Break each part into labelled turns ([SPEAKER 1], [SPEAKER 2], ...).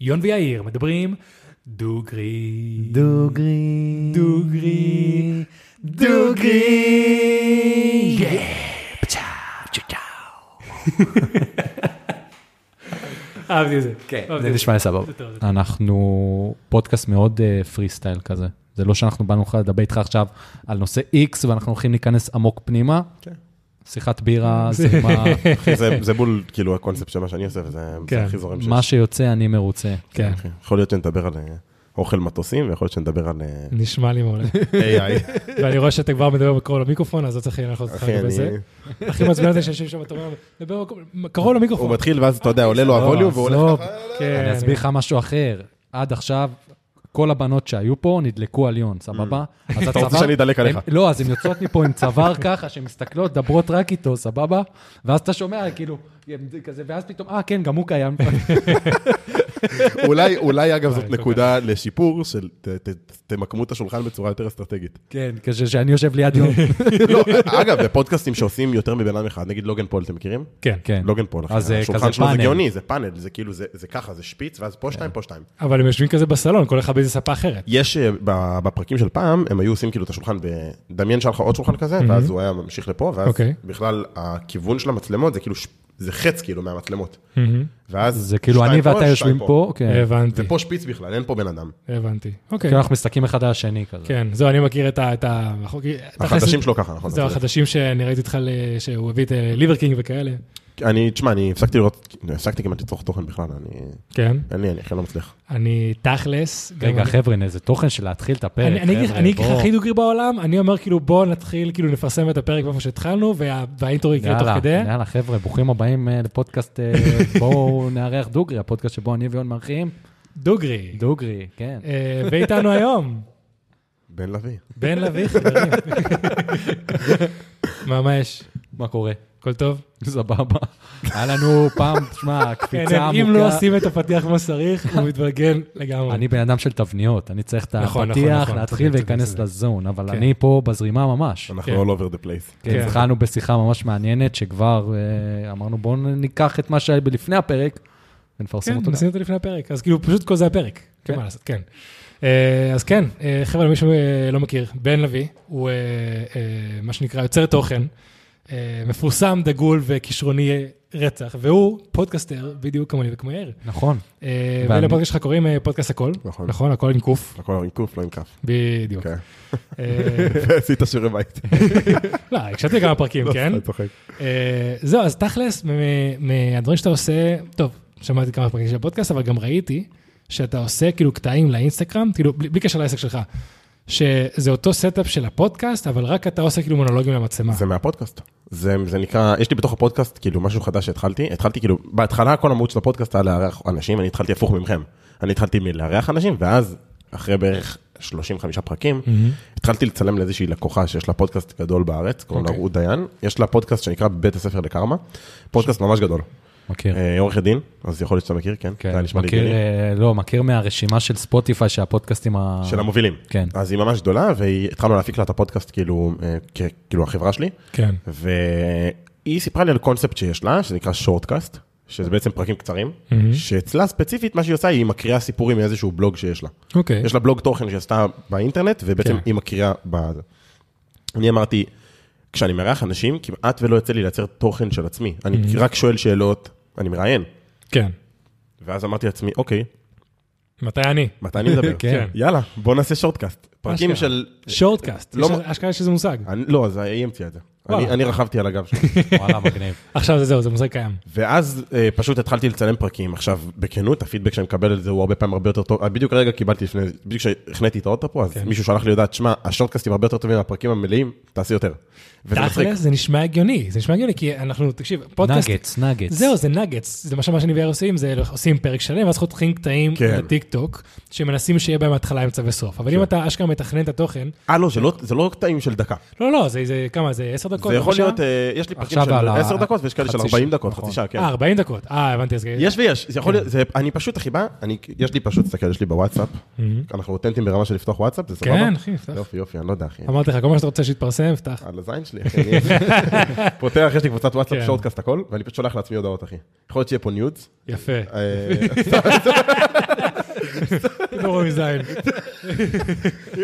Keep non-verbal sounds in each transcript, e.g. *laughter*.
[SPEAKER 1] יון ויאיר מדברים דוגרי.
[SPEAKER 2] דוגרי.
[SPEAKER 1] דוגרי.
[SPEAKER 2] דוגרי. *laughs*
[SPEAKER 1] אהבתי את זה.
[SPEAKER 2] כן,
[SPEAKER 1] אהבתי
[SPEAKER 2] זה
[SPEAKER 1] את
[SPEAKER 2] נשמע לי סבבה.
[SPEAKER 1] זה טוב, זה טוב.
[SPEAKER 3] אנחנו פודקאסט מאוד פרי סטייל כזה. זה לא שאנחנו באנו לך לדבר איתך עכשיו על נושא X ואנחנו הולכים להיכנס עמוק פנימה.
[SPEAKER 4] כן.
[SPEAKER 3] שיחת
[SPEAKER 4] *laughs*
[SPEAKER 3] בירה, זה מה- *laughs*
[SPEAKER 4] אחי, זה- זה בול, כאילו, הקונספט של מה שאני עושה, וזה זה
[SPEAKER 1] כן,
[SPEAKER 4] הכי זורם שיש.
[SPEAKER 3] מה שיוצא, אני מרוצה. כן.
[SPEAKER 4] אחי. יכול להיות שנדבר על אה, אוכל מטוסים, ויכול להיות שנדבר על אה,
[SPEAKER 1] נשמע לי מעולה.
[SPEAKER 4] AI.
[SPEAKER 1] ואני רואה שאתה כבר מדבר בקרוב למיקרופון, אז לא צריך ללכת אותך
[SPEAKER 4] אחי,
[SPEAKER 1] בזה.
[SPEAKER 4] אני...
[SPEAKER 1] הכי מעצבן אותי שיושבים שם, אתה אומר, דבר בקרוב- קרוב למיקרופון.
[SPEAKER 4] הוא מתחיל, ואז אתה יודע, עולה לו הווליום, והוא הולך...
[SPEAKER 3] לא, עזוב,
[SPEAKER 1] כן.
[SPEAKER 3] אני אסביר לך משהו אחר. עד עכשיו, כל הבנות שהיו פה נדלקו על יון, סבבה? אז
[SPEAKER 4] Mm. אתה רוצה
[SPEAKER 3] הצוואר-
[SPEAKER 4] שאני אדלק עליך.
[SPEAKER 3] הם- לא, אז הן יוצאות מפה עם
[SPEAKER 4] *laughs*
[SPEAKER 3] צוואר ככה, שמסתכלות, דברות רק איתו, סבבה? ואז אתה שומע, כאילו, הם כזה, ואז פתאום, אה, כן, גם הוא קיים. *laughs*
[SPEAKER 4] אולי, אולי, אגב, זאת
[SPEAKER 1] וואי, כל
[SPEAKER 4] נקודה לשיפור של ת- ת- תמקמו את השולחן בצורה יותר
[SPEAKER 3] *laughs*
[SPEAKER 4] אסטרטגית.
[SPEAKER 3] כן, כשאני יושב ליד יון.
[SPEAKER 4] לא, אגב, בפודקאסטים שעושים יותר מבן אדם אחד, נגיד לוגן פול, אתם מכירים?
[SPEAKER 1] כן.
[SPEAKER 3] כן.
[SPEAKER 4] לוגן פול, אחי,
[SPEAKER 3] אז זה
[SPEAKER 4] השולחן
[SPEAKER 3] כזה
[SPEAKER 4] שלו זה
[SPEAKER 3] פאנל. כן.
[SPEAKER 4] גאוני, זה פאנל, זה כאילו, זה זה ככה, זה שפיץ, ואז פה שתיים, פה שתיים.
[SPEAKER 1] אבל הם יושבים כזה בסלון, כל אחד באיזה ספה אחרת.
[SPEAKER 4] יש, אה, ב- בפרקים של פעם, הם היו עושים כאילו את השולחן, ב- דמיין שהיה לך עוד שולחן כזה, ואז הוא היה ממשיך לפה, ואז
[SPEAKER 1] אוקיי.
[SPEAKER 4] בכלל, הכיוון של המצלמות זה כאילו, ש- זה חץ כאילו מהמצלמות. ואז
[SPEAKER 3] זה כאילו
[SPEAKER 4] שתיים
[SPEAKER 3] אני ואתה
[SPEAKER 4] שתיים
[SPEAKER 3] יושבים פה, כן.
[SPEAKER 1] הבנתי,
[SPEAKER 4] זה פה שפיץ בכלל, אין פה בן אדם.
[SPEAKER 1] הבנתי. אוקיי.
[SPEAKER 2] כן.
[SPEAKER 3] כאילו אנחנו מסתכלים אחד על השני כזה.
[SPEAKER 1] כן, זהו, אני מכיר את ה... את ה- את
[SPEAKER 4] החדשים
[SPEAKER 1] החסד-
[SPEAKER 4] שלו ככה, נכון.
[SPEAKER 1] זהו,
[SPEAKER 4] אתה צודק.
[SPEAKER 1] החדשים שאני ראיתי אותך, ל- שהוא הביא את אה, ליברקינג וכאלה.
[SPEAKER 4] אה, אני, תשמע, אני הפסקתי לראות, הפסקתי כמעט לצרוך תוכן בכלל, אני,
[SPEAKER 1] כן.
[SPEAKER 4] אין לי, אני אחרי לא מצליח.
[SPEAKER 1] אני תכלס. גם
[SPEAKER 3] רגע,
[SPEAKER 1] אני-
[SPEAKER 3] חבר'ה, הנה, זה תוכן של להתחיל את הפרק.
[SPEAKER 1] אני- אני אגיד לך-
[SPEAKER 3] חבר'ה,
[SPEAKER 1] אני אגיד לך
[SPEAKER 3] בואו.
[SPEAKER 1] הכי דוגרי בעולם, אני אומר כאילו בוא נתחיל, כאילו נפרסם את הפרק כמו שהתחלנו, וה- והאינטרו יקרה תוך
[SPEAKER 3] יאללה,
[SPEAKER 1] כדי.
[SPEAKER 3] יאללה, חבר'ה, ברוכים הבאים אה,
[SPEAKER 1] *laughs*
[SPEAKER 3] לפודקאסט, אה, בואו נארח דוגרי, הפודקאסט שבו אני ויון מארחים.
[SPEAKER 1] דוגרי.
[SPEAKER 3] דוגרי, כן.
[SPEAKER 1] אה, ואיתנו היום,
[SPEAKER 4] בן לביא.
[SPEAKER 1] בן לביא,
[SPEAKER 3] *laughs*
[SPEAKER 1] חברים. מה, מה יש?
[SPEAKER 3] מה קורה? *laughs*
[SPEAKER 1] הכל טוב?
[SPEAKER 3] סבבה. היה לנו פעם,
[SPEAKER 1] *laughs*
[SPEAKER 3] תשמע, קפיצה
[SPEAKER 1] כן, אם לא
[SPEAKER 3] עמוקה.
[SPEAKER 1] עושים את הפתיח כמו שצריך, הוא מתבלגן לגמרי.
[SPEAKER 3] אני בן אדם של תבניות, אני צריך את
[SPEAKER 1] נכון, נכון,
[SPEAKER 3] הפתיח,
[SPEAKER 1] נכון,
[SPEAKER 3] להתחיל
[SPEAKER 1] צודק, צודק,
[SPEAKER 3] ולהיכנס
[SPEAKER 1] צודק.
[SPEAKER 3] לזון, אבל
[SPEAKER 1] כן.
[SPEAKER 3] אני פה בזרימה ממש.
[SPEAKER 4] אנחנו
[SPEAKER 1] כן.
[SPEAKER 4] all over the place.
[SPEAKER 3] כן,
[SPEAKER 1] כן.
[SPEAKER 3] התחלנו בשיחה ממש מעניינת, שכבר אה, אמרנו, בואו ניקח את מה שהיה לפני הפרק ונפרסם
[SPEAKER 1] כן,
[SPEAKER 3] אותו. גם.
[SPEAKER 1] נשים אותו לפני הפרק, אז כאילו פשוט כל זה הפרק.
[SPEAKER 3] כן.
[SPEAKER 1] מה לעשות, כן. אה, אז כן, אה, חבר'ה, למי שלא מכיר, בן לביא הוא אה, אה, מה שנקרא יוצר תוכן, אה, מפורסם, דגול וכישרוני רצח, והוא פודקאסטר בדיוק כמוני וכמו יאיר.
[SPEAKER 3] נכון.
[SPEAKER 1] אה,
[SPEAKER 3] ואני-
[SPEAKER 1] ולפודקאסט שלך קוראים אה, פודקאסט הכל,
[SPEAKER 4] נכון.
[SPEAKER 1] נכון? הכל עם קוף,
[SPEAKER 4] הכל עם קוף, לא עם כף.
[SPEAKER 1] בדיוק.
[SPEAKER 4] כן. *laughs*
[SPEAKER 1] אה,
[SPEAKER 4] עשית שיעורי בית.
[SPEAKER 1] לא, הקשבתי לכמה פרקים, כן?
[SPEAKER 4] אני צוחק.
[SPEAKER 1] אה, זהו, אז תכלס, מ- מ- מהדברים שאתה עושה, טוב, שמעתי כמה פרקים של הפודקאסט, אבל גם ראיתי שאתה עושה כאילו קטעים לאינסטגרם, כאילו, בלי בלי קשר לעסק שלך, שזה אותו סטאפ של הפודקאסט, אבל רק אתה עושה כאילו מונולוגים למצלמה.
[SPEAKER 4] זה מהפודקאסט. זה, זה נקרא, יש לי בתוך הפודקאסט כאילו משהו חדש שהתחלתי, התחלתי כאילו, בהתחלה כל המהות של הפודקאסט היה לארח אנשים, אני התחלתי הפוך ממכם. אני התחלתי מלארח אנשים, ואז אחרי בערך 35 פרקים, התחלתי לצלם לאיזושהי לקוחה שיש לה פודקאסט גדול בארץ, קוראים לה
[SPEAKER 1] אוקיי.
[SPEAKER 4] רות דיין, יש לה פודקאסט שנקרא בית הספר לקרמה, פודקאסט ממש גדול.
[SPEAKER 3] מכיר.
[SPEAKER 4] אה, עורכת דין, אז יכול להיות שאתה מכיר, כן? זה
[SPEAKER 3] כן,
[SPEAKER 4] היה נשמע לי
[SPEAKER 3] מכיר,
[SPEAKER 4] הגיוני.
[SPEAKER 3] אה, לא, מכיר מהרשימה של ספוטיפיי שהפודקאסטים ה...
[SPEAKER 4] של המובילים.
[SPEAKER 3] כן.
[SPEAKER 4] אז היא ממש גדולה, והתחלנו להפיק לה את הפודקאסט כאילו, אה, כ- כאילו החברה שלי,
[SPEAKER 1] כן.
[SPEAKER 4] והיא סיפרה לי על קונספט שיש לה, שנקרא שורטקאסט, שזה בעצם פרקים קצרים, שאצלה ספציפית מה שהיא עושה, היא מקריאה סיפורים מאיזשהו בלוג שיש לה.
[SPEAKER 1] אוקיי.
[SPEAKER 4] יש לה בלוג תוכן שהיא עשתה באינטרנט, ובעצם
[SPEAKER 1] כן.
[SPEAKER 4] היא מקריאה ב... אני אמרתי, כשאני מארח אנשים, כמעט ולא יוצא לי לייצר תוכן של עצמי. אני רק שואל שאלות, אני מראיין.
[SPEAKER 1] כן.
[SPEAKER 4] ואז אמרתי לעצמי, אוקיי,
[SPEAKER 1] מתי אני?
[SPEAKER 4] מתי אני
[SPEAKER 1] *laughs*
[SPEAKER 4] מדבר?
[SPEAKER 3] כן.
[SPEAKER 4] יאללה, בוא נעשה שורטקאסט. פרקים
[SPEAKER 1] אשכרה.
[SPEAKER 4] של...
[SPEAKER 1] שורטקאסט,
[SPEAKER 4] לא
[SPEAKER 1] יש-
[SPEAKER 4] מ-
[SPEAKER 1] אשכרה יש איזה מושג.
[SPEAKER 4] אני- לא, זה היא המציאה את זה.
[SPEAKER 1] וואלה.
[SPEAKER 4] אני אני רכבתי על הגב שלה.
[SPEAKER 3] *laughs* וואלה, מגניב.
[SPEAKER 4] *laughs*
[SPEAKER 1] עכשיו זה זהו, זה מושג קיים.
[SPEAKER 4] ואז אה, פשוט התחלתי לצלם פרקים. עכשיו, בכנות, הפידבק שאני מקבל על זה הוא הרבה פעמים הרבה יותר טוב. אה, בדיוק הרגע קיבלתי לפני, בדיוק כשהחניתי את האוטו פה, אז
[SPEAKER 1] כן.
[SPEAKER 4] מישהו שלח לי הודעה, תשמע, השורטקאסטים הרבה יותר טובים מהפרקים המלאים, תעשי יותר. וזה מצחיק.
[SPEAKER 1] תכלס, זה נשמע הגיוני, זה נשמע הגיוני, כי אנחנו, תקשיב, פודקאסט...
[SPEAKER 3] נגטס, נגטס.
[SPEAKER 1] זהו, זה נאגטס, זה מה שאני ויאיר עושים, זה עושים פרק שלם, ואז חותכים קטעים
[SPEAKER 4] כן.
[SPEAKER 1] לטיק טוק, שמנסים שיהיה בהם התחלה, אמצע וסוף. אבל אם אתה אשכרה מתכנן את התוכן,
[SPEAKER 4] אה, לא, זה לא- זה לא קטעים של דקה.
[SPEAKER 1] לא, לא, זה, זה כמה, זה 10 דקות.
[SPEAKER 4] זה יכול
[SPEAKER 1] בשעה?
[SPEAKER 4] להיות, אה, יש לי פרקים
[SPEAKER 3] עכשיו
[SPEAKER 4] של
[SPEAKER 3] על ה-
[SPEAKER 4] 10 דקות ויש כאלה של
[SPEAKER 3] חצי
[SPEAKER 4] 40
[SPEAKER 3] שעה,
[SPEAKER 4] דקות,
[SPEAKER 3] נכון.
[SPEAKER 4] חצי שעה, כן.
[SPEAKER 1] אה, 40 דקות. אה, הבנתי, אז...
[SPEAKER 4] יש ויש, זה יכול להיות, זה- אני פשוט, החיבה, אני- יש לי פשוט, תסתכל, יש לי בוואטסאפ, אנחנו אותנטים ברמה של לפתוח וואטסאפ, זה סבבה?
[SPEAKER 1] כן, אחי, פתח.
[SPEAKER 4] יופי, אה. יופי, אני לא יודע, אחי.
[SPEAKER 1] אמרתי לך, כל מה שאתה רוצה שיתפרסם, פתח.
[SPEAKER 4] על הזין שלי, אחי. אני- *laughs* פותח, יש לי קבוצת וואטסאפ,
[SPEAKER 1] כן.
[SPEAKER 4] שורטקאסט הכל, ואני פשוט שולח לעצמי הודעות, אחי. יכול להיות שיהיה פה ניודס.
[SPEAKER 1] יפה. *laughs*
[SPEAKER 4] אה,
[SPEAKER 1] נורא
[SPEAKER 4] *laughs*
[SPEAKER 1] מזין.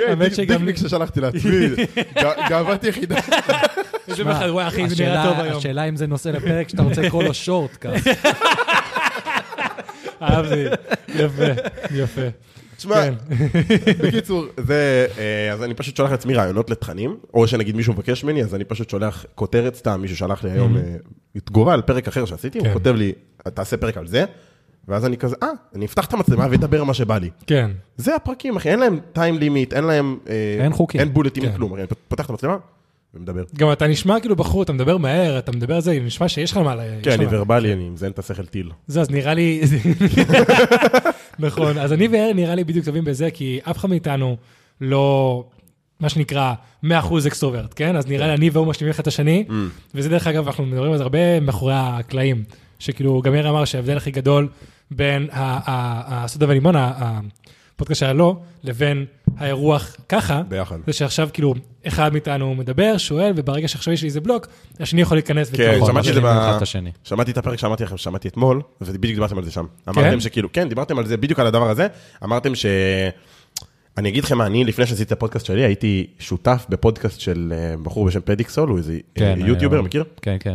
[SPEAKER 1] האמת שגם-
[SPEAKER 4] דיפניק ששלחתי *laughs* לעצמי, ג- גאוות יחידה.
[SPEAKER 1] זה בכלל, וואי, אחי, זה נראה טוב היום.
[SPEAKER 3] השאלה אם זה נושא לפרק שאתה רוצה לקרוא לו שורטקאסט.
[SPEAKER 1] אהבתי. יפה, יפה.
[SPEAKER 4] *laughs* תשמע,
[SPEAKER 1] כן.
[SPEAKER 4] בקיצור, זה, אה, אז אני פשוט שולח לעצמי רעיונות לתכנים, או שנגיד מישהו מבקש ממני, אז אני פשוט שולח כותרת סתם, מישהו שלח לי היום אה, תגובה על פרק אחר שעשיתי, הוא
[SPEAKER 1] Mm-hmm. כן.
[SPEAKER 4] כותב לי, תעשה פרק על זה, ואז אני כזה, אה, אני אפתח את המצלמה ואדבר מה שבא לי.
[SPEAKER 1] כן.
[SPEAKER 4] זה הפרקים, אחי, אין להם time limit, אין להם... אה,
[SPEAKER 3] אין חוקים.
[SPEAKER 4] אין בולטים, אין
[SPEAKER 1] כן.
[SPEAKER 4] כלום, אחי, אני פותח את המצלמה ומדבר.
[SPEAKER 1] גם אתה נשמע כאילו בחור, אתה מדבר מהר, אתה מדבר זה, נשמע שיש לך מה ל... יש
[SPEAKER 4] כן,
[SPEAKER 1] לך
[SPEAKER 4] אני
[SPEAKER 1] מה.
[SPEAKER 4] ורבלי, אני מזיין את השכל טיל.
[SPEAKER 1] זהו, אז נראה לי... נכון, אז אני וארן נראה לי בדיוק טובים בזה, כי אף אחד מאיתנו לא, מה שנקרא, 100% אקסטרוברט, כן? אז נראה לי אני והוא משלימים אחד את
[SPEAKER 4] Mm,
[SPEAKER 1] השני, וזה דרך אגב, אנחנו מדברים על זה הרבה מאחורי הקלעים, שכאילו, גם ארן אמר שההבדל הכי גדול בין ה- ה- ה- הסודה והלימון, ה- ה- הפודקאסט שהיה לו, לבין האירוח ככה,
[SPEAKER 4] ביחד.
[SPEAKER 1] זה שעכשיו כאילו, אחד מאיתנו מדבר, שואל, וברגע שעכשיו יש לי איזה בלוק, השני יכול להיכנס
[SPEAKER 4] כן,
[SPEAKER 1] וכאילו-
[SPEAKER 4] שמעתי את זה ב...
[SPEAKER 3] נכון,
[SPEAKER 4] אה,
[SPEAKER 3] אחד את השני.
[SPEAKER 4] שמעתי את הפרק שאמרתי לכם, שמעתי אתמול, ובדיוק דיברתם על זה שם. אמרתם שכאילו, כן, דיברתם על זה, בדיוק על הדבר הזה. אמרתם ש... אני אגיד לכם מה, אני לפני שעשיתי את הפודקאסט שלי, הייתי שותף בפודקאסט של אה, בחור בשם פדיקסול, הוא איזה
[SPEAKER 3] כן,
[SPEAKER 4] אה, יוטיובר,
[SPEAKER 3] היום.
[SPEAKER 4] מכיר?
[SPEAKER 3] כן, כן.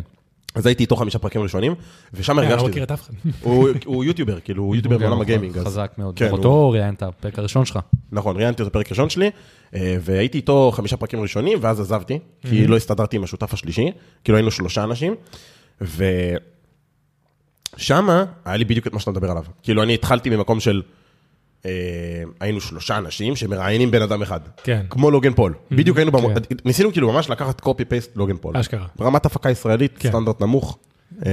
[SPEAKER 4] אז הייתי איתו חמישה פרקים ראשונים, ושם
[SPEAKER 1] אני לא
[SPEAKER 4] הרגשתי את
[SPEAKER 1] מכיר
[SPEAKER 4] זה.
[SPEAKER 1] את אף אחד.
[SPEAKER 4] הוא- הוא יוטיובר, כאילו, הוא יוטיובר בעולם הגיימינג. אז-
[SPEAKER 3] כן, חזק מאוד.
[SPEAKER 4] כן,
[SPEAKER 3] אותו
[SPEAKER 4] הוא-
[SPEAKER 3] הוא... ראיין את הפרק הראשון שלך.
[SPEAKER 4] נכון, ראיינתי אותו בפרק ראשון שלי, אה, והייתי איתו חמישה פרקים ראשונים, ואז עזבתי, כי לא הסתדרתי עם השותף השלישי, כאילו היינו שלושה אנשים, ושמה היה לי בדיוק את מה שאתה מדבר עליו. כאילו אני התחלתי ממקום של, אה, היינו שלושה אנשים שמראיינים בן אדם אחד.
[SPEAKER 1] כן.
[SPEAKER 4] כמו לוגן פול. בדיוק היינו, במו-
[SPEAKER 3] כן.
[SPEAKER 4] ניסינו כאילו ממש לקחת copy-paste לוגן פול.
[SPEAKER 1] אשכרה.
[SPEAKER 4] ברמת הפקה ישראלית,
[SPEAKER 1] כן.
[SPEAKER 4] סטנדרט נמוך, אה,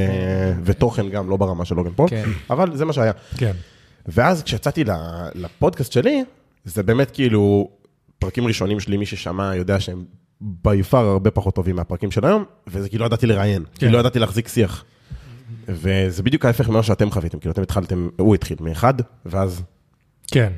[SPEAKER 4] ותוכן גם לא ברמה של לוגן פול,
[SPEAKER 3] כן.
[SPEAKER 4] אבל זה מה שהיה.
[SPEAKER 1] כן.
[SPEAKER 4] ואז כשיצאתי ל- לפודקאסט שלי, זה באמת כאילו, פרקים ראשונים שלי, מי ששמע יודע שהם by far הרבה פחות טובים מהפרקים של היום, וזה כאילו לא ידעתי לראיין,
[SPEAKER 1] כן.
[SPEAKER 4] כאילו לא ידעתי להחזיק שיח. וזה בדיוק ההפך ממה שאתם חוויתם, כאילו אתם התחלתם, הוא התחיל מאחד, ואז
[SPEAKER 1] כן,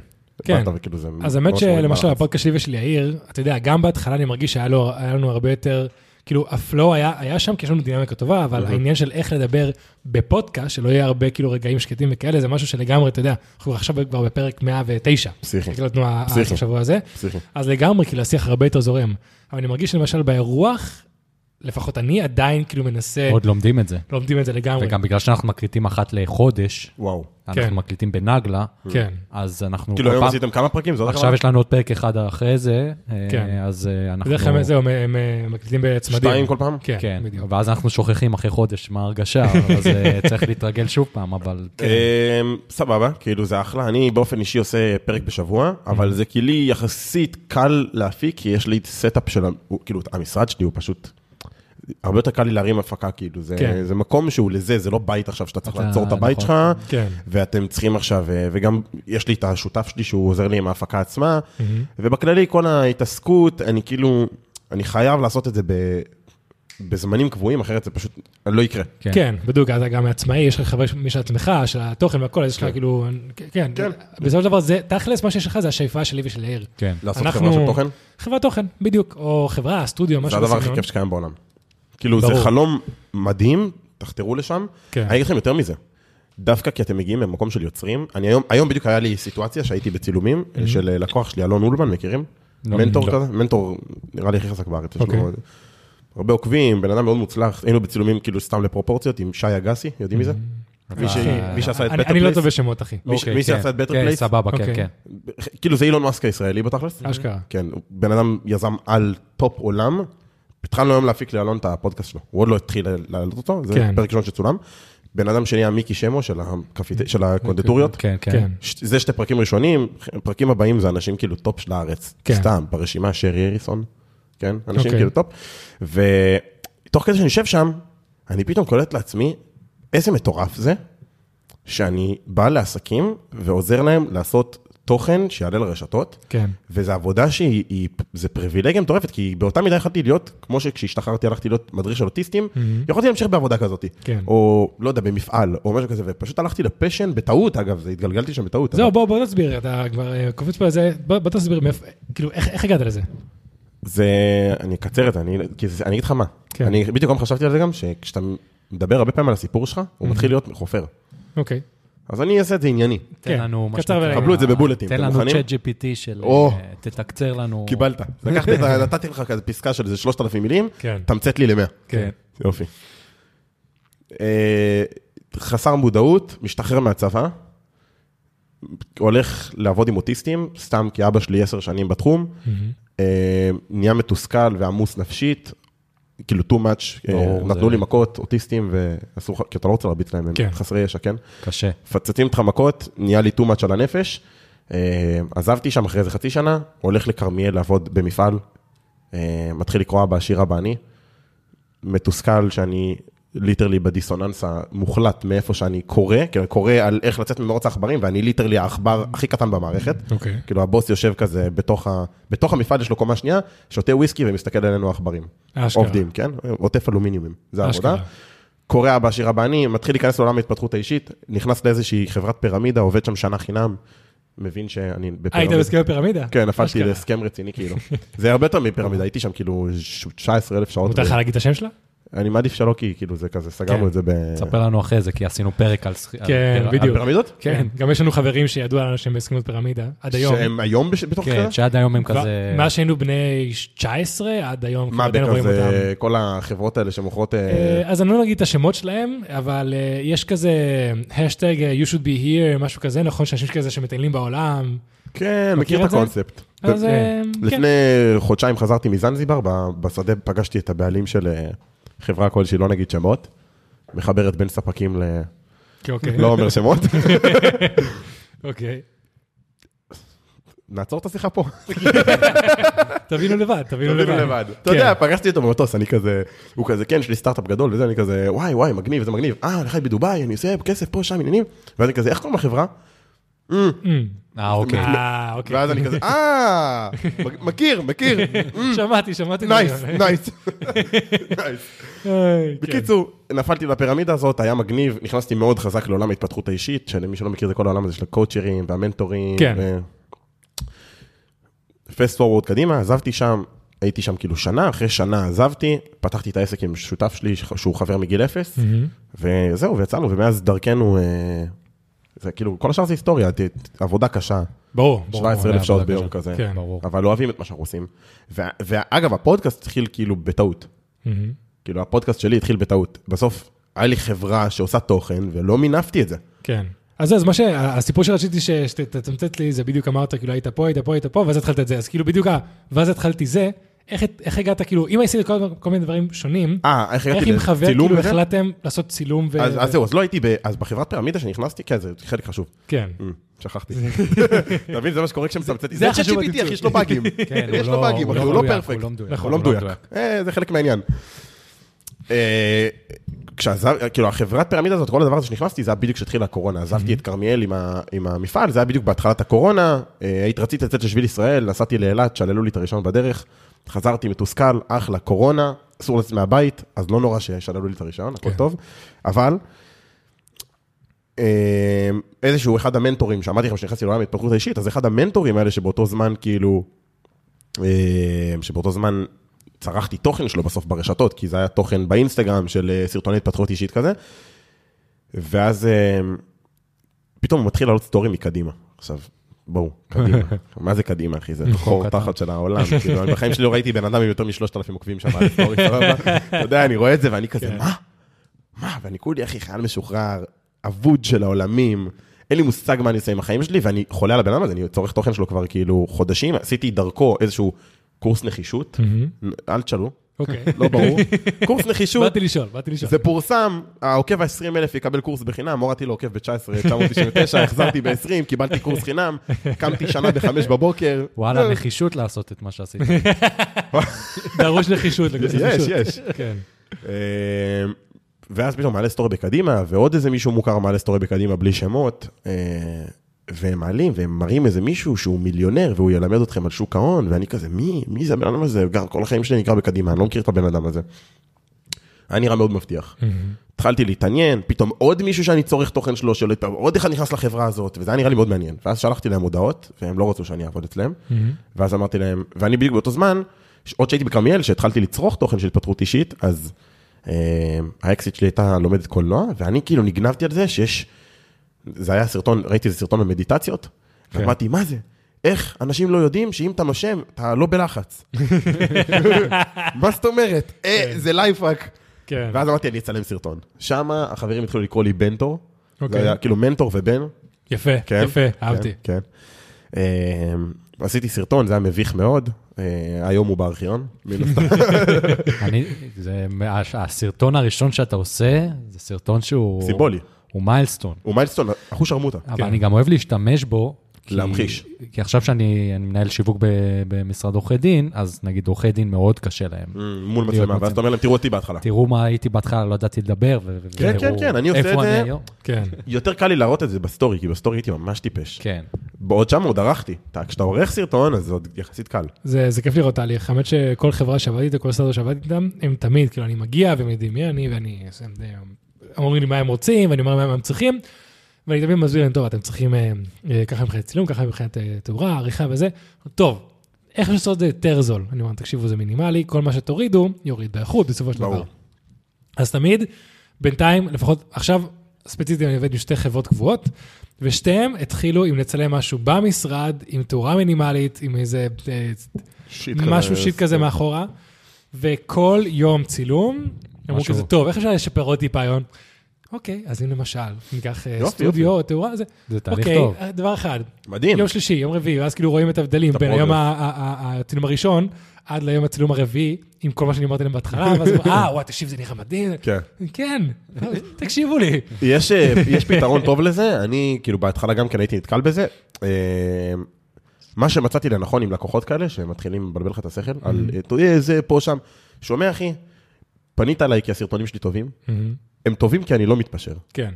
[SPEAKER 1] כן.
[SPEAKER 4] באת וכאילו זה...
[SPEAKER 1] אז האמת
[SPEAKER 4] ממש מוריד
[SPEAKER 1] שלמשל
[SPEAKER 4] מהלחץ.
[SPEAKER 1] הפודקאסט שלי ושל יאיר, אתה יודע, גם בהתחלה אני מרגיש שהיה לו- היה לנו הרבה יותר, כאילו הפלואו היה היה שם כי יש לנו דינמיקה טובה, אבל העניין של איך לדבר בפודקאסט, שלא יהיה הרבה כאילו רגעים שקטים וכאלה, זה משהו שלגמרי, אתה יודע, אנחנו עכשיו כבר בפרק 109.
[SPEAKER 4] פסיכי.
[SPEAKER 1] הקלטנו ה-
[SPEAKER 4] כן. פסיכי.
[SPEAKER 1] השבוע הזה.
[SPEAKER 4] פסיכי.
[SPEAKER 1] אז לגמרי, כאילו השיח הרבה יותר זורם. אבל אני מרגיש שלמשל באירוח, לפחות אני עדיין כאילו מנסה,
[SPEAKER 3] עוד לומדים את זה.
[SPEAKER 1] לומדים את זה לגמרי.
[SPEAKER 3] וגם בגלל שאנחנו מקליטים אחת לחודש,
[SPEAKER 4] וואו.
[SPEAKER 1] כן.
[SPEAKER 3] אנחנו מקליטים בנגלה,
[SPEAKER 1] כן.
[SPEAKER 3] אז אנחנו...
[SPEAKER 4] כאילו
[SPEAKER 3] כל
[SPEAKER 4] היום
[SPEAKER 3] פעם-
[SPEAKER 4] עשיתם כמה פרקים? זה עוד
[SPEAKER 3] עכשיו יש לנו עוד פרק אחד אחרי זה, אה,
[SPEAKER 1] כן.
[SPEAKER 3] אז אה, אנחנו...
[SPEAKER 1] בדרך כלל זהו, הם- הם הם מקליטים בצמדים.
[SPEAKER 4] שתיים כל פעם?
[SPEAKER 1] כן,
[SPEAKER 3] כן,
[SPEAKER 1] בדיוק.
[SPEAKER 3] ואז אנחנו שוכחים אחרי חודש מה ההרגשה,
[SPEAKER 1] *laughs*
[SPEAKER 3] אז אה, צריך להתרגל שוב פעם, אבל...
[SPEAKER 4] אמ, סבבה, כאילו זה אחלה, אני באופן אישי עושה פרק בשבוע, אבל זה כי לי יחסית קל להפיק, כי יש לי סטאפ של, ה- הוא- כאילו המשרד שלי הוא פשוט, הרבה יותר קל לי להרים הפקה, כאילו זה,
[SPEAKER 1] כן.
[SPEAKER 4] זה מקום שהוא לזה, זה לא בית עכשיו שאתה צריך
[SPEAKER 3] אתה-
[SPEAKER 4] לעצור את הבית שלך,
[SPEAKER 3] נכון.
[SPEAKER 1] כן.
[SPEAKER 4] ואתם צריכים עכשיו, אה, וגם יש לי את השותף שלי שהוא עוזר לי עם ההפקה עצמה, ובכללי כל ההתעסקות, אני כאילו, אני חייב לעשות את זה ב... בזמנים קבועים, אחרת זה פשוט לא יקרה.
[SPEAKER 3] כן.
[SPEAKER 1] כן, בדיוק, אתה גם עצמאי, יש לך חברי משל עצמך, של התוכן והכל, אז יש לך כאילו, כן,
[SPEAKER 4] כן.
[SPEAKER 1] בסופו של דבר, זה, תכלס, מה שיש לך זה השאיפה שלי ושל יאיר.
[SPEAKER 3] כן.
[SPEAKER 4] לעשות
[SPEAKER 1] אנחנו-
[SPEAKER 4] חברה של תוכן?
[SPEAKER 1] חברת תוכן, בדיוק, או חברה, סטודיו, כאילו,
[SPEAKER 4] זה
[SPEAKER 1] משהו לא?
[SPEAKER 4] הדבר הכי
[SPEAKER 1] בסגנון.
[SPEAKER 4] כיף שקיים בעולם. כאילו, זה
[SPEAKER 1] ברור.
[SPEAKER 4] חלום מדהים, תחתרו לשם.
[SPEAKER 1] כן.
[SPEAKER 4] אני אגיד לכם יותר מזה. דווקא כי אתם מגיעים ממקום של יוצרים, אני היום, היום בדיוק היה לי סיטואציה שהייתי בצילומים
[SPEAKER 1] Mm-hmm.
[SPEAKER 4] של אה, לקוח שלי, אלון אולמן, מכירים?
[SPEAKER 3] לא,
[SPEAKER 4] מנטור
[SPEAKER 3] לא.
[SPEAKER 4] כזה, מנטור נראה לי הכי חזק בארץ, יש
[SPEAKER 1] אוקיי.
[SPEAKER 4] לו הרבה עוקבים, בן אדם מאוד מוצלח, היינו בצילומים כאילו סתם לפרופורציות עם שי אגסי, יודעים מי זה? מי ש-
[SPEAKER 1] Mm-hmm. אחי,
[SPEAKER 4] מי שעשה את
[SPEAKER 1] אני-
[SPEAKER 4] בטר
[SPEAKER 1] אני לא
[SPEAKER 4] פלייס.
[SPEAKER 1] טוב בשמות, אחי.
[SPEAKER 4] מי ש-
[SPEAKER 3] אוקיי,
[SPEAKER 4] מי שעשה
[SPEAKER 3] כן.
[SPEAKER 4] את Better
[SPEAKER 3] כן,
[SPEAKER 4] Place?
[SPEAKER 3] סבבה,
[SPEAKER 1] אוקיי.
[SPEAKER 3] כן, כן.
[SPEAKER 4] כאילו זה אילון מאסק הישראלי בתכלס.
[SPEAKER 1] אשכרה.
[SPEAKER 4] כן, הוא בן אדם יזם על טופ עולם. התחלנו היום להפיק לאלון את הפודקאסט שלו, הוא עוד לא התחיל להעלות אותו, זה
[SPEAKER 1] כן.
[SPEAKER 4] פרק ראשון שצולם. בן אדם שני היה מיקי שמו של, הקפיט... של הקונדטוריות.
[SPEAKER 3] כן,
[SPEAKER 1] כן.
[SPEAKER 3] כן.
[SPEAKER 4] ש- זה שתי פרקים ראשונים, הפרקים הבאים זה אנשים כאילו טופ של הארץ.
[SPEAKER 1] כן.
[SPEAKER 4] סתם, ברשימה שרי אריסון, כן? אנשים
[SPEAKER 1] אוקיי.
[SPEAKER 4] כאילו טופ. ותוך כדי שאני יושב שם, אני פתאום קולט לעצמי, איזה מטורף זה שאני בא לעסקים ועוזר להם לעשות תוכן שיעלה לרשתות,
[SPEAKER 1] כן.
[SPEAKER 4] וזו עבודה שהיא, היא- זה פריבילגיה מטורפת, כי באותה מידה יכולתי להיות, כמו שכשהשתחררתי הלכתי להיות מדריך של אוטיסטים, יכולתי להמשיך בעבודה כזאת,
[SPEAKER 1] כן.
[SPEAKER 4] או לא יודע, במפעל, או משהו כזה, ופשוט הלכתי לפשן בטעות, אגב, זה התגלגלתי שם בטעות.
[SPEAKER 1] זהו,
[SPEAKER 4] אבל
[SPEAKER 1] בוא בוא תסביר, אתה כבר אה, קופץ פה לזה, בוא בוא תסביר מאיפה, כאילו, איך איך הגעת לזה?
[SPEAKER 4] זה, אני אקצר את זה, אני, כי זה- אני אגיד לך מה,
[SPEAKER 1] כן.
[SPEAKER 4] אני בדיוק היום חשבתי על זה גם, שכשאתה מדבר הרבה פעמים על הסיפור שלך, הוא מתחיל להיות חופר.
[SPEAKER 1] אוקיי.
[SPEAKER 4] אז אני אעשה את זה ענייני.
[SPEAKER 1] כן,
[SPEAKER 3] תן לנו, מה
[SPEAKER 1] קצר
[SPEAKER 3] שנקרא,
[SPEAKER 1] ולעניין.
[SPEAKER 4] קבלו את זה בבולטים,
[SPEAKER 3] תן
[SPEAKER 4] אתם
[SPEAKER 3] לנו
[SPEAKER 4] מוכנים?
[SPEAKER 3] צ'אט GPT של...
[SPEAKER 4] או.
[SPEAKER 3] אה, תתקצר לנו.
[SPEAKER 4] קיבלת. לקחתי את ה... נתתי לך כזה פסקה של איזה 3,000 מילים,
[SPEAKER 1] כן.
[SPEAKER 4] תמצת לי ל-100.
[SPEAKER 3] כן.
[SPEAKER 4] יופי. אה, חסר מודעות, משתחרר מהצבא, הולך לעבוד עם אוטיסטים, סתם כי אבא שלי עשר שנים בתחום, אה, נהיה מתוסכל ועמוס נפשית, כאילו too much, אה,
[SPEAKER 3] ברור,
[SPEAKER 4] נתנו
[SPEAKER 3] זה-
[SPEAKER 4] לי מכות, אוטיסטים, ואסור לך, כי אתה לא רוצה להרביץ להם, הם
[SPEAKER 1] כן.
[SPEAKER 4] חסרי ישע, כן?
[SPEAKER 3] קשה.
[SPEAKER 4] מפצצים אותך מכות, נהיה לי too much על הנפש. אה, עזבתי שם אחרי איזה חצי שנה, הולך לכרמיאל לעבוד במפעל, אה, מתחיל לקרוא אבא עשיר אבא אני, מתוסכל שאני ליטרלי בדיסוננס המוחלט מאיפה שאני קורא, כאילו קורא על איך לצאת ממרוץ העכברים, ואני ליטרלי העכבר הכי קטן במערכת.
[SPEAKER 1] אוקיי.
[SPEAKER 4] כאילו הבוס יושב כזה בתוך, ה... בתוך המפעל, יש לו קומה שנייה, שותה וויסקי ומסתכל עלינו העכברים.
[SPEAKER 1] אשכרה.
[SPEAKER 4] עובדים, כן? עוטף אלומיניומים, זה
[SPEAKER 1] אשכרה.
[SPEAKER 4] העבודה. קורא אבא עשיר אבא אני, מתחיל להיכנס לעולם ההתפתחות האישית, נכנס לאיזושהי חברת פירמידה, עובד שם שנה חינם, מבין שאני
[SPEAKER 1] אה, היית
[SPEAKER 4] בפירמידה.
[SPEAKER 1] בהסכם הפירמידה?
[SPEAKER 4] כן, נפלתי
[SPEAKER 1] אשכרה.
[SPEAKER 4] להסכם רציני כאילו. זה הרבה יותר מפירמידה, הייתי שם כאילו 19 אלף שעות.
[SPEAKER 1] מותר לך
[SPEAKER 4] ו-
[SPEAKER 1] להגיד את השם שלה?
[SPEAKER 4] אני מעדיף שלא כי כאילו זה
[SPEAKER 1] כן.
[SPEAKER 4] כזה, סגרנו את זה ב...
[SPEAKER 3] תספר לנו אחרי זה, כי עשינו פרק על... שכ- על-
[SPEAKER 1] כן,
[SPEAKER 3] על-
[SPEAKER 1] בדיוק.
[SPEAKER 4] פירמידות?
[SPEAKER 1] כן, גם יש לנו חברים שידוע לנו שהם בהסכמות פירמידה, עד היום.
[SPEAKER 4] שהם היום בש- בתוך
[SPEAKER 3] כן,
[SPEAKER 4] קרן?
[SPEAKER 3] שעד היום הם
[SPEAKER 1] כבר-
[SPEAKER 3] כזה...
[SPEAKER 1] מאז שהיינו בני 19, עד היום כבר
[SPEAKER 4] מה,
[SPEAKER 1] עדיין רואים אותם.
[SPEAKER 4] בכזה, כל החברות האלה שמוכרות... אה,
[SPEAKER 1] אה, אז אני לא נגיד את השמות שלהם, אבל אה, יש כזה השטג אה, you should be here, משהו כזה, נכון? שאנשים כזה שמטיילים בעולם.
[SPEAKER 4] כן, מכיר
[SPEAKER 1] מכיר
[SPEAKER 4] את
[SPEAKER 1] את זה?
[SPEAKER 4] הקונספט.
[SPEAKER 1] אז אה, כן.
[SPEAKER 4] לפני חודשיים חזרתי מזנזיבר, ב- בשדה פגשתי את הבעלים של אה, חברה כלשהי, לא נגיד שמות, מחברת בין ספקים ל...
[SPEAKER 1] כן, אוקיי.
[SPEAKER 4] לא אומר שמות.
[SPEAKER 1] אוקיי.
[SPEAKER 4] נעצור את השיחה פה.
[SPEAKER 1] תבינו לבד, תבינו
[SPEAKER 4] תבינו
[SPEAKER 1] לבד.
[SPEAKER 4] לבד. אתה יודע, פגשתי אותו במטוס, אני כזה, הוא כזה, כן, יש לי סטארט-אפ גדול וזה, אני כזה, וואי, וואי, מגניב, זה מגניב. אה, אני חי בדובאי, אני עושה כסף פה, שם, עניינים. ואז אני כזה, איך קוראים לחברה?
[SPEAKER 3] אה, אוקיי.
[SPEAKER 1] אה, אוקיי.
[SPEAKER 4] ואז אני כזה, אה, מכיר, מכיר.
[SPEAKER 1] *laughs*
[SPEAKER 4] Mm,
[SPEAKER 1] שמעתי, שמעתי.
[SPEAKER 4] נייס,
[SPEAKER 1] *laughs* אה,
[SPEAKER 4] נייס. *laughs* נייס.
[SPEAKER 1] כן.
[SPEAKER 4] בקיצור, נפלתי בפירמידה הזאת, היה מגניב, נכנסתי מאוד חזק לעולם ההתפתחות האישית, שלמי שלא מכיר זה כל העולם הזה של הקואוצ'רים והמנטורים.
[SPEAKER 1] כן.
[SPEAKER 4] פסט פורוורד קדימה, עזבתי שם, הייתי שם כאילו שנה, אחרי שנה עזבתי, פתחתי את העסק עם שותף שלי ש- שהוא חבר מגיל אפס,
[SPEAKER 1] Mm.
[SPEAKER 4] וזהו, ויצאנו, ומאז דרכנו, אה, זה כאילו, כל השאר זה היסטוריה, ת- ת- עבודה קשה,
[SPEAKER 1] ברור, ברור.
[SPEAKER 4] 17,000 שעות
[SPEAKER 3] עבודה
[SPEAKER 4] ביום
[SPEAKER 3] קשה.
[SPEAKER 4] כזה,
[SPEAKER 1] כן.
[SPEAKER 3] ברור.
[SPEAKER 4] אבל לא אוהבים את מה שאנחנו עושים. וה- ואגב, הפודקאסט התחיל כאילו בטעות.
[SPEAKER 1] מהמם.
[SPEAKER 4] כאילו הפודקאסט שלי התחיל בטעות. בסוף היה לי חברה שעושה תוכן ולא מינפתי את זה.
[SPEAKER 1] כן. אז אז מה שהסיפור שרציתי ש- שתתמצת לי זה בדיוק אמרת כאילו היית פה היית פה היית פה ואז התחלת את זה אז כאילו בדיוק ה- ואז התחלתי זה איך הת- איך הגעת כאילו אם עשית כל כל מיני דברים שונים
[SPEAKER 4] אה, איך
[SPEAKER 1] איך
[SPEAKER 4] הגעתי
[SPEAKER 1] עם חבר
[SPEAKER 4] לצילום
[SPEAKER 1] כאילו
[SPEAKER 4] וזה?
[SPEAKER 1] החלטתם לעשות צילום ו...
[SPEAKER 4] אז אז זהו, אז לא הייתי ב... אז בחברת פירמידה שנכנסתי, כן, זה חלק חשוב.
[SPEAKER 1] כן.
[SPEAKER 4] אה, שכחתי. *laughs* אתה מבין, זה מה שקורה כשמצמצתי.
[SPEAKER 1] זה
[SPEAKER 4] זה
[SPEAKER 1] החישוב
[SPEAKER 4] ChatGPT,
[SPEAKER 1] הציוץ.
[SPEAKER 4] אחי, יש לו באגים.
[SPEAKER 3] כן,
[SPEAKER 4] יש
[SPEAKER 3] הוא
[SPEAKER 4] לו
[SPEAKER 3] לא-
[SPEAKER 4] באגים,
[SPEAKER 3] הוא
[SPEAKER 4] אחי,
[SPEAKER 3] לא
[SPEAKER 4] הוא לא
[SPEAKER 3] מדויק, הוא
[SPEAKER 4] פרפקט.
[SPEAKER 3] לא מדויק.
[SPEAKER 4] הוא
[SPEAKER 1] נכון,
[SPEAKER 4] לא
[SPEAKER 1] הוא לא
[SPEAKER 4] מדויק. אה, זה חלק מהעניין. אה, כשעזב, כאילו החברת פירמידה הזאת, כל הדבר הזה שנכנסתי, זה היה בדיוק כשהתחילה הקורונה. עזבתי
[SPEAKER 3] Mm-hmm.
[SPEAKER 4] את כרמיאל עם ה- עם המפעל, זה היה בדיוק בהתחלת הקורונה. אה, היית רציתי לצאת לשביל ישראל, נסעתי לאילת, שללו לי את הראשון בדרך. חזרתי מתוסכל, אחלה, קורונה, אסור לצאת מהבית, אז לא נורא ששללו לי את הראשון, הכל
[SPEAKER 1] כן.
[SPEAKER 4] טוב. אבל אה, איזשהו אחד המנטורים, שאמרתי לכם שנכנסתי לעולם ההתפתחות האישית, אז אחד המנטורים האלה שבאותו זמן כאילו, אה, שבאותו זמן צרכתי תוכן שלו בסוף ברשתות, כי זה היה תוכן באינסטגרם של אה, סרטוני התפתחות אישית כזה, ואז אה, פתאום הוא מתחיל לעלות סטורי מקדימה. עכשיו, בואו, קדימה. מה זה קדימה, אחי? זה חור
[SPEAKER 3] קטן.
[SPEAKER 4] תחת של העולם. *laughs* כאילו, אני בחיים שלי לא ראיתי בן אדם עם יותר משלושת אלפים עוקבים שם על סטורי, סבבה? אתה יודע, אני רואה את זה ואני כזה, מה? מה? ואני כולי, אחי, חייל משוחרר, אבוד של העולמים. אין לי מושג מה אני עושה עם החיים שלי, ואני חולה על הבן אדם הזה, אני צורך תוכן שלו כבר כאילו חודשים, עשיתי דרכו איזשהו קורס נחישות, אל תשאלו, *laughs*
[SPEAKER 1] אוקיי. *laughs*
[SPEAKER 4] לא ברור, קורס נחישות,
[SPEAKER 1] באתי לשאול, באתי לשאול.
[SPEAKER 4] זה פורסם, העוקב ה-20 אלף יקבל קורס בחינם, הורדתי לו עוקב
[SPEAKER 1] *laughs*
[SPEAKER 4] ב-19,999, החזרתי ב-20, קיבלתי קורס חינם, קמתי שנה ב-5 בבוקר. אה,
[SPEAKER 3] וואלה, נחישות לעשות את מה שעשית.
[SPEAKER 1] דרוש נחישות. לקבוצת
[SPEAKER 4] *laughs* יש,
[SPEAKER 1] נחישות.
[SPEAKER 4] יש.
[SPEAKER 1] כן.
[SPEAKER 4] אה, ואז פתאום מעלה סטורי בקדימה, ועוד איזה מישהו מוכר מעלה סטורי בקדימה בלי שמות, אה, והם מעלים, והם מראים איזה מישהו שהוא מיליונר, והוא ילמד אתכם על שוק ההון, ואני כזה, מי? מי זה הבן אדם הזה? גם כל החיים שלי נקרא בקדימה, אני לא מכיר את הבן אדם הזה. היה נראה מאוד מבטיח. התחלתי להתעניין, פתאום עוד מישהו שאני צורך תוכן שלו, שלו, פתאום עוד אחד נכנס לחברה הזאת, וזה היה נראה לי מאוד מעניין. ואז שלחתי להם הודעות, והם לא רצו שאני אעבוד אצלם, ואז אמרתי להם, ואני בדיוק באותו זמן, ש- עוד שהייתי בכרמיאל, שהתחלתי לצרוך תוכן של התפתחות אישית, אז אה, האקסיט שלי הייתה לומדת קולנוע, ואני כאילו נגנבתי על זה שיש, זה היה סרטון, ראיתי איזה סרטון במדיטציות,
[SPEAKER 1] כן.
[SPEAKER 4] ואמרתי, מה זה? איך אנשים לא יודעים שאם אתה נושם, אתה לא בלחץ. מה זאת אומרת? אה, זה לייפאק.
[SPEAKER 1] כן.
[SPEAKER 4] ואז אמרתי, אני אצלם סרטון. שם החברים התחילו לקרוא לי בנטור.
[SPEAKER 1] אוקיי.
[SPEAKER 4] זה היה כאילו מנטור ובן.
[SPEAKER 1] יפה,
[SPEAKER 4] כן.
[SPEAKER 1] יפה, אהבתי.
[SPEAKER 4] כן. כן. אמ, עשיתי סרטון, זה היה מביך מאוד. אה, היום הוא בארכיון, מן הסתם.
[SPEAKER 1] *laughs*
[SPEAKER 3] אני, זה, מה- הסרטון הראשון שאתה עושה, זה סרטון שהוא...
[SPEAKER 4] סימבולי.
[SPEAKER 3] הוא מיילסטון.
[SPEAKER 4] הוא מיילסטון, אחו שרמוטה.
[SPEAKER 3] אבל אני גם אוהב להשתמש בו. כי-
[SPEAKER 4] להמחיש.
[SPEAKER 3] כי עכשיו שאני אני מנהל שיווק ב- במשרד עורכי דין, אז נגיד עורכי דין מאוד קשה להם.
[SPEAKER 4] אמ, מול מצלמה, ואז אתה אומר להם, תראו אותי בהתחלה.
[SPEAKER 1] כן.
[SPEAKER 3] תראו מה הייתי בהתחלה, לא ידעתי לדבר. ו- ו-
[SPEAKER 4] כן,
[SPEAKER 3] ותראו
[SPEAKER 4] כן, כן, אני עושה
[SPEAKER 3] איפה
[SPEAKER 4] את זה.
[SPEAKER 3] אני היום.
[SPEAKER 1] כן.
[SPEAKER 4] יותר קל לי להראות את זה בסטורי, כי בסטורי הייתי ממש טיפש.
[SPEAKER 3] כן.
[SPEAKER 4] בעוד שם עוד ערכתי. אתה- כשאתה עורך סרטון, אז זה עוד יחסית קל.
[SPEAKER 1] זה, זה כיף לראות תהליך, האמת שכל חברה שעבדתי איתה, כל סטארט שעבדתי איתם, הם תמיד, כאילו, אני מגיע והם יודעים מי אני, ואני, הם הם אומרים לי מה הם רוצים, ואני אומר להם מה הם צריכים, ואני תמיד מסביר להם, טוב, אתם צריכים אה, אה, ככה מבחינת צילום, ככה מבחינת אה, תאורה, עריכה וזה, טוב, איך לעשות את זה יותר זול? אני אומר, תקשיבו, זה מינימלי, כל מה שתורידו, יוריד באיכות בסופו של דבר.
[SPEAKER 4] ברור.
[SPEAKER 1] אז תמיד, בינתיים, לפחות עכשיו, ספציפית אני עובד עם שתי חברות קבועות, ושתיהם התחילו עם לצלם משהו במשרד, עם תאורה מינימלית, עם איזה אה,
[SPEAKER 4] שיט כזה.
[SPEAKER 1] משהו שיט כזה מאחורה, וכל יום צילום, אמרו
[SPEAKER 3] משהו.
[SPEAKER 1] כזה, טוב, איך אפשר לשפר עוד טיפה היום? אוקיי, אז אם למשל, ניקח אה,
[SPEAKER 4] יופי,
[SPEAKER 1] סטודיו, או תאורה, זה,
[SPEAKER 3] זה תהליך
[SPEAKER 1] אוקיי,
[SPEAKER 3] טוב.
[SPEAKER 1] אה, דבר אחד,
[SPEAKER 4] כן. מדהים.
[SPEAKER 1] יום שלישי, יום רביעי, ואז כאילו רואים את ההבדלים
[SPEAKER 4] את
[SPEAKER 1] בין היום ה-
[SPEAKER 4] הפרוגרס.
[SPEAKER 1] ה- ה- ה- הצילום הראשון עד ליום הצילום הרביעי, עם כל מה שאני אמרתי להם בהתחלה, ואז אמרו, אה, וואי, תקשיב, זה נראה מדהים.
[SPEAKER 4] כן.
[SPEAKER 1] כן, *laughs* תקשיבו לי.
[SPEAKER 4] יש, אה, יש פתרון טוב לזה, אני כאילו בהתחלה גם כן הייתי נתקל בזה. אה, מה שמצאתי לנכון עם לקוחות כאלה, שמתחילים לבלבל לך את השכל, על אה, תראה, זה פה, שם. שומע, אחי, פנית אליי כי הסרטונים שלי טובים, הם טובים כי אני לא מתפשר.
[SPEAKER 1] כן.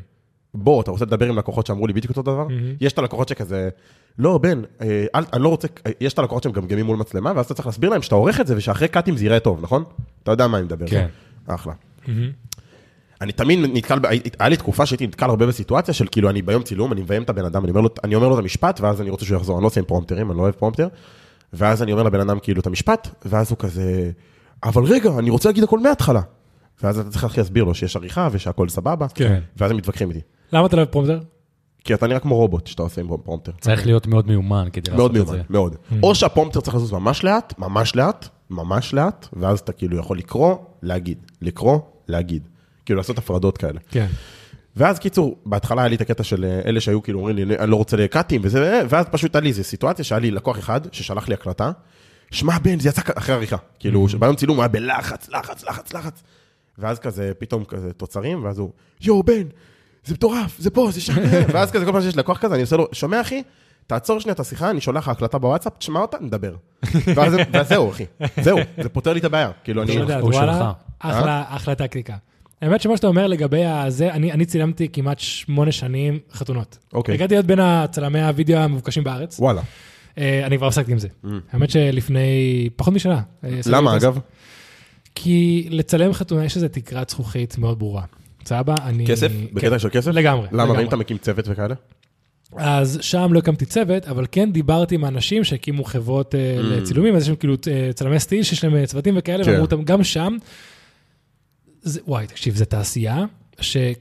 [SPEAKER 4] בוא, אתה רוצה לדבר עם לקוחות שאמרו לי בדיוק אותו דבר? יש את הלקוחות שכזה, לא, בן, אה, אל- אני לא רוצה, אה, יש את הלקוחות שמגמגמים מול מצלמה, ואז אתה צריך להסביר להם שאתה עורך את זה ושאחרי קאטים זה יראה טוב, נכון? אתה יודע מה אני מדבר.
[SPEAKER 3] כן.
[SPEAKER 4] אחלה.
[SPEAKER 1] "כן."
[SPEAKER 4] אני תמיד נתקל, ב- היה לי תקופה שהייתי נתקל הרבה בסיטואציה של כאילו אני ביום צילום, אני מביים את הבן אדם, אני אומר לו, אני אומר לו את המשפט, ואז אני רוצה שהוא יחזור, אני לא עושה עם פרומפטרים, אני לא אוהב פרומפטר, ואז אני אומר לבן אדם כאילו את המשפט, ואז הוא כזה, אבל רגע, אני רוצה להגיד הכל מההתחלה. ואז אתה צריך להתחיל להסביר לו שיש עריכה ושהכול סבבה,
[SPEAKER 1] כן.
[SPEAKER 4] ואז הם מתווכחים איתי.
[SPEAKER 1] למה אתה לא אוהב פרומטר?
[SPEAKER 4] כי אתה נראה כמו רובוט שאתה עושה עם פרומפטר.
[SPEAKER 3] צריך להיות מאוד מיומן כדי לעשות
[SPEAKER 4] מאוד
[SPEAKER 3] את זה. Mm.
[SPEAKER 4] מיומן, מאוד. או שהפרומפטר צריך לזוז ממש לאט, ממש לאט, ממש לאט, ואז אתה כאילו יכול לקרוא, להגיד, לקרוא, להגיד. כאילו לעשות הפרדות כאלה.
[SPEAKER 1] כן.
[SPEAKER 4] ואז קיצור, בהתחלה היה לי את הקטע של אה, אלה שהיו כאילו אומרים לי, "אני- אני לא רוצה לקאטים וזה, אה, ואז פשוט היה לי איזו סיטואציה שהיה לי לקוח אחד ששלח לי הקלטה, שמע בן, זה יצא כ- אחרי עריכה. כאילו, ביום צילום הוא היה בלחץ, לחץ, לחץ, לחץ. ואז כזה, פתאום כזה תוצרים, ואז הוא, יואו בן, זה מטורף, זה פה,
[SPEAKER 1] *laughs*
[SPEAKER 4] זה שם, *laughs* אה." ואז כזה, כל פעם שיש לקוח כזה, אני עושה לו, שומע אחי, תעצור שנייה את השיחה, אני שולח לך הקלטה בוואטסאפ, תשמע אותה,
[SPEAKER 1] *laughs*
[SPEAKER 4] נדבר. ואז ואז זהו, אחי, זהו, זה פותר לי את הבעיה. כאילו, אני...
[SPEAKER 1] אני לא יודע,
[SPEAKER 3] הוא שלך.
[SPEAKER 1] וואלה, אחלה,
[SPEAKER 4] אה?
[SPEAKER 1] אחלה טקטיקה. האמת שמה שאתה אומר לגבי הזה, אני, אני צילמתי כמעט שמונה שנים חתונות.
[SPEAKER 4] אוקיי.
[SPEAKER 1] הגעתי להיות בין הצלמי הוידאו המבוקשים בארץ.
[SPEAKER 4] וואלה.
[SPEAKER 1] אה, אני כבר הפסקתי עם זה. האמת שלפני פחות משנה. אה,
[SPEAKER 4] Mm. למה,
[SPEAKER 1] עשיתי-
[SPEAKER 4] אגב?
[SPEAKER 1] כי לצלם חתונה יש איזו תקרת זכוכית מאוד ברורה. סבבה, אני...
[SPEAKER 4] כסף?
[SPEAKER 1] כן.
[SPEAKER 4] בקטע של כסף?
[SPEAKER 1] לגמרי.
[SPEAKER 4] למה,
[SPEAKER 1] לגמרי. כן.
[SPEAKER 4] ואם אתה מקים צוות וכאלה?
[SPEAKER 1] אז שם לא הקמתי צוות, אבל כן דיברתי עם אנשים שהקימו חברות אה, לצילומים, אז יש שם כאילו אה, צלמי סטיל שיש להם אה, צוותים וכאלה,
[SPEAKER 4] כן.
[SPEAKER 1] ואמרו אותם גם שם. זה, וואי, תקשיב, זו תעשייה, שאם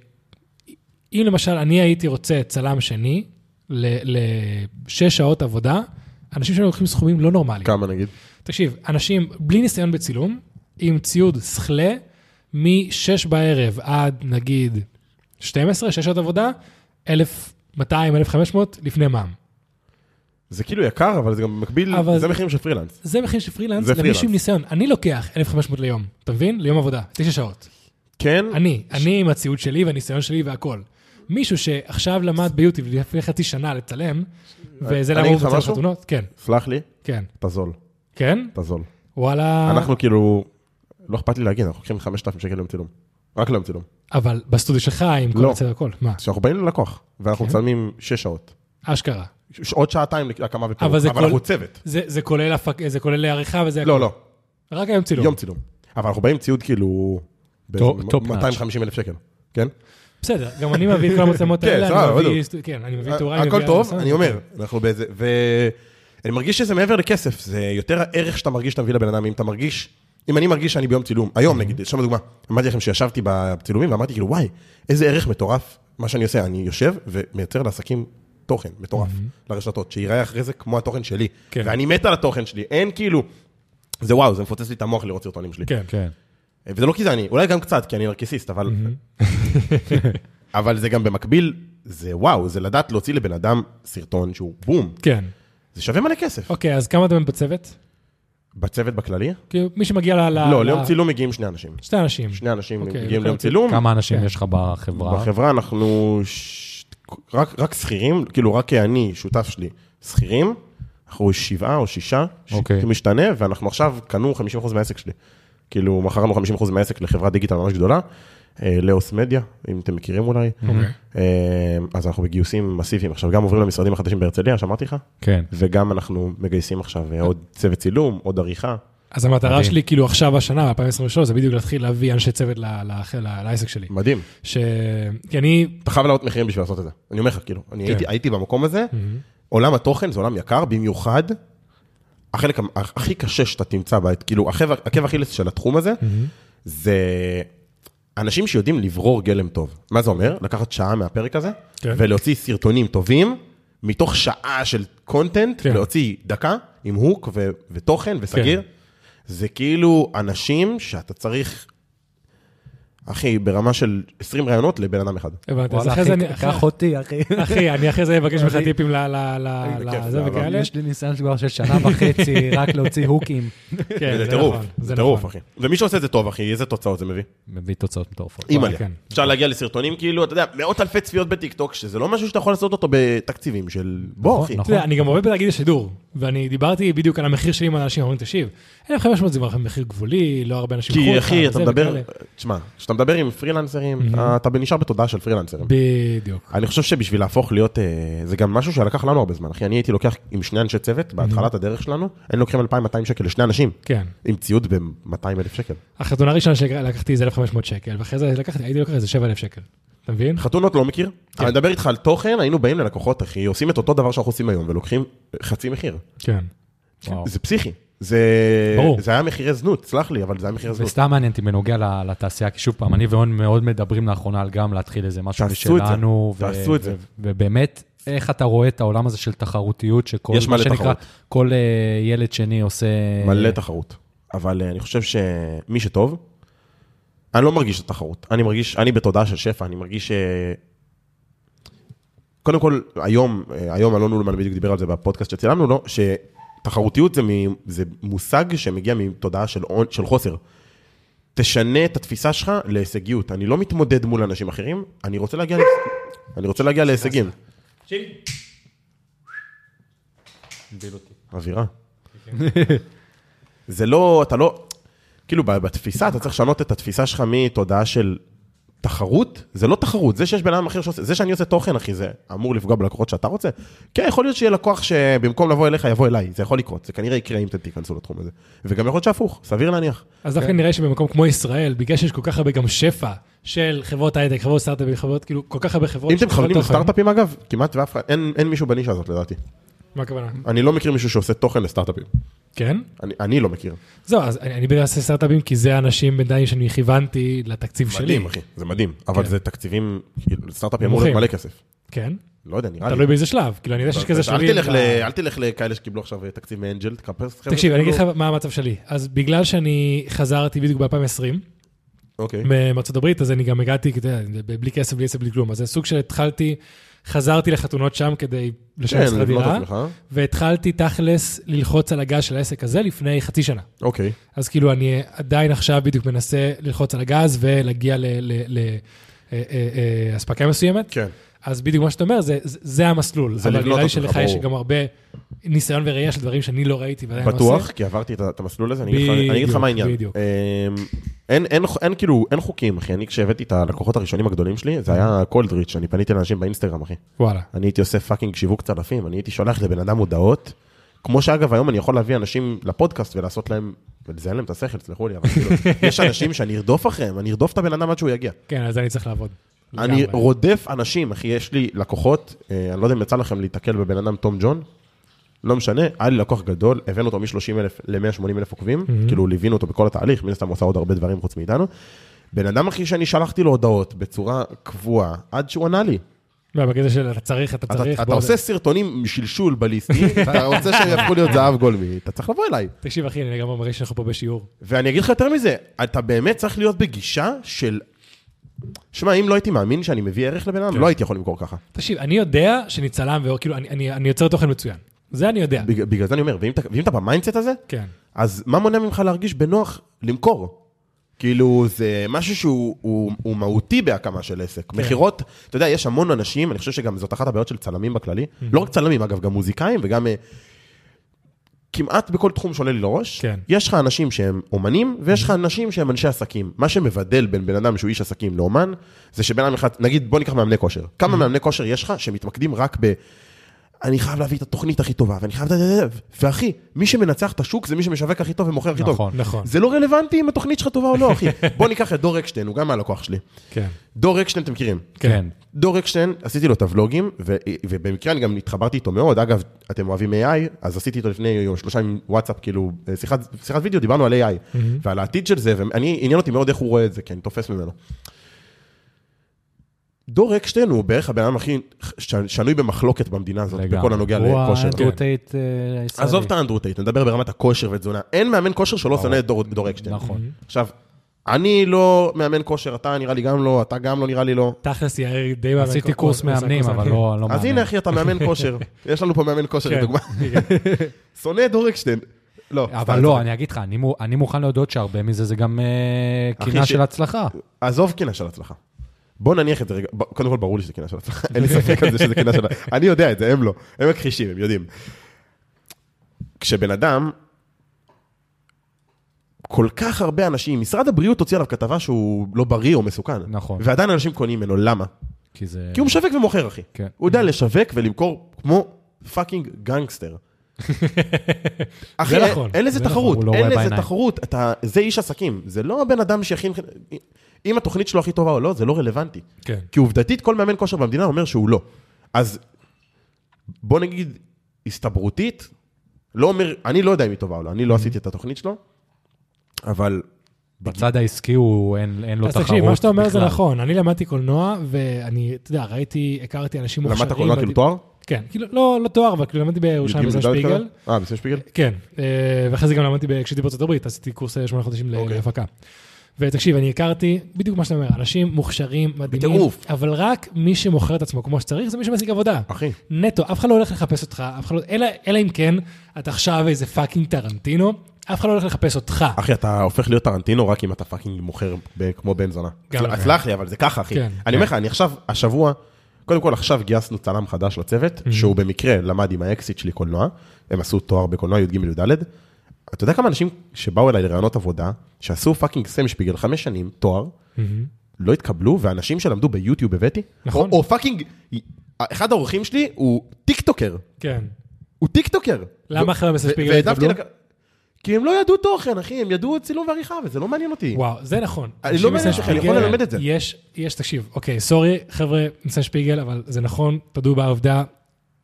[SPEAKER 1] למשל אני הייתי רוצה צלם שני לשש שעות עבודה, אנשים שם לוקחים סכומים לא נורמליים.
[SPEAKER 4] כמה נגיד?
[SPEAKER 1] תקשיב, אנשים בלי ניסיון בצילום, עם ציוד שכלה, מ-6 בערב עד נגיד 12, 6 שעות עבודה, 1,200, 1,500 לפני מע"מ.
[SPEAKER 4] זה כאילו יקר, אבל זה גם במקביל,
[SPEAKER 1] אבל-
[SPEAKER 4] זה מחירים של פרילנס.
[SPEAKER 1] זה מחיר של פרילנס
[SPEAKER 4] זה
[SPEAKER 1] למישהו עם
[SPEAKER 4] פרילנס.
[SPEAKER 1] ניסיון. אני לוקח 1,500 ליום, אתה מבין? ליום עבודה, 9 שעות.
[SPEAKER 4] כן,
[SPEAKER 1] אני, אני עם הציוד שלי והניסיון שלי והכול. מישהו שעכשיו למד ביוטיוב לפני חצי שנה לצלם, וזה
[SPEAKER 4] אני
[SPEAKER 1] למה הוא
[SPEAKER 4] אגיד לך
[SPEAKER 1] מצלם
[SPEAKER 4] משהו?
[SPEAKER 1] חתונות? כן,
[SPEAKER 4] סלח לי,
[SPEAKER 1] כן.
[SPEAKER 4] אתה זול,
[SPEAKER 1] כן?
[SPEAKER 4] אתה זול.
[SPEAKER 1] וואלה.
[SPEAKER 4] אנחנו כאילו, לא אכפת לי להגיד, אנחנו לוקחים 5,000 שקל ליום צילום. רק ליום צילום.
[SPEAKER 1] אבל בסטודיו שלך, עם כל
[SPEAKER 4] לא.
[SPEAKER 1] הצד והכל, מה?
[SPEAKER 4] כשאנחנו באים ללקוח, ואנחנו
[SPEAKER 1] כן.
[SPEAKER 4] מצלמים 6 שעות.
[SPEAKER 1] אשכרה.
[SPEAKER 4] ש- עוד שעתיים להקמה ופירוק,
[SPEAKER 1] אבל
[SPEAKER 4] אבל,
[SPEAKER 1] זה כל-
[SPEAKER 4] אנחנו צוות.
[SPEAKER 1] זה זה כולל הפק- זה כולל עריכה וזה...
[SPEAKER 4] לא, לא,
[SPEAKER 1] רק היום צילום.
[SPEAKER 4] יום צילום. אבל אנחנו באים ציוד כאילו...
[SPEAKER 3] טופ- טופ נאץ'.
[SPEAKER 4] 250 אלף שקל, כן?
[SPEAKER 1] בסדר, גם אני מביא את כל המצלמות
[SPEAKER 4] *laughs* כן,
[SPEAKER 1] האלה,
[SPEAKER 4] סבבה,
[SPEAKER 1] אני מביא...
[SPEAKER 4] בדיוק.
[SPEAKER 1] כן, אני מביא תאורה, אני מביא...
[SPEAKER 4] הכל טוב,
[SPEAKER 1] מצלמות.
[SPEAKER 4] אני אומר, אנחנו באיזה... ו... אני מרגיש שזה מעבר לכסף, זה יותר הערך שאתה מרגיש שאתה מביא לבן אדם, אם אתה מרגיש... אם אני מרגיש שאני ביום צילום, היום נגיד, שם הדוגמה, אמרתי לכם שישבתי בצילומים ואמרתי כאילו, וואי, איזה ערך מטורף מה שאני עושה, אני יושב ומייצר לעסקים תוכן מטורף, לרשתות, שיראה אחרי זה כמו התוכן שלי,
[SPEAKER 1] כן.
[SPEAKER 4] ואני מת על התוכן שלי, אין כאילו, זה וואו, זה מפוצץ לי את המוח לראות סרטונים שלי.
[SPEAKER 1] כן,
[SPEAKER 3] כן.
[SPEAKER 4] וזה לא כי זה אני, אולי גם קצת, כי אני נרקיסיסט, אבל... אבל זה גם במקביל, זה וואו, זה לדעת להוציא לבן אדם סרטון שהוא בום.
[SPEAKER 1] כן.
[SPEAKER 4] זה שווה מלא כסף.
[SPEAKER 1] אוקיי, אז כמה אתם בצוות?
[SPEAKER 4] בצוות בכללי?
[SPEAKER 1] כאילו, מי שמגיע ל... ל-
[SPEAKER 4] לא,
[SPEAKER 1] ל-
[SPEAKER 4] ליום צילום מגיעים שני אנשים.
[SPEAKER 1] שתי אנשים.
[SPEAKER 4] שני אנשים
[SPEAKER 1] אוקיי,
[SPEAKER 4] מגיעים
[SPEAKER 1] אוקיי.
[SPEAKER 4] ליום צילום.
[SPEAKER 3] כמה אנשים
[SPEAKER 1] כן.
[SPEAKER 3] יש לך בחברה?
[SPEAKER 4] בחברה אנחנו ש- רק רק שכירים, כאילו רק אני, שותף שלי, שכירים. אנחנו שבעה או שישה, ש-
[SPEAKER 3] אוקיי.
[SPEAKER 4] כאילו משתנה, ואנחנו עכשיו קנו 50% מהעסק שלי. כאילו, מכרנו 50% מהעסק לחברת דיגיטל ממש גדולה, אה, לאוס מדיה, אם אתם מכירים אולי. אה, אז אנחנו בגיוסים מסיביים עכשיו, גם עוברים למשרדים החדשים בהרצליה, שאמרתי לך,
[SPEAKER 3] כן.
[SPEAKER 4] וגם אנחנו מגייסים עכשיו אה, עוד צוות צילום, עוד עריכה.
[SPEAKER 1] אז המטרה
[SPEAKER 3] מדהים.
[SPEAKER 1] שלי, כאילו עכשיו השנה, ב-2023, זה בדיוק להתחיל להביא אנשי צוות ל- ל- ל- לעסק שלי.
[SPEAKER 4] מדהים.
[SPEAKER 1] ש... כי אני...
[SPEAKER 4] אתה חייב להעלות מחירים בשביל לעשות את זה. אני אומר לך, כאילו, אני הייתי-
[SPEAKER 1] כן.
[SPEAKER 4] הייתי במקום הזה, עולם התוכן זה עולם יקר, במיוחד, החלק המ- הכ- הכי קשה שאתה תמצא, בה, כאילו, החבר- עקב אכילס של התחום הזה, זה אנשים שיודעים לברור גלם טוב. מה זה אומר? לקחת שעה מהפרק הזה,
[SPEAKER 1] כן.
[SPEAKER 4] ולהוציא סרטונים טובים, מתוך שעה של קונטנט,
[SPEAKER 1] כן.
[SPEAKER 4] להוציא דקה עם הוק ו- ותוכן וסגיר. זה כאילו אנשים שאתה צריך, אחי, ברמה של 20 רעיונות לבן אדם אחד.
[SPEAKER 1] הבנתי, אז
[SPEAKER 3] וואלה,
[SPEAKER 1] אחרי
[SPEAKER 3] אחי,
[SPEAKER 1] זה אני... אחרי-
[SPEAKER 3] קח אותי, אחי.
[SPEAKER 1] אחי, אני אחרי זה אבקש ממך
[SPEAKER 3] *laughs* אני-
[SPEAKER 1] טיפים ל... ל... ל...
[SPEAKER 4] אני בכיף,
[SPEAKER 1] לזה
[SPEAKER 4] זה
[SPEAKER 1] וכאלה.
[SPEAKER 3] *laughs* יש לי ניסיון כבר של שנה וחצי רק להוציא הוקים.
[SPEAKER 1] כן,
[SPEAKER 4] זה טירוף,
[SPEAKER 1] נכון,
[SPEAKER 4] זה
[SPEAKER 1] נכון.
[SPEAKER 4] טירוף, אחי. ומי שעושה את זה טוב, אחי, איזה תוצאות זה מביא.
[SPEAKER 3] מביא תוצאות מטורפות.
[SPEAKER 4] אימא'לה.
[SPEAKER 1] כן.
[SPEAKER 4] אפשר להגיע לסרטונים, כאילו, אתה יודע, מאות אלפי צפיות בטיקטוק, שזה לא משהו שאתה יכול לעשות אותו בתקציבים של... בוא,
[SPEAKER 3] נכון,
[SPEAKER 4] אחי.
[SPEAKER 3] נכון.
[SPEAKER 1] אתה יודע, אני גם עובד בתאגיד השידור, ואני דיברתי בדיוק על המחיר שלי עם האנשים, אומרים, תקשיב, 1,500 זה מחיר גבולי, לא הרבה אנשים
[SPEAKER 4] כי
[SPEAKER 1] ילכו
[SPEAKER 4] אחי,
[SPEAKER 1] לך,
[SPEAKER 4] אתה
[SPEAKER 1] זה
[SPEAKER 4] מדבר,
[SPEAKER 1] וכאלה."
[SPEAKER 4] תשמע, כשאתה מדבר עם פרילנסרים, אתה נשאר בתודעה של פרילנסרים.
[SPEAKER 1] בדיוק.
[SPEAKER 4] אני חושב שבשביל להפוך להיות, אה, זה גם משהו שלקח לנו הרבה זמן, אחי, אני הייתי לוקח עם שני אנשי צוות, בהתחלת הדרך שלנו, היינו לוקחים 2,200 שקל לשני אנשים,
[SPEAKER 1] כן.
[SPEAKER 4] עם ציוד ב-200 אלף שקל.
[SPEAKER 1] החתונה הראשונה שלקחתי זה 1,500 שקל, ואחרי זה לקחתי, הייתי לוקח איזה 7,000 שקל. אתה מבין?
[SPEAKER 4] חתונות לא מכיר,
[SPEAKER 1] כן.
[SPEAKER 4] אני מדבר איתך על תוכן, היינו באים ללקוחות, אחי, עושים את אותו דבר שאנחנו עושים היום, ולוקחים חצי מחיר.
[SPEAKER 1] כן.
[SPEAKER 3] וואו.
[SPEAKER 4] זה פסיכי. זה...
[SPEAKER 1] ברור.
[SPEAKER 4] זה היה מחירי זנות, סלח לי, אבל זה היה מחירי זנות.
[SPEAKER 3] וסתם מעניין אותי בנוגע ל- לתעשייה, כי שוב פעם, אני ואון מאוד מדברים לאחרונה על גם להתחיל איזה משהו
[SPEAKER 4] תעשו את זה,
[SPEAKER 3] משלנו. ו-
[SPEAKER 4] תעשו את זה.
[SPEAKER 3] ו- ובאמת, איך אתה רואה את העולם הזה של תחרותיות, שכל,
[SPEAKER 4] יש
[SPEAKER 3] מה
[SPEAKER 4] מלא
[SPEAKER 3] שנקרא,
[SPEAKER 4] תחרות.
[SPEAKER 3] כל אה, ילד שני עושה... כן,
[SPEAKER 4] מלא תחרות. אבל אה, אני חושב שמי שטוב, אני לא מרגיש את התחרות. אני מרגיש, אני בתודעה של שפע, אני מרגיש ש... קודם כל, היום, אה, היום אלון אולמן בדיוק דיבר על זה בפודקאסט שצילמנו לו, שתחרותיות זה, מ... זה מושג שמגיע מתודעה של, הון- של חוסר. תשנה את התפיסה שלך להישגיות. אני לא מתמודד מול אנשים אחרים, אני רוצה להגיע, להיש... אני רוצה להגיע להישגים. אווירה. זה לא, אתה לא, כאילו ב- בתפיסה, אתה צריך לשנות את התפיסה שלך מתודעה של תחרות, זה לא תחרות, זה שיש בן אדם אחר שעושה, זה שאני עושה תוכן, אחי, זה אמור לפגוע בלקוחות שאתה רוצה? כן, יכול להיות שיהיה לקוח שבמקום לבוא אליך, יבוא אליי, זה יכול לקרות, זה כנראה יקרה אם אתם תיכנסו לתחום הזה. וגם יכול להיות שהפוך, סביר להניח.
[SPEAKER 1] אז דווקא נראה שבמקום כמו ישראל, בגלל שיש כל כך הרבה גם שפע של חברות הייטק, חברות סטארט-אפים, חברות, כאילו, כל כך הרבה חברות...
[SPEAKER 4] אם אתם
[SPEAKER 1] של חברות
[SPEAKER 4] מכוונים
[SPEAKER 1] תוכן-
[SPEAKER 4] לסטארט-אפים אגב, כמעט ואף אחד, אין אין מישהו בנישה הזאת לדעתי.
[SPEAKER 1] מה הכוונה?
[SPEAKER 4] אני לא מכיר מישהו שעושה תוכן לסטארט-אפים.
[SPEAKER 1] כן?
[SPEAKER 4] אני- אני לא מכיר.
[SPEAKER 1] זהו, אז אני אני בגלל עושה סטארט-אפים, כי זה האנשים בינתיים שאני כיוונתי לתקציב שלי.
[SPEAKER 4] מדהים, אחי, זה מדהים. אבל
[SPEAKER 1] כן.
[SPEAKER 4] זה תקציבים, כאילו, סטארט-אפים אמור להיות
[SPEAKER 1] נמוכים.
[SPEAKER 4] מלא כסף.
[SPEAKER 1] כן?
[SPEAKER 4] לא יודע, נראה לי.
[SPEAKER 1] תלוי באיזה שלב. כאילו, אני יודע שיש כזה
[SPEAKER 4] אל
[SPEAKER 1] שלבים.
[SPEAKER 4] תלך
[SPEAKER 1] ב-
[SPEAKER 4] ל- אל תלך לכאלה שקיבלו עכשיו אה, תקציב מאנג'ל, תקפס חבר'ה.
[SPEAKER 1] תקשיב, אני אגיד לך
[SPEAKER 4] שקיבלו-
[SPEAKER 1] מה המצב שלי. אז בגלל שאני חזרתי בדיוק ב-2020,
[SPEAKER 4] אוקיי.
[SPEAKER 1] מארצות הברית, אז אני גם הגעתי, אתה יודע, ב- בלי כסף, בלי כסף, בלי כלום. אז זה סוג של התחלתי, חזרתי לחתונות שם כדי לשלם
[SPEAKER 4] כן,
[SPEAKER 1] שכר
[SPEAKER 4] לבנות
[SPEAKER 1] דירה,
[SPEAKER 4] עצמך.
[SPEAKER 1] והתחלתי תכלס ללחוץ על הגז של העסק הזה לפני חצי שנה.
[SPEAKER 4] אוקיי.
[SPEAKER 1] אז כאילו אני עדיין עכשיו בדיוק מנסה ללחוץ על הגז ולהגיע לאספקה מסוימת.
[SPEAKER 4] כן.
[SPEAKER 1] אה, אז בדיוק מה שאתה אומר, זה, זה, זה המסלול.
[SPEAKER 4] זה
[SPEAKER 1] אבל
[SPEAKER 4] לבנות
[SPEAKER 1] נראה לי
[SPEAKER 4] את עצמך,
[SPEAKER 1] שלך יש
[SPEAKER 4] ברור.
[SPEAKER 1] גם הרבה ניסיון וראייה של דברים שאני לא ראיתי ועדיין לא עושה.
[SPEAKER 4] בטוח, כי עברתי את ה- את המסלול הזה, אני אגיד לך- אני אגיד לך
[SPEAKER 1] בדיוק,
[SPEAKER 4] מה העניין.
[SPEAKER 1] בדיוק.
[SPEAKER 4] אמ, אין, אין, אין כאילו, אין חוקים, אחי. אני כשהבאתי את הלקוחות הראשונים הגדולים שלי, זה היה קולדריץ', אני פניתי לאנשים באינסטגרם, אחי.
[SPEAKER 1] וואלה.
[SPEAKER 4] אני הייתי עושה פאקינג שיווק צלפים, אני הייתי שולח לבן אדם הודעות, כמו שאגב היום אני יכול להביא אנשים לפודקאסט ולעשות להם, ולזיין להם את השכל, סלחו לי,
[SPEAKER 1] *laughs*
[SPEAKER 4] אבל כאילו, יש אנשים שאני ארדוף אחריהם, אני ארדוף את הבן אדם עד שהוא יגיע.
[SPEAKER 1] כן, אז אני צריך לעבוד.
[SPEAKER 4] אני
[SPEAKER 1] לגמרי.
[SPEAKER 4] רודף אנשים, אחי, יש לי לקוחות, אה, אני לא יודע אם יצא לכם להתקל בבן אדם תום ג'ון, לא משנה, היה לי לקוח גדול, הבאנו אותו מ-30 אלף ל-180 אלף עוקבים,
[SPEAKER 1] Mhm.
[SPEAKER 4] כאילו ליווינו אותו בכל התהליך, מן הסתם הוא עשה עוד הרבה דברים חוץ מאיתנו. בן אדם, אחי, שאני שלחתי לו הודעות בצורה קבועה, עד שהוא ענה לי.
[SPEAKER 1] לא, בקטע של אתה צריך, אתה
[SPEAKER 4] אתה,
[SPEAKER 1] צריך.
[SPEAKER 4] אתה
[SPEAKER 1] בוא,
[SPEAKER 4] עושה סרטונים עם שלשול
[SPEAKER 1] *laughs*
[SPEAKER 4] בליסטי, אתה רוצה שהם יהפכו להיות זהב גולמי, אתה צריך לבוא אליי.
[SPEAKER 1] תקשיב, אחי, אני לגמרי מרגיש שאנחנו פה בשיעור.
[SPEAKER 4] ואני אגיד לך יותר מזה, אתה באמת צריך להיות בגישה של... שמע, אם לא הייתי מאמין שאני מביא ערך לבן
[SPEAKER 1] כן.
[SPEAKER 4] אדם, לא הייתי יכול למכור ככה.
[SPEAKER 1] תקשיב, אני יודע שאני צלם, וכאילו, אני- אני אני יוצר תוכן מצוין. זה אני יודע.
[SPEAKER 4] בג- בגלל זה אני אומר, ואם אתה- ואם אתה במיינדסט הזה,
[SPEAKER 1] כן.
[SPEAKER 4] אז מה מונע ממך להרגיש בנוח למכור? כאילו, זה משהו שהוא הוא, הוא מהותי בהקמה של עסק. מכירות, אתה יודע, יש המון אנשים, אני חושב שגם זאת אחת הבעיות של צלמים בכללי. לא רק צלמים, אגב, גם מוזיקאים וגם... אה, כמעט בכל תחום שעולה לי לראש,
[SPEAKER 1] כן.
[SPEAKER 4] יש לך אנשים שהם אומנים, ויש לך אנשים שהם אנשי עסקים. מה שמבדל בין בן אדם שהוא איש עסקים לאומן, זה שבן אדם אחד, נגיד, בוא ניקח מאמני כושר. כמה מאמני כושר יש לך שמתמקדים רק ב... אני חייב להביא את התוכנית הכי טובה, ואני חייב... ואחי, מי שמנצח את השוק זה מי שמשווק הכי טוב ומוכר הכי טוב.
[SPEAKER 3] נכון.
[SPEAKER 1] נכון.
[SPEAKER 4] זה לא רלוונטי אם התוכנית שלך טובה או לא, אחי. בוא ניקח את דור אקשטיין, הוא גם מהלקוח שלי.
[SPEAKER 1] כן.
[SPEAKER 4] דור אקשטיין, אתם מכירים?
[SPEAKER 1] כן.
[SPEAKER 3] כן.
[SPEAKER 4] דור אקשטיין, עשיתי לו את הוולוגים, ו- ובמקרה אני גם התחברתי איתו מאוד, אגב, אתם אוהבים AI, אז עשיתי איתו לפני שלושה ימים וואטסאפ, כאילו, שיחת, שיחת וידאו, דיברנו על AI, ועל העתיד של זה, ואני, עניין אותי מאוד איך הוא רואה את זה, כי אני תופס ממנו. דור אקשטיין הוא בערך הבן אדם הכי ש- שנוי במחלוקת במדינה הזאת, בכל הנוגע לכושר. כן.
[SPEAKER 3] הוא האנדרו טייט אה, הישראלי.
[SPEAKER 4] עזוב את האנדרו טייט, נדבר ברמת הכושר ותזונה. אין מאמן כושר שלא שונא את דור, דור אקשטיין.
[SPEAKER 3] נכון.
[SPEAKER 4] עכשיו, אני לא מאמן כושר, אתה נראה לי גם לא, אתה גם לא נראה לי לא.
[SPEAKER 1] תכלס, יאיר די מאמן.
[SPEAKER 3] עשיתי
[SPEAKER 1] כוח-
[SPEAKER 3] קורס
[SPEAKER 1] הוא עושה
[SPEAKER 3] מאמנים,
[SPEAKER 1] קורס
[SPEAKER 3] אבל
[SPEAKER 1] מאמנים.
[SPEAKER 3] לא לא מאמן.
[SPEAKER 4] אז הנה אחי,
[SPEAKER 3] *laughs*
[SPEAKER 4] אתה מאמן כושר. יש לנו פה מאמן כושר,
[SPEAKER 1] כן.
[SPEAKER 4] לדוגמה. שונא את דורקשטיין. לא.
[SPEAKER 3] אבל
[SPEAKER 4] סתם,
[SPEAKER 3] לא,
[SPEAKER 4] סתם.
[SPEAKER 3] אני אגיד לך, אני מו- אני מוכן להודות שהרבה מזה זה גם אה,
[SPEAKER 4] אחי,
[SPEAKER 3] קינה
[SPEAKER 4] ש-
[SPEAKER 3] של הצלחה.
[SPEAKER 4] עזוב קינה של הצלחה. בוא נניח את זה רגע, ב- קודם כל ברור לי שזה קינה של הצלחה, אין לי ספק על זה
[SPEAKER 3] *laughs*
[SPEAKER 4] שזה קינה של הצלחה. אני יודע את זה, הם לא. הם מכחישים, הם יודעים. כשבן אדם, כל כך הרבה אנשים, משרד הבריאות הוציא עליו כתבה שהוא לא בריא או מסוכן.
[SPEAKER 3] נכון.
[SPEAKER 4] ועדיין אנשים קונים ממנו, למה?
[SPEAKER 3] כי זה...
[SPEAKER 4] כי הוא משווק ומוכר, אחי.
[SPEAKER 3] כן.
[SPEAKER 4] הוא יודע לשווק ולמכור כמו פאקינג גנגסטר. אחי,
[SPEAKER 1] זה
[SPEAKER 4] אין-
[SPEAKER 1] נכון,
[SPEAKER 4] אין לזה
[SPEAKER 1] זה נכון,
[SPEAKER 4] תחרות,
[SPEAKER 3] הוא לא
[SPEAKER 4] אין
[SPEAKER 3] רואה
[SPEAKER 4] לזה
[SPEAKER 3] בעיניים.
[SPEAKER 4] תחרות. אתה- זה איש עסקים, זה לא הבן אדם שהכי... אם התוכנית שלו הכי טובה או לא, זה לא רלוונטי.
[SPEAKER 1] *laughs* כן.
[SPEAKER 4] כי עובדתית, כל מאמן כושר במדינה אומר שהוא לא. אז בוא נגיד, הסתברותית, לא אומר, אני לא יודע אם היא טובה או לא, אני לא עשיתי את התוכנית שלו, אבל
[SPEAKER 3] בצד העסקי הוא, אין אין לו
[SPEAKER 1] אז
[SPEAKER 3] לא תחרות.
[SPEAKER 1] תקשיב, מה שאתה אומר זה
[SPEAKER 3] בכלל.
[SPEAKER 1] נכון. אני למדתי קולנוע, ואני, אתה יודע, ראיתי, הכרתי אנשים מוכשרים.
[SPEAKER 4] למדת קולנוע כאילו
[SPEAKER 1] בד-
[SPEAKER 4] תואר?
[SPEAKER 1] כן, כאילו, לא לא תואר, אבל כאילו למדתי בירושלים
[SPEAKER 4] י"ג
[SPEAKER 1] בזמן
[SPEAKER 4] י"ד כזה?
[SPEAKER 1] שפיגל.
[SPEAKER 4] אה, בסדר שפיגל?
[SPEAKER 1] כן, אה, ואחרי זה גם למדתי, ב- כשהייתי בארצות הברית, עשיתי קורס אה, שמונה חודשים ל-
[SPEAKER 4] אוקיי.
[SPEAKER 1] להפקה. ותקשיב, אני הכרתי, בדיוק מה שאתה אומר, אנשים מוכשרים, מדהימים,
[SPEAKER 4] בטירוף.
[SPEAKER 1] אבל רק מי שמוכר את עצמו כמו שצריך, זה מי שמשיג עבודה.
[SPEAKER 4] אחי.
[SPEAKER 1] נטו, אף אחד לא הולך לחפש אותך, אף אחד לא, אלא, אלא אם כן, אתה עכשיו איזה פאקינג טרנטינו, אף אחד לא הולך לחפש אותך.
[SPEAKER 4] אחי, אתה הופך להיות טרנטינו רק אם אתה פאקינג מוכר ב- כמו בן זונה.
[SPEAKER 1] גם
[SPEAKER 4] סל-
[SPEAKER 1] כן.
[SPEAKER 4] סלח לי, אבל זה ככה, אחי.
[SPEAKER 1] כן.
[SPEAKER 4] אני אומר לך, אני עכשיו, השבוע, קודם כל עכשיו גייסנו צלם חדש לצוות,
[SPEAKER 1] Mhm.
[SPEAKER 4] שהוא במקרה למד עם האקסיט שלי קולנוע, הם עשו תואר בקולנוע י"ג י"ד. אתה יודע כמה אנשים שבאו אליי לרעיונות עבודה, שעשו פאקינג סם שפיגל חמש שנים, תואר, לא התקבלו, ואנשים שלמדו ביוטיוב הבאתי,
[SPEAKER 1] נכון.
[SPEAKER 4] או או פאקינג, אחד האורחים שלי הוא טיקטוקר,
[SPEAKER 1] כן.
[SPEAKER 4] הוא טיקטוקר. לא-
[SPEAKER 1] למה אחרי המסר
[SPEAKER 4] ו-
[SPEAKER 1] שפיגל
[SPEAKER 4] והעדפתי
[SPEAKER 1] התקבלו?
[SPEAKER 4] לק- כי הם לא ידעו תוכן, אחי, הם ידעו צילום ועריכה, וזה לא מעניין אותי.
[SPEAKER 1] וואו, זה נכון.
[SPEAKER 4] אני לא
[SPEAKER 1] אנשים
[SPEAKER 4] מאמין
[SPEAKER 1] מסן
[SPEAKER 4] שאני יכול
[SPEAKER 1] שפיגל,
[SPEAKER 4] ללמד את זה.
[SPEAKER 1] יש, יש, תקשיב, אוקיי, סורי, חבר'ה, ניסן שפיגל, אבל זה נכון, תודו בעובדה,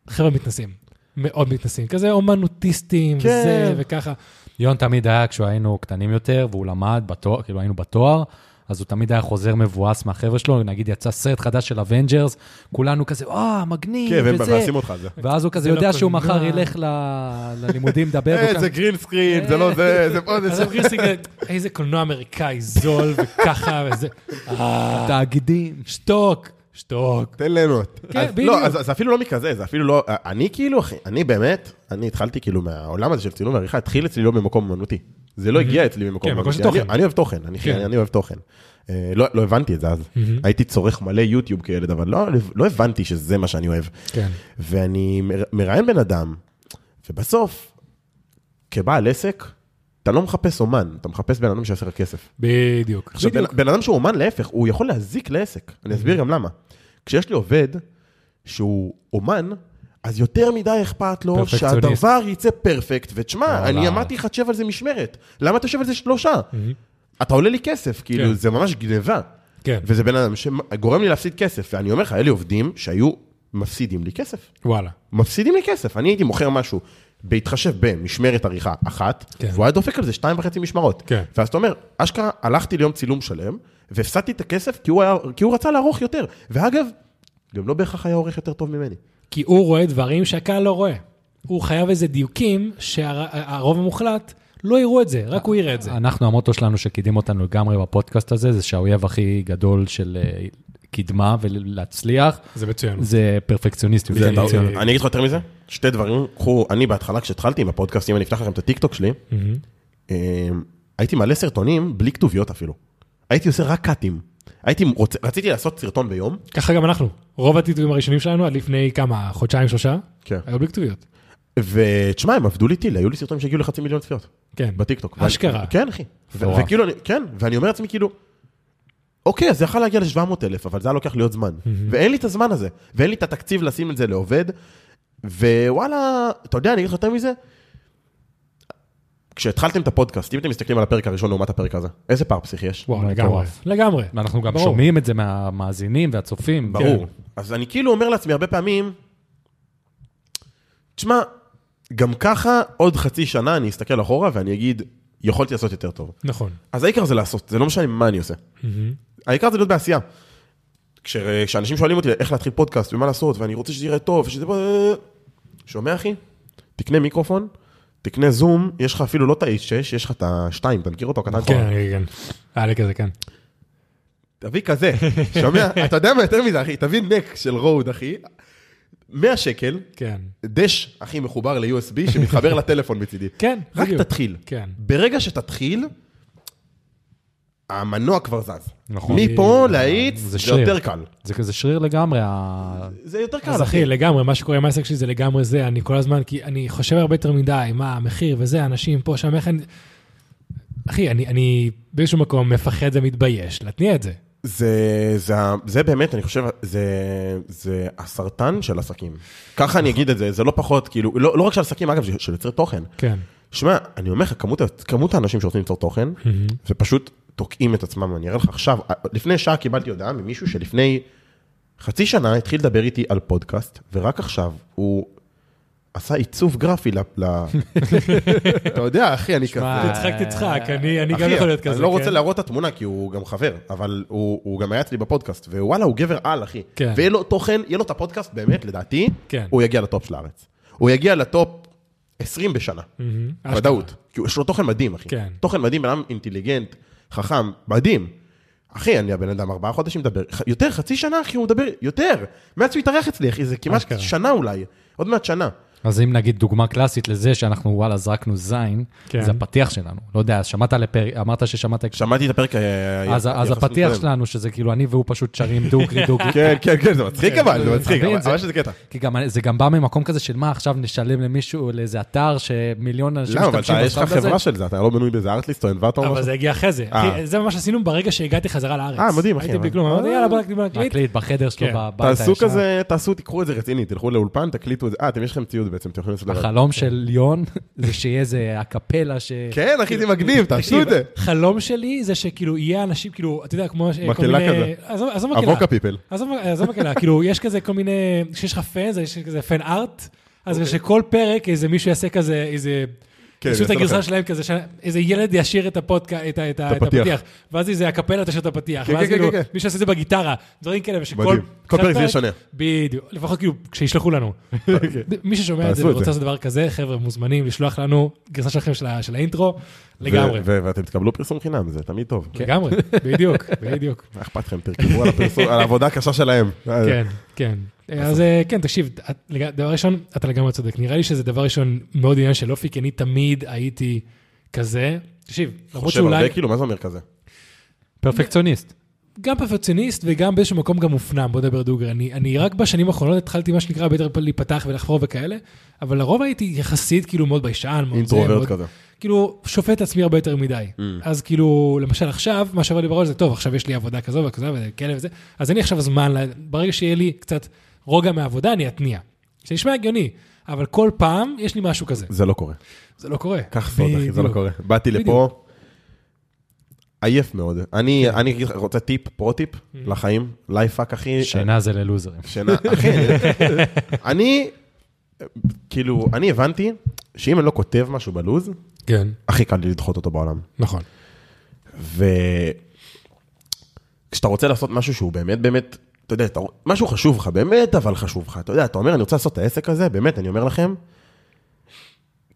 [SPEAKER 1] חבר'ה מתנסים, מאוד מתנסים, כזה אומנוטיסטים,
[SPEAKER 4] כן.
[SPEAKER 1] זה וככה.
[SPEAKER 3] יון תמיד היה, כשהיינו קטנים יותר, והוא למד בתואר, כאילו היינו בתואר, אז הוא תמיד היה חוזר מבואס מהחבר'ה שלו, נגיד יצא סרט חדש של אבנג'רס, כולנו כזה, אה, מגניב,
[SPEAKER 4] כן, והם
[SPEAKER 3] וזה.
[SPEAKER 4] מבאסים אותך על זה.
[SPEAKER 3] ואז הוא כזה
[SPEAKER 1] זה לא
[SPEAKER 3] יודע שהוא
[SPEAKER 1] קולנוע.
[SPEAKER 3] מחר ילך ל-
[SPEAKER 4] *laughs*
[SPEAKER 3] ללימודים, דבר, והוא
[SPEAKER 4] אה,
[SPEAKER 3] כזה,
[SPEAKER 4] זה גרין סקרין, זה לא זה, זה פה, זה
[SPEAKER 1] אה. אז
[SPEAKER 4] שם.
[SPEAKER 1] הם חיסים כזה, איזה קולנוע אמריקאי זול וככה וזה,
[SPEAKER 3] תאגידים.
[SPEAKER 1] שתוק, שתוק.
[SPEAKER 4] תן ליהנות.
[SPEAKER 1] כן,
[SPEAKER 4] אז-
[SPEAKER 1] בדיוק.
[SPEAKER 4] לא, אז זה אפילו לא מכזה, זה אפילו לא... אני כאילו, אחי, אני באמת, אני התחלתי כאילו מהעולם הזה של צילום ועריכה, התחיל אצלי לא במקום אמנותי. זה לא הגיע אצלי ממקום
[SPEAKER 1] כן, מקום של
[SPEAKER 4] אמנותי. אני-
[SPEAKER 1] תוכן.
[SPEAKER 4] אני אוהב תוכן, אני-
[SPEAKER 1] כן.
[SPEAKER 4] אני אוהב תוכן. אה, לא לא הבנתי את זה אז. הייתי צורך מלא יוטיוב כילד, אבל לא- לא הבנתי שזה מה שאני אוהב.
[SPEAKER 1] כן.
[SPEAKER 4] ואני מר- מראיין בן אדם, ובסוף, כבעל עסק, אתה לא מחפש אומן, אתה מחפש בן אדם שיעשה לך כסף.
[SPEAKER 1] בדיוק.
[SPEAKER 4] עכשיו, בן, בן אדם שהוא אומן, להפך, הוא יכול להזיק לעסק. אני
[SPEAKER 1] Mm-hmm.
[SPEAKER 4] אסביר גם למה. כשיש לי עובד שהוא אומן, אז יותר מדי אכפת לו
[SPEAKER 3] פרפקציוניסט.
[SPEAKER 4] שהדבר יצא פרפקט, ותשמע, אני
[SPEAKER 3] וואלה.
[SPEAKER 4] אמרתי לך תשב על זה משמרת, למה אתה יושב על זה שלושה? אתה עולה לי כסף, כאילו,
[SPEAKER 1] Mm-hmm. כן.
[SPEAKER 4] זה ממש גניבה.
[SPEAKER 1] כן.
[SPEAKER 4] וזה בן אדם שגורם לי להפסיד כסף, ואני אומר לך, היה לי עובדים שהיו מפסידים לי כסף.
[SPEAKER 1] וואלה.
[SPEAKER 4] מפסידים לי כסף. אני הייתי מוכר משהו, בהתחשב במשמרת עריכה אחת,
[SPEAKER 1] כן.
[SPEAKER 4] כן. והוא היה דופק על זה שתיים וחצי משמרות.
[SPEAKER 1] כן.
[SPEAKER 4] ואז אתה אומר, אשכרה, הלכתי ליום צילום שלם, והפסדתי את הכסף כי הוא, היה, כי הוא רצה לערוך יותר. ואגב, גם לא בהכרח היה עורך יותר טוב ממני.
[SPEAKER 1] כי הוא רואה דברים שהקהל לא רואה. הוא חייב איזה דיוקים שהרוב המוחלט לא יראו את זה, רק הוא יראה את זה.
[SPEAKER 3] אנחנו, המוטו שלנו שקידם אותנו לגמרי בפודקאסט הזה, זה שהאויב הכי גדול של אה, קדמה ולהצליח,
[SPEAKER 1] זה מצוין.
[SPEAKER 3] זה פרפקציוניסטיות.
[SPEAKER 4] זה,
[SPEAKER 3] פרפקציוניסט.
[SPEAKER 4] אתה, אני אגיד לך יותר מזה, שתי דברים. קחו, אני בהתחלה, כשהתחלתי עם הפודקאסט, אם אני אפתח לכם את הטיקטוק שלי, אה, הייתי מעלה סרטונים בלי כתוביות אפילו. הייתי עושה רק קאטים. הייתי רוצה, רציתי לעשות סרטון ביום.
[SPEAKER 1] ככה גם אנחנו. רוב הטיטויים הראשונים שלנו, עד לפני כמה, חודשיים, שלושה,
[SPEAKER 4] כן.
[SPEAKER 1] היו בלי כתוביות.
[SPEAKER 4] ותשמע, הם עבדו לי טיל, היו לי סרטונים שהגיעו לחצי מיליון צפיות.
[SPEAKER 1] כן.
[SPEAKER 4] בטיקטוק.
[SPEAKER 1] אשכרה.
[SPEAKER 4] ואני, כן, אחי. ו-
[SPEAKER 3] מטורף.
[SPEAKER 4] וכאילו, אני, כן, ואני אומר לעצמי כאילו, אוקיי, אז זה יכול להגיע ל-700 אלף, אבל זה היה לוקח לי עוד זמן. ואין לי את הזמן הזה, ואין לי את התקציב לשים את זה לעובד, ווואלה, אתה יודע, אני אגיד לך יותר מזה, כשהתחלתם את הפודקאסט, אם אתם מסתכלים על הפרק הראשון לעומת הפרק הזה, איזה פער פסיכי יש?
[SPEAKER 1] וואו, לגמרי.
[SPEAKER 3] מטורף.
[SPEAKER 1] לגמרי.
[SPEAKER 3] ואנחנו גם
[SPEAKER 1] ברור. כן.
[SPEAKER 3] שומעים את זה מהמאזינים והצופים.
[SPEAKER 4] ברור. אז אני כאילו אומר לעצמי הרבה פעמים, תשמע, גם ככה עוד חצי שנה אני אסתכל אחורה ואני אגיד, יכולתי לעשות יותר טוב.
[SPEAKER 1] נכון.
[SPEAKER 4] אז העיקר זה לעשות, זה לא משנה מה אני עושה. העיקר זה להיות בעשייה. כש- כשאנשים שואלים אותי איך להתחיל פודקאסט ומה לעשות, ואני רוצה שזה יראה טוב, שזה... שומע אחי? תקנה מיקרופון, תקנה זום, יש לך אפילו לא את ה-H6, יש לך את ה-2, אתה מכיר אותו? הקטן
[SPEAKER 1] כן,
[SPEAKER 4] כבר?
[SPEAKER 1] כן. היה לי כזה, כן.
[SPEAKER 4] תביא
[SPEAKER 1] *laughs*
[SPEAKER 4] כזה, שומע? אתה יודע מה יותר מזה, אחי? תביא נק של רוד, אחי. 100 שקל,
[SPEAKER 1] כן.
[SPEAKER 4] דש, אחי, מחובר ל-USB שמתחבר לטלפון מצידי.
[SPEAKER 1] כן,
[SPEAKER 4] רק
[SPEAKER 1] בדיוק.
[SPEAKER 4] תתחיל.
[SPEAKER 1] כן.
[SPEAKER 4] ברגע שתתחיל, המנוע כבר זז.
[SPEAKER 3] נכון.
[SPEAKER 4] מפה להאיץ, זה,
[SPEAKER 3] שריר.
[SPEAKER 4] יותר קל.
[SPEAKER 3] זה כזה שריר לגמרי, ה-
[SPEAKER 4] זה יותר קל,
[SPEAKER 1] אז אחי, לגמרי, מה שקורה עם העסק שלי זה לגמרי זה, אני כל הזמן, כי אני חושב הרבה יותר מדי, מה המחיר וזה, אנשים פה, שם, איך אני... אחי, אני, אני באיזשהו מקום מפחד ומתבייש להתניע את זה.
[SPEAKER 4] זה, זה, ה- זה באמת, אני חושב, זה, זה הסרטן של עסקים. ככה אני אגיד את זה, זה לא פחות, כאילו, לא, לא רק של עסקים, אגב, של- של יוצרי תוכן.
[SPEAKER 1] כן.
[SPEAKER 4] שמע, אני אומר לך, כמות, ה- כמות האנשים שרוצים ליצור תוכן, ופשוט תוקעים את עצמם, אני אראה לך עכשיו, לפני שעה קיבלתי הודעה ממישהו שלפני חצי שנה התחיל לדבר איתי על פודקאסט, ורק עכשיו הוא עשה עיצוב גרפי ל...
[SPEAKER 1] *laughs*
[SPEAKER 4] ל... אתה יודע, אחי, אני כזה...
[SPEAKER 3] שמע,
[SPEAKER 1] תצחק, תצחק, אני, אני גם
[SPEAKER 4] אה, אחי,
[SPEAKER 1] יכול להיות כזה,
[SPEAKER 4] אני לא רוצה
[SPEAKER 1] כן?
[SPEAKER 4] להראות את התמונה כי הוא גם חבר, אבל הוא, הוא גם היה אצלי בפודקאסט, ווואלה, הוא גבר על, אחי.
[SPEAKER 1] כן.
[SPEAKER 4] ויהיה לו תוכן, יהיה לו את הפודקאסט, באמת, לדעתי,
[SPEAKER 1] כן.
[SPEAKER 4] הוא יגיע לטופ של הארץ. הוא יגיע לטופ 20 בשנה,
[SPEAKER 1] אשכרה.
[SPEAKER 4] ודאות. כי יש לו תוכן מדהים, אחי.
[SPEAKER 1] כן.
[SPEAKER 4] תוכן מדהים, בן אדם אינטליגנט, חכם, מדהים. אחי, אני הבן אדם ארבעה חודשים מדבר, ח- יותר, חצי שנה, אחי, הוא מדבר, יותר. מאז שהוא התארח אצלי, אחי, זה כמעט
[SPEAKER 1] אשכרה.
[SPEAKER 4] שנה אולי, עוד מעט שנה.
[SPEAKER 3] אז אם נגיד דוגמה קלאסית לזה שאנחנו וואלה זרקנו זין,
[SPEAKER 1] כן.
[SPEAKER 3] זה הפתיח שלנו. לא יודע, אז שמעת על הפרק, אמרת ששמעת...
[SPEAKER 4] שמעתי את הפרק... אה,
[SPEAKER 3] אז, אז
[SPEAKER 4] יחסית
[SPEAKER 3] הפתיח
[SPEAKER 4] קודם.
[SPEAKER 3] שלנו, שזה כאילו אני והוא פשוט שרים
[SPEAKER 1] *laughs*
[SPEAKER 3] דוגרי דוגרי.
[SPEAKER 4] כן, כן, כן, זה מצחיק אבל, זה מצחיק,
[SPEAKER 3] מבין,
[SPEAKER 4] אבל
[SPEAKER 3] זה-
[SPEAKER 4] אבל שזה קטע.
[SPEAKER 3] כי גם זה גם בא ממקום כזה של מה, עכשיו נשלם למישהו, לאיזה אתר שמיליון אנשים
[SPEAKER 4] למה, לא, אבל
[SPEAKER 3] משתמשים
[SPEAKER 4] אתה, יש לך
[SPEAKER 3] בסאונד הזה?
[SPEAKER 4] חברה של זה, אתה לא בנוי באיזה ארטליסט או אנברטה או
[SPEAKER 1] אבל
[SPEAKER 4] משהו?
[SPEAKER 1] זה הגיע אחרי זה.
[SPEAKER 4] אה.
[SPEAKER 1] אחי, זה מה שעשינו ברגע שהגעתי חזרה לארץ.
[SPEAKER 4] אה, מדהים, אחי,
[SPEAKER 1] הייתי בלי
[SPEAKER 4] אבל-
[SPEAKER 1] כלום, אמרתי,
[SPEAKER 4] אה.
[SPEAKER 1] יאללה, בוא נקליט, בוא נקליט.
[SPEAKER 3] להקליט בחדר שלו
[SPEAKER 1] כן.
[SPEAKER 3] בבית
[SPEAKER 4] תעשו
[SPEAKER 3] הישן.
[SPEAKER 4] כזה, תעשו, תיקחו את זה רציני, תלכו לאולפן, תקליטו את זה. אה, אתם יש לכם ציוד בעצם, אתם יכולים לעשות לבד.
[SPEAKER 3] החלום של
[SPEAKER 4] *laughs*
[SPEAKER 3] ליון זה שיהיה איזה הקפלה ש...
[SPEAKER 4] כן, אחי, זה מגניב, תעשו את זה.
[SPEAKER 1] חלום שלי זה שכאילו יהיה אנשים, כאילו, אתה יודע, כמו... ש- כל
[SPEAKER 4] מקהלה
[SPEAKER 1] מיני-
[SPEAKER 4] כזה.
[SPEAKER 1] עזוב- עזוב מקהלה.
[SPEAKER 4] אבוקה פיפל.
[SPEAKER 1] עזוב, עזוב
[SPEAKER 4] *laughs*
[SPEAKER 1] מקהלה, כאילו, יש כזה כל מיני, כשיש לך פאנס, יש כזה פן ארט, אז שכל פרק איזה מישהו יעשה כזה, איזה...
[SPEAKER 4] אוקיי. כן,
[SPEAKER 1] פשוט
[SPEAKER 4] יעשה
[SPEAKER 1] הגרסה
[SPEAKER 4] לכם.
[SPEAKER 1] שלהם כזה, ש- איזה ילד ישיר את הפודקאסט, את ה- את ה- את
[SPEAKER 4] הפתיח.
[SPEAKER 1] הפתיח, ואז איזה הקפלה תשאיר את הפתיח,
[SPEAKER 4] כן,
[SPEAKER 1] ואז
[SPEAKER 4] כן,
[SPEAKER 1] כאילו
[SPEAKER 4] כן, כן.
[SPEAKER 1] מישהו יעשה את זה בגיטרה, דברים כאלה, ושכל...
[SPEAKER 4] מדהים. כל פרק זה יהיה שונה.
[SPEAKER 1] בדיוק, לפחות כאילו, כשישלחו לנו. מי ששומע את זה
[SPEAKER 4] תעשו את
[SPEAKER 1] ורוצה
[SPEAKER 4] זה.
[SPEAKER 1] לעשות דבר כזה, חבר'ה מוזמנים לשלוח לנו גרסה שלכם של ה- של האינטרו, לגמרי. כן.
[SPEAKER 4] ו- כן. ו- ואתם תקבלו פרסום חינם, זה תמיד טוב.
[SPEAKER 1] לגמרי, בדיוק, בדיוק.
[SPEAKER 4] *laughs* מה אכפת לכם, תרכבו על הפרסום, על העבודה הקשה שלהם.
[SPEAKER 1] כן, כן.
[SPEAKER 4] נכון.
[SPEAKER 1] אז אה, כן, תקשיב, את- לג- דבר ראשון, אתה לגמרי צודק. נראה לי שזה דבר ראשון מאוד עניין של אופי, כי אני תמיד הייתי כזה. תקשיב, למרות
[SPEAKER 4] חושב הרבה,
[SPEAKER 1] שאולי...
[SPEAKER 4] כאילו, מה זה אומר כזה?
[SPEAKER 3] פרפקציוניסט.
[SPEAKER 1] גם פרפקציוניסט וגם באיזשהו מקום גם מופנם, בוא נדבר דוגרי. אני, אני רק בשנים האחרונות התחלתי מה שנקרא ביותר להיפתח ולחפור וכאלה, אבל לרוב הייתי יחסית כאילו מאוד ביישן, מאוד זה,
[SPEAKER 4] אינטרוברט
[SPEAKER 1] מאוד...
[SPEAKER 4] כזה.
[SPEAKER 1] כאילו, שופט את עצמי הרבה יותר מדי.
[SPEAKER 4] Mm.
[SPEAKER 1] אז כאילו, למשל עכשיו, מה שעבר לי בראש זה, טוב, עכשיו יש לי עבודה כזו וכזו וכאלה וזה, אז אין לי עכשיו זמן, ל- ברגע שיהיה לי קצת רוגע מהעבודה, אני אתניע. זה נשמע הגיוני, אבל כל פעם יש לי משהו כזה.
[SPEAKER 4] זה לא קורה.
[SPEAKER 1] זה לא קורה.
[SPEAKER 4] קח סוד, אחי, זה לא
[SPEAKER 1] בדיוק.
[SPEAKER 4] קורה. באתי
[SPEAKER 1] בדיוק.
[SPEAKER 4] לפה, עייף מאוד. אני
[SPEAKER 1] כן.
[SPEAKER 4] אני אגיד לך, רוצה טיפ, פרו-טיפ,
[SPEAKER 1] Mm.
[SPEAKER 4] לחיים, לייפאק, אחי.
[SPEAKER 3] שינה זה ללוזרים.
[SPEAKER 4] שינה, אחי.
[SPEAKER 1] *laughs*
[SPEAKER 4] אני, כאילו, אני הבנתי שאם אני לא כותב משהו בלוז,
[SPEAKER 1] כן,
[SPEAKER 4] הכי קל לי לדחות אותו בעולם.
[SPEAKER 1] נכון.
[SPEAKER 4] וכשאתה רוצה לעשות משהו שהוא באמת באמת, אתה יודע, אתה... משהו חשוב לך, באמת אבל חשוב לך, אתה יודע, אתה אומר, אני רוצה לעשות את העסק הזה, באמת, אני אומר לכם,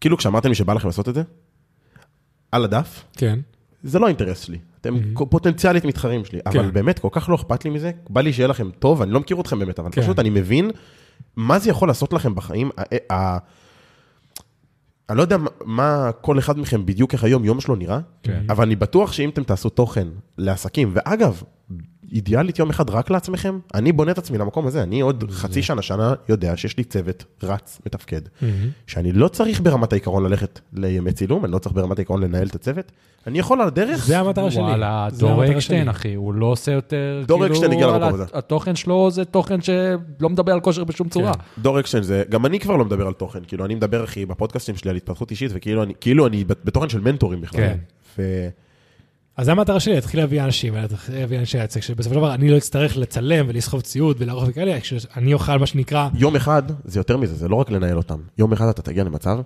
[SPEAKER 4] כאילו כשאמרתם לי שבא לכם לעשות את זה, על הדף,
[SPEAKER 1] כן.
[SPEAKER 4] זה לא אינטרס שלי, אתם mm-hmm. פוטנציאלית מתחרים שלי, אבל
[SPEAKER 1] כן.
[SPEAKER 4] באמת כל כך לא אכפת לי מזה, בא לי שיהיה לכם טוב, אני לא מכיר אתכם באמת, אבל
[SPEAKER 1] כן.
[SPEAKER 4] פשוט אני מבין מה זה יכול לעשות לכם בחיים. ה- ה- אני לא יודע מה- מה כל אחד מכם בדיוק איך היום יום שלו נראה,
[SPEAKER 3] כן.
[SPEAKER 4] אבל אני בטוח שאם אתם תעשו תוכן לעסקים, ואגב, אידיאלית יום אחד רק לעצמכם, אני בונה את עצמי למקום הזה, אני עוד חצי שנה, שנה יודע שיש לי צוות רץ, מתפקד, שאני לא צריך ברמת העיקרון ללכת לימי צילום, אני לא צריך ברמת העיקרון לנהל את הצוות, אני יכול על הדרך,
[SPEAKER 1] זה המטרה שלי.
[SPEAKER 3] וואלה,
[SPEAKER 1] זה
[SPEAKER 3] דור
[SPEAKER 1] המטרה
[SPEAKER 3] אקשטיין,
[SPEAKER 1] שלי.
[SPEAKER 3] אחי, הוא לא עושה יותר,
[SPEAKER 4] דור אקשטיין הגיע למקום
[SPEAKER 3] על
[SPEAKER 4] הזה.
[SPEAKER 3] התוכן שלו זה תוכן שלא מדבר על כושר בשום צורה.
[SPEAKER 4] דור אקשטיין זה, גם אני כבר לא מדבר על תוכן, כאילו אני מדבר אחי בפודקאסטים שלי על התפתחות אישית, וכאילו אני, כאילו אני בתוכן של מנטורים בכלל.
[SPEAKER 3] כן.
[SPEAKER 4] ו...
[SPEAKER 1] אז זה המטרה שלי, להתחיל להביא אנשים, להתחיל להביא אנשי העסק, שבסופו של דבר אני לא אצטרך לצלם ולסחוב ציוד ולערוך וכאלה, כשאני אוכל מה שנקרא,
[SPEAKER 4] יום אחד, זה יותר מזה, זה לא רק לנהל אותם. יום אחד אתה תגיע למצב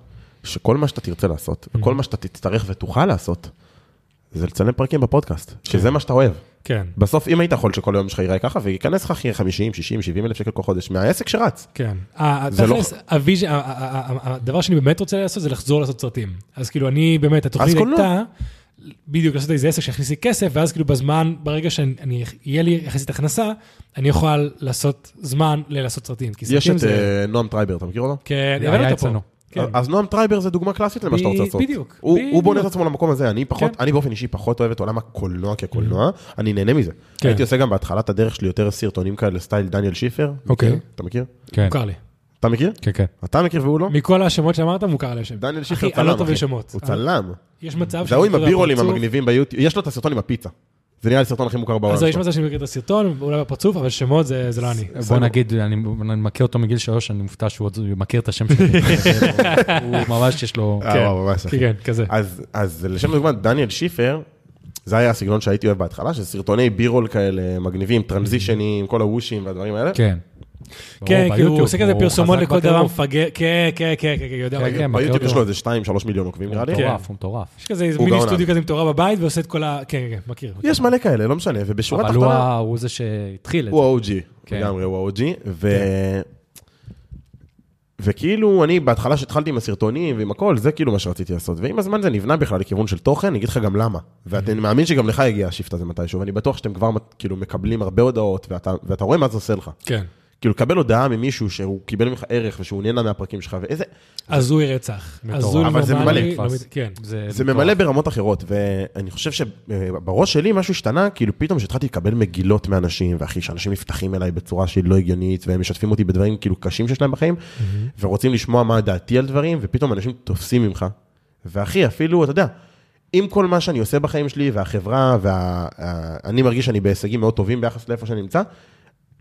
[SPEAKER 4] שכל מה שאתה תרצה לעשות,
[SPEAKER 1] Mm-hmm.
[SPEAKER 4] וכל מה שאתה תצטרך ותוכל לעשות, זה לצלם פרקים בפודקאסט, שזה מה שאתה אוהב.
[SPEAKER 1] כן,
[SPEAKER 4] בסוף, אם היית יכול שכל היום שלך ייראה ככה, וייכנס לך אחי 50, 60, 70 אלף שקל כל חודש מהעסק שרץ.
[SPEAKER 1] כן. ה-
[SPEAKER 4] זה לא-
[SPEAKER 1] תכלס, הוויז'ן- ה- ה- ה- ה- הדבר שאני באמת רוצה לעשות זה לחזור לעשות סרטים. אז כאילו אני באמת, התוכנית
[SPEAKER 4] קולנוע.
[SPEAKER 1] הייתה, בדיוק לעשות איזה עסק שיכניס לי כסף, ואז כאילו בזמן, ברגע שיהיה לי יחסית הכנסה, אני אוכל לעשות זמן ללעשות סרטים. כי
[SPEAKER 4] יש
[SPEAKER 1] סרטים
[SPEAKER 4] את
[SPEAKER 1] זה...
[SPEAKER 4] אה, נועם טרייבר, אתה מכיר אותו?
[SPEAKER 1] כן,
[SPEAKER 3] היה
[SPEAKER 1] הבאנו אותו פה.
[SPEAKER 3] אצלנו.
[SPEAKER 1] כן.
[SPEAKER 4] אז נועם טרייבר אה, זה דוגמה קלאסית למה שאתה רוצה
[SPEAKER 1] ב-
[SPEAKER 4] לעשות.
[SPEAKER 1] בדיוק,
[SPEAKER 4] הוא- הוא בונה את
[SPEAKER 1] בדיוק.
[SPEAKER 4] עצמו למקום הזה, אני פחות,
[SPEAKER 1] כן. Mm-hmm.
[SPEAKER 4] אני באופן אישי פחות אוהב את עולם הקולנוע כקולנוע, אני נהנה מזה.
[SPEAKER 1] כן.
[SPEAKER 4] הייתי עושה גם בהתחלת הדרך שלי יותר סרטונים כאלה סטייל דניאל שיפר.
[SPEAKER 1] אוקיי.
[SPEAKER 4] מכיר? אתה מכיר?
[SPEAKER 3] כן,
[SPEAKER 1] מוכר לי.
[SPEAKER 4] אתה מכיר?
[SPEAKER 3] כן, כן.
[SPEAKER 4] אתה מכיר והוא לא?
[SPEAKER 1] מכל השמות שאמרת, מוכר לי השם.
[SPEAKER 4] דניאל שיפר
[SPEAKER 1] אחי,
[SPEAKER 4] צלם,
[SPEAKER 1] אני לא טוב בשמות. אוקיי,
[SPEAKER 4] הוא צלם.
[SPEAKER 1] יש מצב
[SPEAKER 4] זה ההוא עם
[SPEAKER 1] שאני כאילו מכיר
[SPEAKER 4] הבירולים
[SPEAKER 1] בפרצוף,
[SPEAKER 4] המגניבים ביוטיוב, יש לו את הסרטון עם הפיצה. זה נראה לי הסרטון הכי מוכר בעולם
[SPEAKER 1] אז יש
[SPEAKER 4] שלו.
[SPEAKER 1] מצב שאני מכיר את הסרטון, אולי בפרצוף, אבל שמות זה זה לא
[SPEAKER 4] *laughs*
[SPEAKER 1] אני.
[SPEAKER 3] בוא נגיד, אני אני מכיר אותו מגיל שלוש, אני מופתע שהוא עוד מכיר את השם *laughs* שלי. הוא ממש יש לו...
[SPEAKER 4] אה, וואו, ממש, אחי.
[SPEAKER 1] כן, כן, כזה.
[SPEAKER 4] אז, אז לשם דוגמא, דניאל שיפר, זה היה הסגנון שהייתי אוהב בהתחלה, של סרטוני בירול כאלה מגניבים, טרנזישנים, כל הוושים והדברים האלה.
[SPEAKER 3] כן.
[SPEAKER 1] כן,
[SPEAKER 3] ברור,
[SPEAKER 1] כאילו, הוא
[SPEAKER 3] ביוטיוב,
[SPEAKER 1] עושה כזה
[SPEAKER 3] הוא
[SPEAKER 1] פרסומון
[SPEAKER 3] חזק
[SPEAKER 1] לכל דבר
[SPEAKER 3] בטירוף.
[SPEAKER 1] מפגר, כן, כן, כן, כן, כן, יודע מה
[SPEAKER 3] כן,
[SPEAKER 1] זה.
[SPEAKER 3] מכיר
[SPEAKER 4] ביוטיוב יש
[SPEAKER 3] אותו. כן.
[SPEAKER 4] לו איזה 2-3 מיליון עוקבים נראה לי. כן.
[SPEAKER 3] הוא מטורף, הוא מטורף.
[SPEAKER 1] יש כזה איזה
[SPEAKER 4] הוא
[SPEAKER 1] מיני
[SPEAKER 4] גאון.
[SPEAKER 1] סטודיו כזה עם תורה בבית ועושה את כל ה... כן, כן, כן, מכיר. מכיר.
[SPEAKER 4] יש מלא כאלה, לא משנה, ובשורה
[SPEAKER 3] אבל הוא
[SPEAKER 4] התחתונה,
[SPEAKER 3] ה- הוא זה שהתחיל את זה.
[SPEAKER 4] הוא ה-OG,
[SPEAKER 3] כן.
[SPEAKER 4] לגמרי, הוא ה-OG, ו... וכאילו, אני בהתחלה שהתחלתי עם הסרטונים ועם הכל, זה כאילו מה שרציתי לעשות. ועם הזמן זה נבנה בכלל לכיוון של תוכן, אני אגיד לך גם למה. ואני מאמין שגם לך יגיע השיפט הזה מתישהו, ואני בטוח שאתם כבר כאילו מקבלים הרבה הודעות, ואתה, ואתה רואה מה זה עושה לך.
[SPEAKER 1] כן.
[SPEAKER 4] כאילו, לקבל הודעה ממישהו שהוא קיבל ממך ערך ושהוא נהנה מהפרקים שלך, ואיזה...
[SPEAKER 1] הזוי רצח.
[SPEAKER 3] מטורף.
[SPEAKER 1] הזוי
[SPEAKER 4] אבל זה
[SPEAKER 1] נורמלי,
[SPEAKER 4] ממלא
[SPEAKER 1] לא
[SPEAKER 3] פאס.
[SPEAKER 1] מת- כן.
[SPEAKER 4] זה ממלא ברמות אחרות, ואני חושב שבראש שלי משהו השתנה, כאילו פתאום כשהתחלתי לקבל מגילות מאנשים, ואחי, שאנשים נפתחים אליי בצורה שהיא לא הגיונית, והם משתפים אותי בדברים כאילו קשים שיש להם בחיים, ורוצים לשמוע מה דעתי על דברים, ופתאום אנשים תופסים ממך. ואחי, אפילו, אתה יודע, עם כל מה שאני עושה בחיים שלי, והחברה, ואני מרגיש שאני בהישגים מאוד טובים ביחס לאיפה שאני נמצא,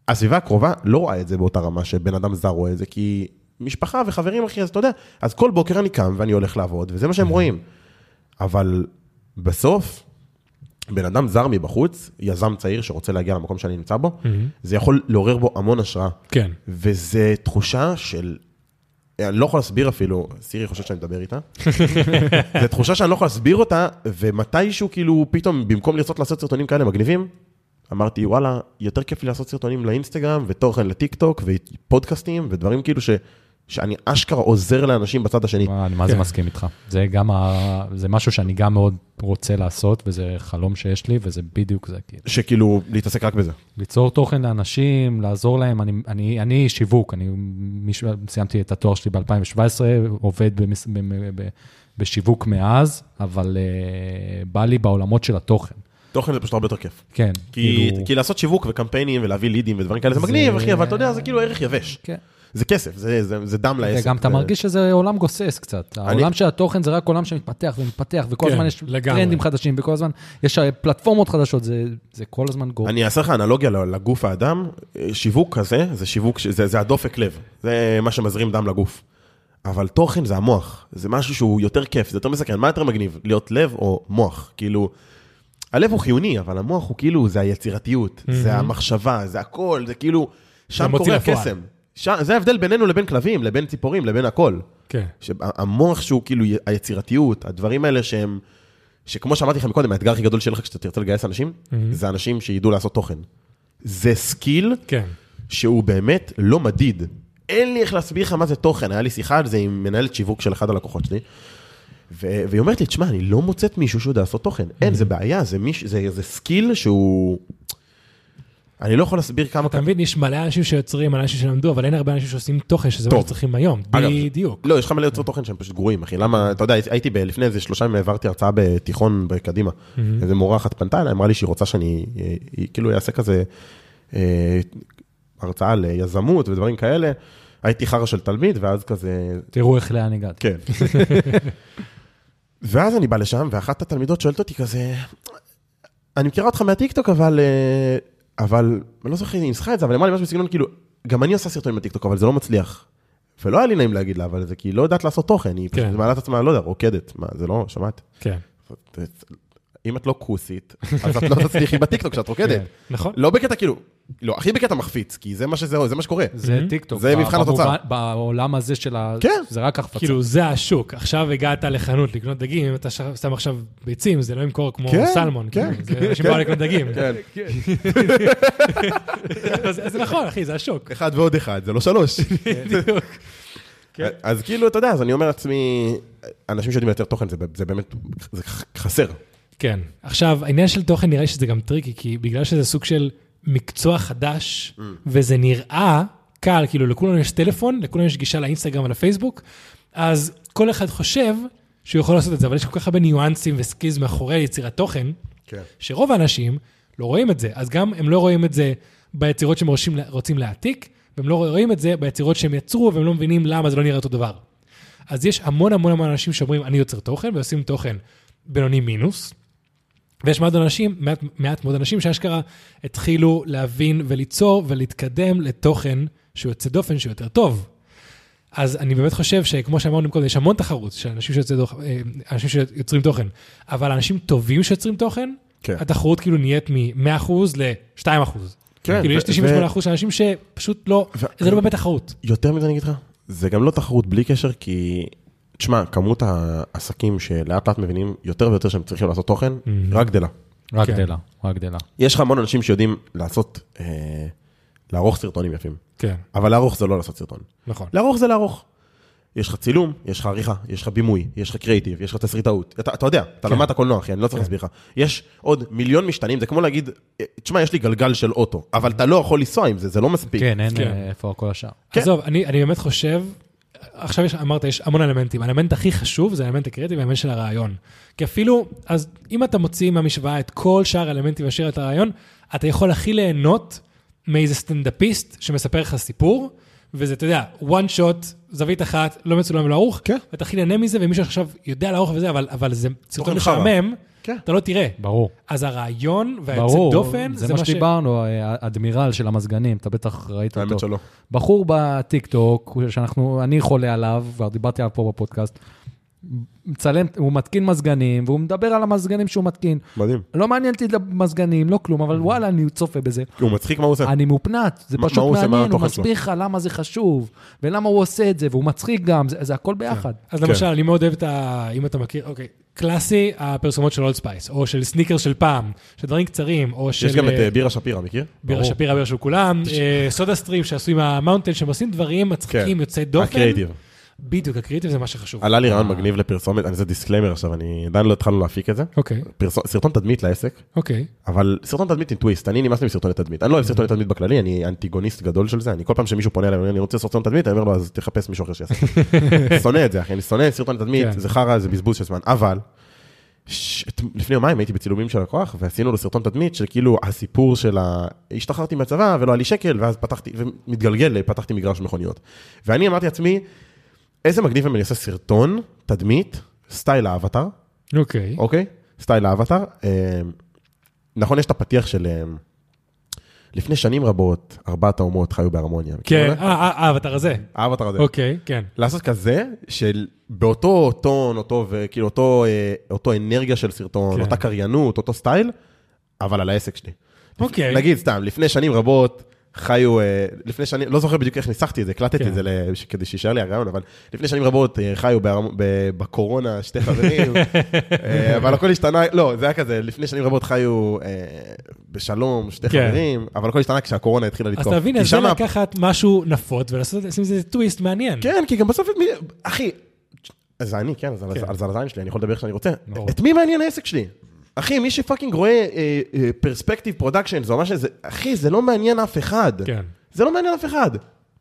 [SPEAKER 4] הסביבה הקרובה לא רואה את זה באותה רמה שבן אדם זר רואה את זה, כי משפחה וחברים, אחי, אז אתה יודע, אז כל בוקר אני קם ואני הולך לעבוד, וזה מה שהם רואים. אבל בסוף, בן אדם זר מבחוץ, יזם צעיר שרוצה להגיע למקום שאני נמצא בו, זה יכול לעורר בו המון השראה.
[SPEAKER 1] כן.
[SPEAKER 4] וזה תחושה של... אני לא יכול להסביר אפילו, סירי חושבת שאני מדבר איתה. זו תחושה שאני לא יכול להסביר אותה, ומתישהו כאילו פתאום, במקום לרצות לעשות סרטונים כאלה מגניבים, אמרתי, וואלה, יותר כיף לי לעשות סרטונים לאינסטגרם, ותוכן לטיק טוק, ופודקאסטים, ודברים כאילו ש... שאני אשכרה עוזר לאנשים בצד השני.
[SPEAKER 3] וואי, אני מה זה
[SPEAKER 1] כן.
[SPEAKER 3] מסכים איתך. זה גם, ה- זה משהו שאני גם מאוד רוצה לעשות, וזה חלום שיש לי, וזה בדיוק זה, כאילו.
[SPEAKER 4] שכאילו, להתעסק רק בזה.
[SPEAKER 3] ליצור תוכן לאנשים, לעזור להם. אני, אני, אני איש שיווק, אני מישהו, סיימתי את התואר שלי ב-2017, עובד במס, ב, ב, ב, בשיווק מאז, אבל uh, בא לי אה, בעולמות של התוכן.
[SPEAKER 4] תוכן זה פשוט הרבה יותר כיף.
[SPEAKER 3] כן,
[SPEAKER 4] כי,
[SPEAKER 3] כאילו-
[SPEAKER 4] כי לעשות שיווק וקמפיינים ולהביא לידים ודברים כאלה זה מגניב, אחי, אבל אתה יודע, זה כאילו ערך יבש.
[SPEAKER 3] כן.
[SPEAKER 4] זה כסף, זה, זה, זה דם לעסק.
[SPEAKER 3] וגם אתה
[SPEAKER 4] זה-
[SPEAKER 3] מרגיש שזה עולם גוסס קצת. העולם של התוכן זה רק עולם שמתפתח ומתפתח, וכל
[SPEAKER 1] כן,
[SPEAKER 3] הזמן יש
[SPEAKER 1] לגמרי.
[SPEAKER 3] טרנדים חדשים, וכל הזמן יש אה, פלטפורמות חדשות, זה- זה כל הזמן גור.
[SPEAKER 4] אני אעשה לך אנלוגיה ל- לגוף האדם, אה, שיווק כזה, זה שיווק, ש- זה, זה הדופק לב, זה מה שמזרים דם לגוף. אבל תוכן זה המוח, זה משהו שהוא יותר כיף, זה יותר מסקרן, מה יותר מגניב, להיות לב או מוח? כאילו, הלב הוא חיוני, אבל המוח הוא כאילו, זה היצירתיות, זה המחשבה, זה הכל, זה כאילו, שם
[SPEAKER 1] מוציא
[SPEAKER 4] קורה
[SPEAKER 1] לפועל.
[SPEAKER 4] הקסם. שם- זה ההבדל בינינו לבין כלבים, לבין ציפורים, לבין הכל.
[SPEAKER 1] כן.
[SPEAKER 4] שהמוח שהוא כאילו י- היצירתיות, הדברים האלה שהם, שכמו שאמרתי לך מקודם, האתגר הכי גדול שלך כשאתה תרצה לגייס אנשים, זה אנשים שידעו לעשות תוכן. זה סקיל
[SPEAKER 1] כן.
[SPEAKER 4] שהוא באמת לא מדיד. אין לי איך להסביר לך מה זה תוכן, היה לי שיחה על זה עם מנהלת שיווק של אחד הלקוחות שלי, ו- והיא אומרת לי, תשמע, אני לא מוצאת מישהו שיודע לעשות תוכן. אין, זה בעיה, זה, מיש... זה, זה סקיל שהוא... אני לא יכול להסביר כמה...
[SPEAKER 1] אתה מבין, יש מלא אנשים שיוצרים, מלא אנשים שלמדו, אבל אין הרבה אנשים שעושים תוכן, שזה מה
[SPEAKER 4] טוב.
[SPEAKER 1] שצריכים היום.
[SPEAKER 4] אגב,
[SPEAKER 1] בדיוק.
[SPEAKER 4] לא, יש לך מלא יוצרי תוכן שהם פשוט גרועים, אחי. למה, אתה יודע, הייתי ב- לפני איזה שלושה ימים העברתי הרצאה בתיכון בקדימה. איזה מורה אחת פנתה אליי, אמרה לי שהיא רוצה שאני, אה, היא כאילו אעשה כזה אה, הרצאה על יזמות ודברים כאלה. הייתי חרא של תלמיד, ואז כזה,
[SPEAKER 3] תראו איך לאן הגעתי.
[SPEAKER 4] כן. *laughs* ואז אני בא לשם, ואחת התלמידות שואלת אותי כזה, אני מכירה אותך מהטיקטוק, אבל... אה, אבל, אני לא זוכר אם היא ניסחה את זה, אבל היא אמרה לי משהו בסגנון, כאילו, גם אני עושה סרטונים בטיקטוק, אבל זה לא מצליח. ולא היה לי נעים להגיד לה, אבל זה כי היא לא יודעת לעשות תוכן, היא פשוט
[SPEAKER 1] כן.
[SPEAKER 4] מעלה את עצמה, לא יודע, רוקדת, מה, זה לא, שמעת?
[SPEAKER 1] כן.
[SPEAKER 4] אם את לא כוסית, אז את לא תצליחי בטיקטוק כשאת רוקדת.
[SPEAKER 1] נכון.
[SPEAKER 4] לא בקטע כאילו, לא, הכי בקטע מחפיץ, כי זה מה שזה, זה מה שקורה.
[SPEAKER 3] כן, זה טיקטוק.
[SPEAKER 4] זה
[SPEAKER 3] ב-
[SPEAKER 4] מבחן
[SPEAKER 3] במובן-
[SPEAKER 4] התוצאה.
[SPEAKER 3] בעולם הזה של ה...
[SPEAKER 4] כן.
[SPEAKER 3] זה רק החפצה.
[SPEAKER 1] כאילו, זה השוק. עכשיו הגעת לחנות לקנות דגים, אם אתה ש- שם עכשיו ביצים, זה לא ימכור כמו
[SPEAKER 4] כן,
[SPEAKER 1] סלמון.
[SPEAKER 4] כן,
[SPEAKER 1] כאילו, זה אנשים באו לקנות דגים. *laughs* זה זה נכון, אחי, זה השוק.
[SPEAKER 4] אחד ועוד אחד, זה לא שלוש.
[SPEAKER 1] בדיוק.
[SPEAKER 4] אז כאילו, אתה יודע, אז אני אומר לעצמי, אנשים שיודעים לייצר תוכן, זה- זה באמת, זה ח- חסר.
[SPEAKER 1] כן. עכשיו, העניין של תוכן נראה לי שזה גם טריקי, כי בגלל שזה סוג של מקצוע חדש,
[SPEAKER 4] Mm.
[SPEAKER 1] וזה נראה קל, כאילו לכולנו יש טלפון, לכולנו יש גישה לאינסטגרם ולפייסבוק, אז כל אחד חושב שהוא יכול לעשות את זה, אבל יש כל כך הרבה ניואנסים וסקיז מאחורי יצירת תוכן,
[SPEAKER 4] כן.
[SPEAKER 1] שרוב האנשים לא רואים את זה. אז גם הם לא רואים את זה ביצירות שהם רוצים, רוצים להעתיק, והם לא רואים את זה ביצירות שהם יצרו, והם לא מבינים למה זה לא נראה אותו דבר. אז יש המון המון המון אנשים שאומרים, אני יוצר תוכן, ועושים תוכן בינוני מינוס, ויש מעט אנשים, מעט, מעט מאוד אנשים שאשכרה התחילו להבין וליצור ולהתקדם לתוכן שהוא יוצא דופן, שהוא יותר טוב. אז אני באמת חושב שכמו שאמרנו קודם, יש המון תחרות של אנשים, שיוצא דוח, אה, אנשים שיוצרים תוכן, אבל אנשים טובים שיוצרים תוכן,
[SPEAKER 4] כן.
[SPEAKER 1] התחרות כאילו נהיית מ-100% ל-2%.
[SPEAKER 4] כן,
[SPEAKER 1] כאילו
[SPEAKER 4] ו-
[SPEAKER 1] יש 98% של אנשים שפשוט לא,
[SPEAKER 4] ו-
[SPEAKER 1] זה לא באמת תחרות.
[SPEAKER 4] יותר מזה אני אגיד לך, זה גם לא תחרות בלי קשר, כי, תשמע, כמות העסקים שלאט לאט מבינים יותר ויותר שהם צריכים לעשות תוכן, רק גדלה.
[SPEAKER 3] רק
[SPEAKER 1] כן.
[SPEAKER 3] גדלה, רק גדלה.
[SPEAKER 4] יש לך המון אנשים שיודעים לעשות, אה, לערוך סרטונים יפים,
[SPEAKER 1] כן,
[SPEAKER 4] אבל לערוך זה לא לעשות סרטון.
[SPEAKER 1] נכון.
[SPEAKER 4] לערוך זה לערוך. יש לך צילום, יש לך עריכה, יש לך בימוי, יש לך קרייטיב, יש לך תסריטאות. אתה, אתה יודע,
[SPEAKER 1] כן.
[SPEAKER 4] אתה למדת קולנוע, אחי, אני לא צריך להסביר לך. יש עוד מיליון משתנים, זה כמו להגיד, "אה, תשמע, יש לי גלגל של אוטו, אבל אתה לא יכול לנסוע עם זה, זה לא מספיק.
[SPEAKER 3] כן, אין
[SPEAKER 1] כן.
[SPEAKER 3] אה, איפה כל השאר.
[SPEAKER 4] כן.
[SPEAKER 1] עזוב, אני, אני באמת חושב, עכשיו יש, אמרת, יש המון אלמנטים. האלמנט הכי חשוב זה האלמנט הקריאיטיבי, האלמנט של הרעיון. כי אפילו, אז אם אתה מוציא מהמשוואה את כל שאר האלמנטים ושאיר את הרעיון, אתה יכול הכי ליהנות מאיזה סטנדאפיסט שמספר לך סיפור, וזה, אתה יודע, one shot, זווית אחת, לא מצולם ולא ערוך,
[SPEAKER 4] כן.
[SPEAKER 1] ואתה הכי נהנה מזה, ומישהו עכשיו יודע לערוך וזה, אבל, אבל זה סרטון
[SPEAKER 4] חרא.
[SPEAKER 1] משעמם,
[SPEAKER 4] כן.
[SPEAKER 1] אתה לא תראה.
[SPEAKER 3] ברור.
[SPEAKER 1] אז הרעיון והיוצא
[SPEAKER 3] ברור,
[SPEAKER 1] דופן,
[SPEAKER 3] זה מה שדיברנו, אה, האדמירל של המזגנים, אתה בטח ראית
[SPEAKER 4] האמת
[SPEAKER 3] אותו.
[SPEAKER 4] שלא.
[SPEAKER 3] בחור בטיקטוק, שאנחנו, אני חולה עליו, כבר דיברתי עליו פה בפודקאסט, מצלם, הוא מתקין מזגנים, והוא מדבר על המזגנים שהוא מתקין.
[SPEAKER 4] מדהים.
[SPEAKER 3] לא מעניין אותי מזגנים, לא כלום, אבל וואלה, אני צופה
[SPEAKER 4] *laughs*
[SPEAKER 3] בזה.
[SPEAKER 4] הוא מצחיק מה הוא עושה.
[SPEAKER 3] אני מופנט, זה
[SPEAKER 4] מה- מה
[SPEAKER 3] פשוט
[SPEAKER 4] הוא עושה? מה
[SPEAKER 3] מעניין, הוא
[SPEAKER 4] התוכן שלו?
[SPEAKER 3] מסביר לך למה זה חשוב, ולמה הוא עושה את זה, והוא מצחיק גם, זה זה הכל
[SPEAKER 4] כן.
[SPEAKER 3] ביחד.
[SPEAKER 1] אז למשל, אני מאוד אוהב את ה... אם אתה מכיר, אוקיי, קלאסי, הפרסומות של אולד ספייס, או של סניקר של פעם, של דברים קצרים, או של...
[SPEAKER 4] יש גם את
[SPEAKER 1] אה,
[SPEAKER 4] אה, בירה שפירא, מכיר?
[SPEAKER 1] בירה
[SPEAKER 4] ברור.
[SPEAKER 1] שפירא, בירה של כולם, אה, סודה סטרים שעשו עם המאונטן, שהם עושים דברים מצחיקים,
[SPEAKER 4] כן.
[SPEAKER 1] יוצאי דופן.
[SPEAKER 4] הקריאיטיב.
[SPEAKER 1] בדיוק, הקריאיטיב זה מה שחשוב.
[SPEAKER 4] עלה לי רעיון מגניב לפרסומת, אני עושה דיסקליימר עכשיו, אני עדיין לא התחלנו להפיק את זה.
[SPEAKER 1] אוקיי,
[SPEAKER 4] פרסום- סרטון תדמית לעסק,
[SPEAKER 1] אוקיי.
[SPEAKER 4] אבל סרטון תדמית עם טוויסט, אני נמאס לי מסרטוני תדמית, אני לא אוהב סרטוני תדמית בכללי, אני אנטיגוניסט גדול של זה, אני כל פעם שמישהו פונה אליי ואומר אני רוצה סרטון תדמית, אני אומר לו אז תחפש מישהו אחר שיעשה. שונא את זה אחי, אני שונא סרטון תדמית,
[SPEAKER 1] כן.
[SPEAKER 4] זה חרא, זה בזבוז של זמן, אבל ש... את- לפני יומיים הייתי בצילומים של לקוח, ועשינו לו סרטון תדמית של כאילו הסיפור של ה... השתחררתי מהצבא ולא היה לי שקל, ואז פתחתי, ומתגלגל, פתחתי מגרש מכוניות. ואני אמרתי לעצמי, איזה מגניב אם אני עושה סרטון, תדמית, סטייל האבטאר,
[SPEAKER 1] אוקיי.
[SPEAKER 4] אוקיי? סטייל האבטאר. אה, נכון, יש את הפתיח של... אה, לפני שנים רבות, ארבעת האומות חיו בהרמוניה. מכיר
[SPEAKER 1] כן,
[SPEAKER 4] את זה?
[SPEAKER 1] אה, אה, האבטר הזה.
[SPEAKER 4] האבטאר הזה.
[SPEAKER 1] אוקיי, כן.
[SPEAKER 4] לעשות כזה, של באותו טון, אותו, ו- כאילו אותו, אה, אותו אנרגיה של סרטון,
[SPEAKER 1] כן.
[SPEAKER 4] כן. אותה קריינות, אותו סטייל, אבל על העסק שלי.
[SPEAKER 1] אוקיי.
[SPEAKER 4] נגיד סתם, לפני שנים רבות חיו, אה, לפני שנים, לא זוכר בדיוק איך ניסחתי את זה, הקלטתי
[SPEAKER 1] כן.
[SPEAKER 4] את זה לש- כדי שיישאר לי הרעיון, אבל לפני שנים רבות אה, חיו בהר- ב- בקורונה שתי חברים,
[SPEAKER 1] *laughs*
[SPEAKER 4] אה, אבל הכל השתנה, לא, זה היה כזה, לפני שנים רבות חיו אה, בשלום שתי
[SPEAKER 1] כן.
[SPEAKER 4] חברים, אבל הכל השתנה כשהקורונה התחילה
[SPEAKER 1] אז
[SPEAKER 4] לתקוף.
[SPEAKER 1] אתה מבין,
[SPEAKER 4] כי
[SPEAKER 1] אז זה
[SPEAKER 4] שמה-
[SPEAKER 1] לקחת משהו נפוץ ולעשות לשים איזה טוויסט מעניין.
[SPEAKER 4] כן, כי גם בסוף, את מי- אחי, זה אני, כן, זה על-
[SPEAKER 1] כן. נכון.
[SPEAKER 4] על זה על הזין שלי, אני יכול לדבר איך שאני רוצה.
[SPEAKER 1] ברור.
[SPEAKER 4] את מי מעניין העסק שלי? אחי, מי שפאקינג רואה אה, פרספקטיב פרודקשן, זה ממש איזה, אחי, זה לא מעניין אף אחד.
[SPEAKER 1] כן.
[SPEAKER 4] זה לא מעניין אף אחד.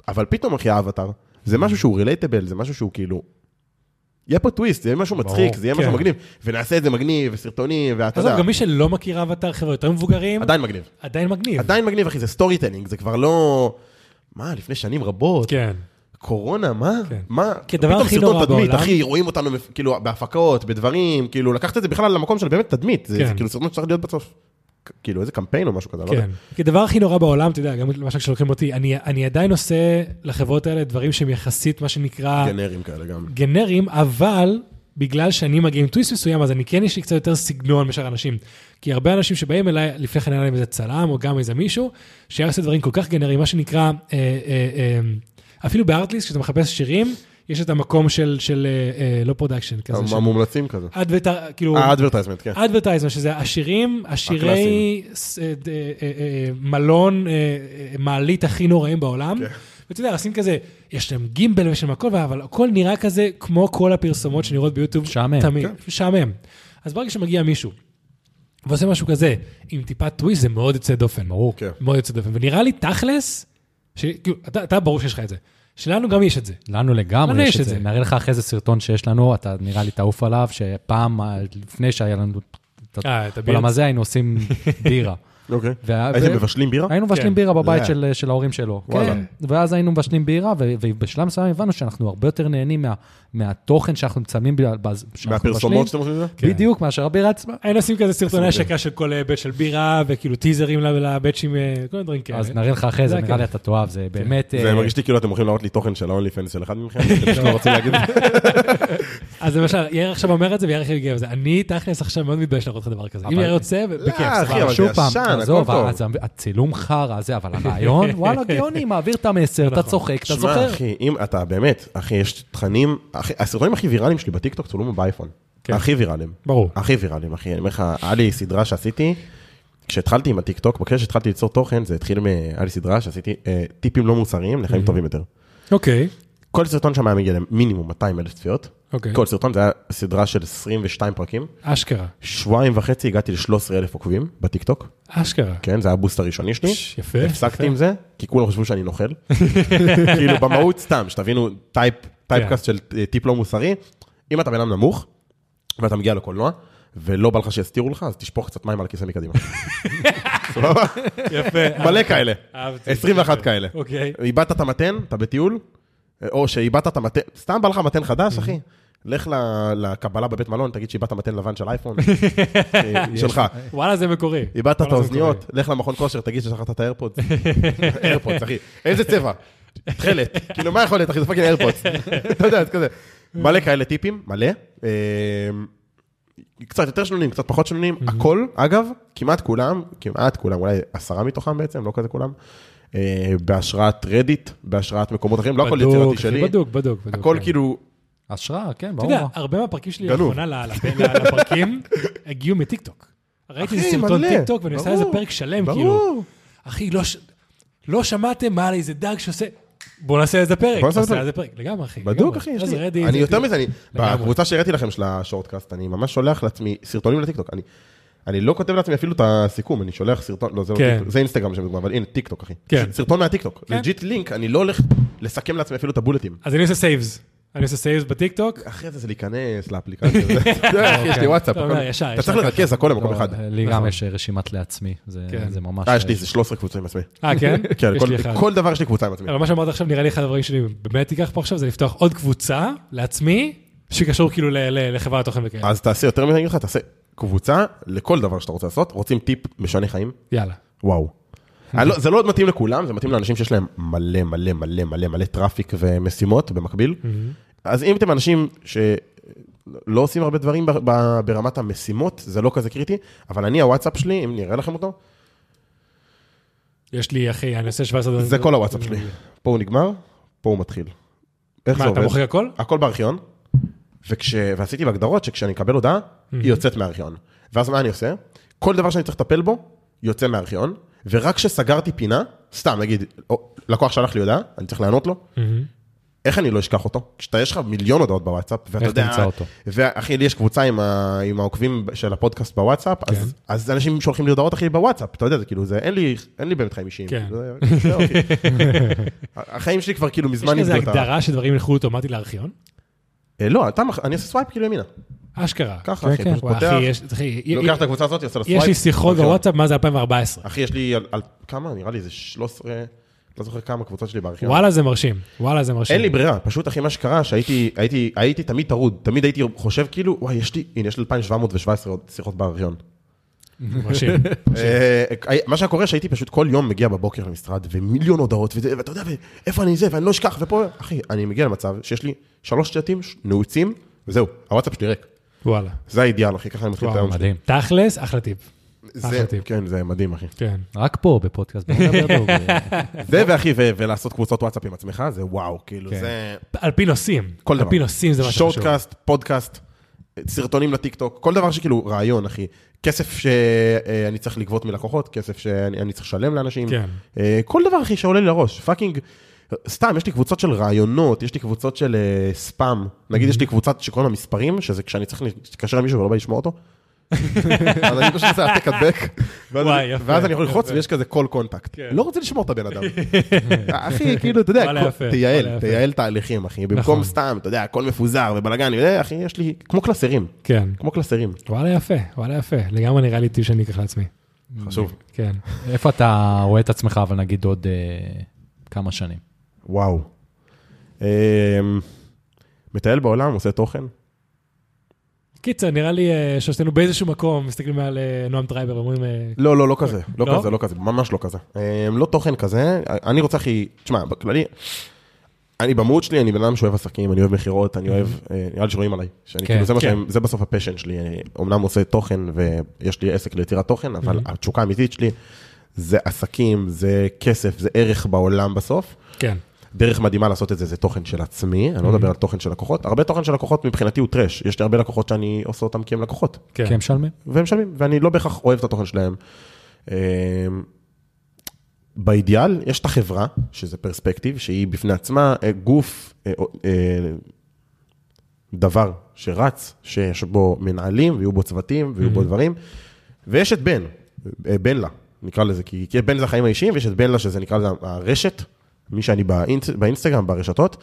[SPEAKER 4] אבל פתאום, אחי, האבטר, זה משהו שהוא רילייטבל, זה משהו שהוא כאילו... יהיה פה טוויסט, זה יהיה משהו מצחיק, זה יהיה משהו
[SPEAKER 1] כן.
[SPEAKER 4] מגניב, ונעשה את זה מגניב, וסרטונים, ואתה
[SPEAKER 1] עזוב,
[SPEAKER 4] יודע,
[SPEAKER 1] גם מי שלא מכיר אבטר, חבר'ה יותר מבוגרים,
[SPEAKER 4] עדיין מגניב.
[SPEAKER 1] עדיין מגניב.
[SPEAKER 4] עדיין מגניב, אחי, זה סטורי טלינג, זה כבר לא... מה, לפני שנים רבות,
[SPEAKER 1] כן.
[SPEAKER 4] קורונה, מה?
[SPEAKER 1] כן.
[SPEAKER 4] מה?
[SPEAKER 1] כדבר
[SPEAKER 4] פתאום
[SPEAKER 1] הכי
[SPEAKER 4] סרטון
[SPEAKER 1] נורא
[SPEAKER 4] תדמית,
[SPEAKER 1] בעולם.
[SPEAKER 4] אחי, רואים אותנו מפ- כאילו בהפקות, בדברים, כאילו לקחת את זה בכלל למקום של באמת תדמית. זה
[SPEAKER 1] כן.
[SPEAKER 4] זה כאילו סרטון שצריך להיות בסוף, כ- כאילו איזה קמפיין או משהו כזה, לא יודע.
[SPEAKER 1] כן. כי הדבר הכי נורא בעולם, אתה יודע, גם למשל כשלוקחים אותי, אני, אני עדיין עושה לחברות האלה דברים שהם יחסית, מה שנקרא,
[SPEAKER 4] גנרים כאלה גם.
[SPEAKER 1] גנריים, אבל בגלל שאני מגיע עם טוויסט מסוים, אז אני כן יש לי קצת יותר סגנון משאר האנשים. כי הרבה אנשים שבאים אליי, לפני כן היה להם איזה צלם, או גם איזה מישהו, שהיה עושה דברים כל כך גנריים, מה שנקרא, אה, אה, אה, אפילו בארטליסט, כשאתה מחפש שירים, יש את המקום של, של אה, אה, לא פרודקשן, כזה, של...
[SPEAKER 4] המומלצים כזה.
[SPEAKER 1] אדוורטר, כאילו...
[SPEAKER 4] אה, אדברטייזמנט, כן.
[SPEAKER 1] אדברטייזמנט, שזה השירים, השירי
[SPEAKER 4] הקלאסיים.
[SPEAKER 1] ס- אה, ד- אה, אה, אה, מלון, אה, אה, מעלית הכי נוראים בעולם.
[SPEAKER 4] כן.
[SPEAKER 1] ואתה יודע, לשים כזה, יש להם גימבל ויש להם הכל, אבל הכל נראה כזה כמו כל הפרסומות שנראות ביוטיוב.
[SPEAKER 3] משעמם.
[SPEAKER 1] תמיד,
[SPEAKER 4] כן.
[SPEAKER 1] משעמם. אז ברגע שמגיע מישהו ועושה משהו כזה, עם טיפה טוויסט, זה מאוד יוצא דופן.
[SPEAKER 3] ברור.
[SPEAKER 4] כן.
[SPEAKER 1] מאוד יוצא דופן. ונראה לי תכלס, שכאילו, אתה אתה ברור שיש לך את זה. שלנו גם יש את זה.
[SPEAKER 3] לנו
[SPEAKER 1] לנו
[SPEAKER 3] לגמרי
[SPEAKER 1] יש
[SPEAKER 3] יש
[SPEAKER 1] את
[SPEAKER 3] את זה.
[SPEAKER 1] זה.
[SPEAKER 3] נראה לך אחרי זה סרטון שיש לנו, אתה נראה לי תעוף עליו, שפעם, אה, לפני שהיה לנו את
[SPEAKER 1] אה, את הבירד.
[SPEAKER 3] העולם הזה, היינו עושים *laughs* בירה.
[SPEAKER 4] אוקיי.
[SPEAKER 3] וה-
[SPEAKER 4] הייתם
[SPEAKER 3] ו-
[SPEAKER 4] מבשלים בירה?
[SPEAKER 3] היינו
[SPEAKER 1] כן.
[SPEAKER 3] מבשלים בירה בבית
[SPEAKER 4] לא.
[SPEAKER 3] של- אה, של ההורים שלו.
[SPEAKER 4] וואלה.
[SPEAKER 3] כן. ואז היינו מבשלים בירה, ו- ובשלב מסוים הבנו שאנחנו הרבה יותר נהנים מה- מהתוכן שאנחנו מצלמים, ב- בז- שאנחנו מבשלים.
[SPEAKER 4] מהפרסומות שאתם עושים את זה?
[SPEAKER 1] כן.
[SPEAKER 3] בדיו מאשר הבירה עצמה.
[SPEAKER 1] היינו עושים כזה סרטוני
[SPEAKER 4] עשו את זה.
[SPEAKER 1] השקה של כל אה, בית של בירה, וכאילו טיזרים לבצ'ים, אה, כל מיני דברים כאלה.
[SPEAKER 3] אז נראה לך אחרי
[SPEAKER 1] כן. זה
[SPEAKER 3] זה, נראה
[SPEAKER 1] הכיף. כן.
[SPEAKER 3] לי אתה תאהב, זה באמת...
[SPEAKER 4] זה
[SPEAKER 3] אה,
[SPEAKER 4] מרגיש לי כאילו אתם הולכים להראות לי תוכן של ה-only fans של אחד מכם, אתם פשוט לא רוצים להגיד את זה.
[SPEAKER 1] אז למשל, יאיר עכשיו אומר את זה, ויאיר הכי גאה בזה. אני תכלס עכשיו מאוד מתבייש להראות לך דבר כזה. אם
[SPEAKER 3] אבל-
[SPEAKER 1] יאיר יוצא, ב- בכיף,
[SPEAKER 4] לא, אחי,
[SPEAKER 1] סבבה.
[SPEAKER 4] אבל זה
[SPEAKER 3] שוב פעם,
[SPEAKER 4] ישן, הכל
[SPEAKER 3] עזוב,
[SPEAKER 4] טוב.
[SPEAKER 3] אז הצילום חרא זה, אבל
[SPEAKER 1] *laughs*
[SPEAKER 3] הרעיון, וואלה, גאוני, מעביר את המסר, אתה
[SPEAKER 1] נכון.
[SPEAKER 3] צוחק, אתה
[SPEAKER 4] שמע,
[SPEAKER 3] זוכר.
[SPEAKER 4] אחי, אם אתה באמת, אחי, יש תכנים, אחי, הסרטונים הכי ויראליים שלי בטיקטוק צולמו באייפון.
[SPEAKER 1] כן.
[SPEAKER 4] הכי ויראליים.
[SPEAKER 1] ברור.
[SPEAKER 4] הכי ויראליים, אחי. אני אומר לך, היה לי סדרה שעשיתי, כשהתחלתי עם הטיקטוק, בקשר שהתחלתי ליצור תוכן, זה התחיל מ... היה לי סדרה שעשיתי אה, טיפים לא מוצריים לחיים טובים יותר.
[SPEAKER 1] אוקיי,
[SPEAKER 4] כל סרטון שם היה מגיע למינימום 200 אלף צפיות.
[SPEAKER 1] אוקיי.
[SPEAKER 4] כל סרטון, זה היה סדרה של 22 פרקים.
[SPEAKER 1] אשכרה.
[SPEAKER 4] שבועיים וחצי הגעתי ל-13 אלף עוקבים בטיקטוק.
[SPEAKER 1] אשכרה.
[SPEAKER 4] כן, זה היה הבוסט הראשוני שלי.
[SPEAKER 1] ש-
[SPEAKER 4] *laughs*
[SPEAKER 1] יפה, יפה.
[SPEAKER 4] הפסקתי עם זה, כי כולם חשבו שאני
[SPEAKER 1] *laughs*
[SPEAKER 4] נוכל. כאילו במהות סתם, שתבינו טייפ,
[SPEAKER 1] כן.
[SPEAKER 4] טייפקאסט של אה, טיפ לא מוסרי. אם אתה בן אדם נמוך, ואתה מגיע לקולנוע, ולא בא לך שיסתירו לך, אז תשפוך קצת מים על הכיסא מקדימה.
[SPEAKER 1] *laughs*
[SPEAKER 4] סבבה?
[SPEAKER 1] יפה.
[SPEAKER 4] מלא כאלה.
[SPEAKER 1] אהבתי.
[SPEAKER 4] 21 כאלה.
[SPEAKER 1] אוקיי.
[SPEAKER 4] איבדת את המתן, אתה בטיול, אה, או שאיבדת את המתן, סתם בא לך מתן חדש, אחי.
[SPEAKER 1] Mm-hmm.
[SPEAKER 4] לך ל- לקבלה בבית מלון, תגיד שאיבדת מתן לבן של
[SPEAKER 1] *laughs*
[SPEAKER 4] אייפון, אה, שלך.
[SPEAKER 1] וואלה, זה מקורי.
[SPEAKER 4] איבדת את
[SPEAKER 1] וואלה, זה
[SPEAKER 4] האוזניות,
[SPEAKER 1] מקורי.
[SPEAKER 4] לך למכון כושר, תגיד ששכחת את האיירפודס. *laughs* איירפודס, אחי. איזה צבע? תכלת. כאילו, מה יכול להיות, אחי? זה פאקינג איירפודס. *laughs* אתה יודע, זה כזה. מלא כאלה טיפים, מלא. אמ, קצת יותר שנונים, קצת פחות שנונים. הכל, אגב, כמעט כולם, כמעט כולם, אולי עשרה מתוכם בעצם, לא כזה כולם. אה, בהשראת רדיט, בהשראת מקומות אחרים, לא הכל
[SPEAKER 1] בדוק,
[SPEAKER 4] יצירתי
[SPEAKER 1] זה
[SPEAKER 4] שלי.
[SPEAKER 1] בדוק, בדוק, בדוק.
[SPEAKER 4] הכל
[SPEAKER 1] כן.
[SPEAKER 4] כאילו,
[SPEAKER 3] השראה, כן,
[SPEAKER 1] אתה
[SPEAKER 3] ברור.
[SPEAKER 1] יודע, הרבה מהפרקים שלי
[SPEAKER 4] גנוב.
[SPEAKER 1] לאחרונה ל- לפ- ל-
[SPEAKER 4] *laughs*
[SPEAKER 1] לפרקים הגיעו מטיקטוק. ראיתי איזה
[SPEAKER 4] אחי,
[SPEAKER 1] סרטון
[SPEAKER 4] מלא.
[SPEAKER 1] טיקטוק, ואני עושה איזה
[SPEAKER 4] ברור.
[SPEAKER 1] פרק שלם, כאילו.
[SPEAKER 4] ברור.
[SPEAKER 1] אחי, לא ש- לא שמעתם מה על איזה דג שעושה... בוא נעשה איזה פרק.
[SPEAKER 4] בוא נעשה
[SPEAKER 1] עושה
[SPEAKER 4] פרק.
[SPEAKER 1] איזה פרק. לגמרי, אחי.
[SPEAKER 4] בדוק,
[SPEAKER 1] לגמרי.
[SPEAKER 4] אחי, יש
[SPEAKER 1] אז
[SPEAKER 4] לי.
[SPEAKER 1] רדי,
[SPEAKER 4] אני
[SPEAKER 1] זה
[SPEAKER 4] יותר
[SPEAKER 1] כאילו-
[SPEAKER 4] מזה, אני...
[SPEAKER 1] לגמרי.
[SPEAKER 4] בקבוצה שהראיתי לכם של השורטקאסט, אני ממש שולח לעצמי סרטונים לטיקטוק. אני- אני לא כותב לעצמי אפילו את הסיכום, אני שולח סרטון, לא, זה לא
[SPEAKER 1] כן.
[SPEAKER 4] טיקטוק, זה אינסטגרם שם, אבל הנה, טיקטוק, אחי.
[SPEAKER 1] כן.
[SPEAKER 4] סרטון מהטיקטוק.
[SPEAKER 1] כן.
[SPEAKER 4] לג'יט לינק, אני לא הולך לסכם לעצמי אפילו את הבולטים.
[SPEAKER 1] אז אני עושה סייבס. אני עושה סייבס בטיקטוק.
[SPEAKER 4] אחרי זה זה להיכנס לאפליקציה.
[SPEAKER 1] *laughs*
[SPEAKER 4] אתה יודע, יש לי וואטסאפ.
[SPEAKER 1] לא,
[SPEAKER 4] הכל-
[SPEAKER 1] לא, ישר,
[SPEAKER 4] אתה צריך
[SPEAKER 1] ישר.
[SPEAKER 4] לרכז הכל למקום
[SPEAKER 3] לא,
[SPEAKER 4] אחד.
[SPEAKER 3] לי גם יש רשימת לעצמי, זה
[SPEAKER 1] נכון. כן.
[SPEAKER 3] זה ממש...
[SPEAKER 4] אה, יש לי איזה 13 קבוצות עם עצמי.
[SPEAKER 1] אה, כן?
[SPEAKER 4] *laughs* כן,
[SPEAKER 1] *laughs* יש
[SPEAKER 4] כל-
[SPEAKER 1] לי אחד.
[SPEAKER 4] כל דבר יש לי קבוצה עם עצמי.
[SPEAKER 1] אבל מה שאמרת עכשיו, נראה לי אחד הדברים שאני באמת אקח פה עכשיו, זה לפתוח עוד קבוצה לעצמי, שקשור כאילו ל- ל- לחברת תוכן וכאלה.
[SPEAKER 4] אז תעשה יותר מזה, אני אגיד לך, תעשה קבוצה לכל דבר שאתה רוצה לעשות. רוצים טיפ משנה חיים?
[SPEAKER 1] יאללה.
[SPEAKER 4] וואו. אני לא- זה לא מתאים לכולם, זה מתאים לאנשים שיש להם מלא מלא מלא מלא מלא טראפיק ומשימות במקביל. אז אם אתם אנשים שלא עושים הרבה דברים ב- ב- ברמת המשימות, זה לא כזה קריטי, אבל אני, הוואטסאפ שלי, אם נראה לכם אותו,
[SPEAKER 1] יש לי, אחי, אני עושה 17 דברים.
[SPEAKER 4] זה כל
[SPEAKER 1] *laughs*
[SPEAKER 4] הוואטסאפ שלי. פה הוא נגמר, פה הוא מתחיל. איך זה
[SPEAKER 1] מה, אתה
[SPEAKER 4] עובד?
[SPEAKER 1] מוחק הכל?
[SPEAKER 4] הכל בארכיון, וכש... ועשיתי בהגדרות שכשאני אקבל הודעה, היא יוצאת מהארכיון. ואז מה אני עושה? כל דבר שאני צריך לטפל בו, יוצא מהארכיון, ורק כשסגרתי פינה, סתם, נגיד, או, לקוח שלח לי הודעה, אני צריך לענות לו,
[SPEAKER 1] מהמם.
[SPEAKER 4] איך אני לא אשכח אותו? כשאתה, יש לך מיליון הודעות בוואטסאפ, ואתה
[SPEAKER 3] איך
[SPEAKER 4] יודע...
[SPEAKER 3] תמצא אותו?
[SPEAKER 4] ואחי, לי יש קבוצה עם, ה... עם העוקבים של הפודקאסט בוואטסאפ, כן. אז, אז אנשים שולחים לי הודעות, אחי, בוואטסאפ, אתה יודע, זה כאילו, זה, אין לי, אין לי באמת חיים אישיים.
[SPEAKER 1] כן.
[SPEAKER 4] זה- זה אותי. החיים שלי כבר כאילו
[SPEAKER 1] יש
[SPEAKER 4] מזמן
[SPEAKER 1] כזה
[SPEAKER 4] איבדו את ה-
[SPEAKER 1] הגדרה שדברים ילכו אוטומטית לארכיון?
[SPEAKER 4] אה, לא, אתה, מח- אני עושה סווייפ כאילו ימינה.
[SPEAKER 1] אשכרה.
[SPEAKER 4] ככה,
[SPEAKER 3] כן,
[SPEAKER 4] אחי,
[SPEAKER 3] כן.
[SPEAKER 4] פשוט
[SPEAKER 1] וואי,
[SPEAKER 4] פותח,
[SPEAKER 1] אחי, יש- אחי,
[SPEAKER 4] לוקח את הקבוצה הזאת, עושה לה סווייפ.
[SPEAKER 1] יש לי שיחות
[SPEAKER 4] ארכיון.
[SPEAKER 1] בוואטסאפ, מה זה 2014.
[SPEAKER 4] אחי, יש לי, על- על- כמה? נראה לי איזה 13, לא זוכר כמה קבוצות שלי בארכיון.
[SPEAKER 1] וואלה זה מרשים, וואלה זה מרשים.
[SPEAKER 4] אין לי ברירה, פשוט אחי, מה שקרה, שהייתי הייתי- הייתי תמיד טרוד, תמיד הייתי חושב כאילו, וואי, יש לי, הנה, יש לי 2,717 עוד שיחות בארכיון. *laughs*
[SPEAKER 1] מרשים.
[SPEAKER 4] אה, מה שהיה קורה, שהייתי פשוט כל יום מגיע בבוקר למשרד, ומיליון הודעות, וזה, ואתה יודע, ואיפה אני זה, ואני לא אשכח, ופה, אחי, אני מגיע למצב שיש לי שלוש צ'אטים נעוצים, וזהו, הוואטסאפ שלי ריק.
[SPEAKER 1] וואלה.
[SPEAKER 4] זה האידיאל, אחי, ככה אני מתחיל את
[SPEAKER 1] וואו,
[SPEAKER 4] היום שלי.
[SPEAKER 3] מדהים.
[SPEAKER 1] תכלס, אחלה טיפ. אחלה
[SPEAKER 4] זה,
[SPEAKER 1] טיפ.
[SPEAKER 4] כן, זה מדהים, אחי.
[SPEAKER 1] כן.
[SPEAKER 3] רק פה, בפודקאסט. בוא נדבר טוב.
[SPEAKER 1] *laughs*
[SPEAKER 4] זה ואחי, ו- ולעשות קבוצות וואטסאפ עם עצמך, זה וואו, כאילו, זה...
[SPEAKER 1] על פי נושאים.
[SPEAKER 4] כל דבר.
[SPEAKER 1] על פי נושאים זה מה שחשוב.
[SPEAKER 4] שורטקאסט, פודקאסט, סרטונים לטיקטוק, כל דבר שכאילו רעיון, אחי. כסף שאני צריך לגבות מלקוחות, כסף שאני אני צריך לשלם לאנשים.
[SPEAKER 1] כן.
[SPEAKER 4] אה, כל דבר, אחי, שעולה לי לראש. פאקינג, סתם, יש לי קבוצות של רעיונות, יש לי קבוצות של אה, ספאם. נגיד, יש לי קבוצת שקוראים לה מספרים, שזה כשאני צריך להתקשר למישהו ולא בא לשמוע אותו. *laughs* אז אני פשוט עושה העתק הדבק, ואז
[SPEAKER 1] וואי,
[SPEAKER 4] אני-
[SPEAKER 1] יפה,
[SPEAKER 4] ואז אני יכול ללחוץ
[SPEAKER 1] יפה.
[SPEAKER 4] ויש כזה כל קונטקט.
[SPEAKER 1] כן.
[SPEAKER 4] לא רוצה לשמור את הבן
[SPEAKER 1] *laughs*
[SPEAKER 4] אדם. אחי, כאילו, אתה יודע,
[SPEAKER 1] וואלה,
[SPEAKER 4] כל-
[SPEAKER 1] יפה, וואלה,
[SPEAKER 4] תייעל,
[SPEAKER 1] יפה.
[SPEAKER 4] תייעל תהליכים, אחי.
[SPEAKER 1] נכון.
[SPEAKER 4] במקום סתם, אתה יודע, הכל מפוזר ובלאגן, אה, אחי, יש לי, כמו קלסרים,
[SPEAKER 1] כן.
[SPEAKER 4] כמו קלסרים.
[SPEAKER 1] וואלה יפה, וואלה יפה. לגמרי נראה לי טיפ שאני אקח לעצמי.
[SPEAKER 4] חשוב.
[SPEAKER 1] כן.
[SPEAKER 3] איפה אתה רואה את עצמך, אבל נגיד עוד אה, כמה שנים?
[SPEAKER 4] וואו. אמ, מטייל בעולם, עושה תוכן.
[SPEAKER 1] קיצר, נראה לי אה, שלושתנו באיזשהו מקום מסתכלים על אה, נועם טרייבר, אומרים... אה,
[SPEAKER 4] לא, לא, לא כזה, לא
[SPEAKER 1] לא?
[SPEAKER 4] כזה, לא כזה, ממש לא כזה. אמ, לא תוכן כזה, אני רוצה הכי, תשמע, בכללי, אני במהות שלי, אני בן אדם שאוהב עסקים, אני אוהב מכירות, אני אוהב, אה, נראה לי שרואים עליי, שאני
[SPEAKER 3] כן,
[SPEAKER 4] כאילו, זה מה
[SPEAKER 1] כן.
[SPEAKER 4] שהם- זה בסוף הפשן שלי, אני אומנם עושה תוכן ויש לי עסק ליצירת תוכן,
[SPEAKER 1] Mhm.
[SPEAKER 4] אבל התשוקה האמיתית שלי זה עסקים, זה כסף, זה ערך בעולם בסוף.
[SPEAKER 1] כן.
[SPEAKER 4] דרך מדהימה לעשות את זה, זה תוכן של עצמי,
[SPEAKER 1] Mhm.
[SPEAKER 4] אני לא מדבר על תוכן של לקוחות, הרבה תוכן של לקוחות מבחינתי הוא טרש, יש לי הרבה לקוחות שאני עושה אותם כי הם לקוחות.
[SPEAKER 1] כן.
[SPEAKER 3] כי הם משלמים?
[SPEAKER 4] והם משלמים, ואני לא בהכרח אוהב את התוכן שלהם. אמ, באידיאל, יש את החברה, שזה פרספקטיב, שהיא בפני עצמה אה, גוף, אה, אה, דבר שרץ, שיש בו מנהלים, ויהיו בו צוותים, ויהיו בו דברים, ויש את בן, אה, בן לה, נקרא לזה, כי כי בן זה החיים האישיים, ויש את בן לה, שזה נקרא לזה הרשת, מי שאני באינס- באינסטגרם, ברשתות,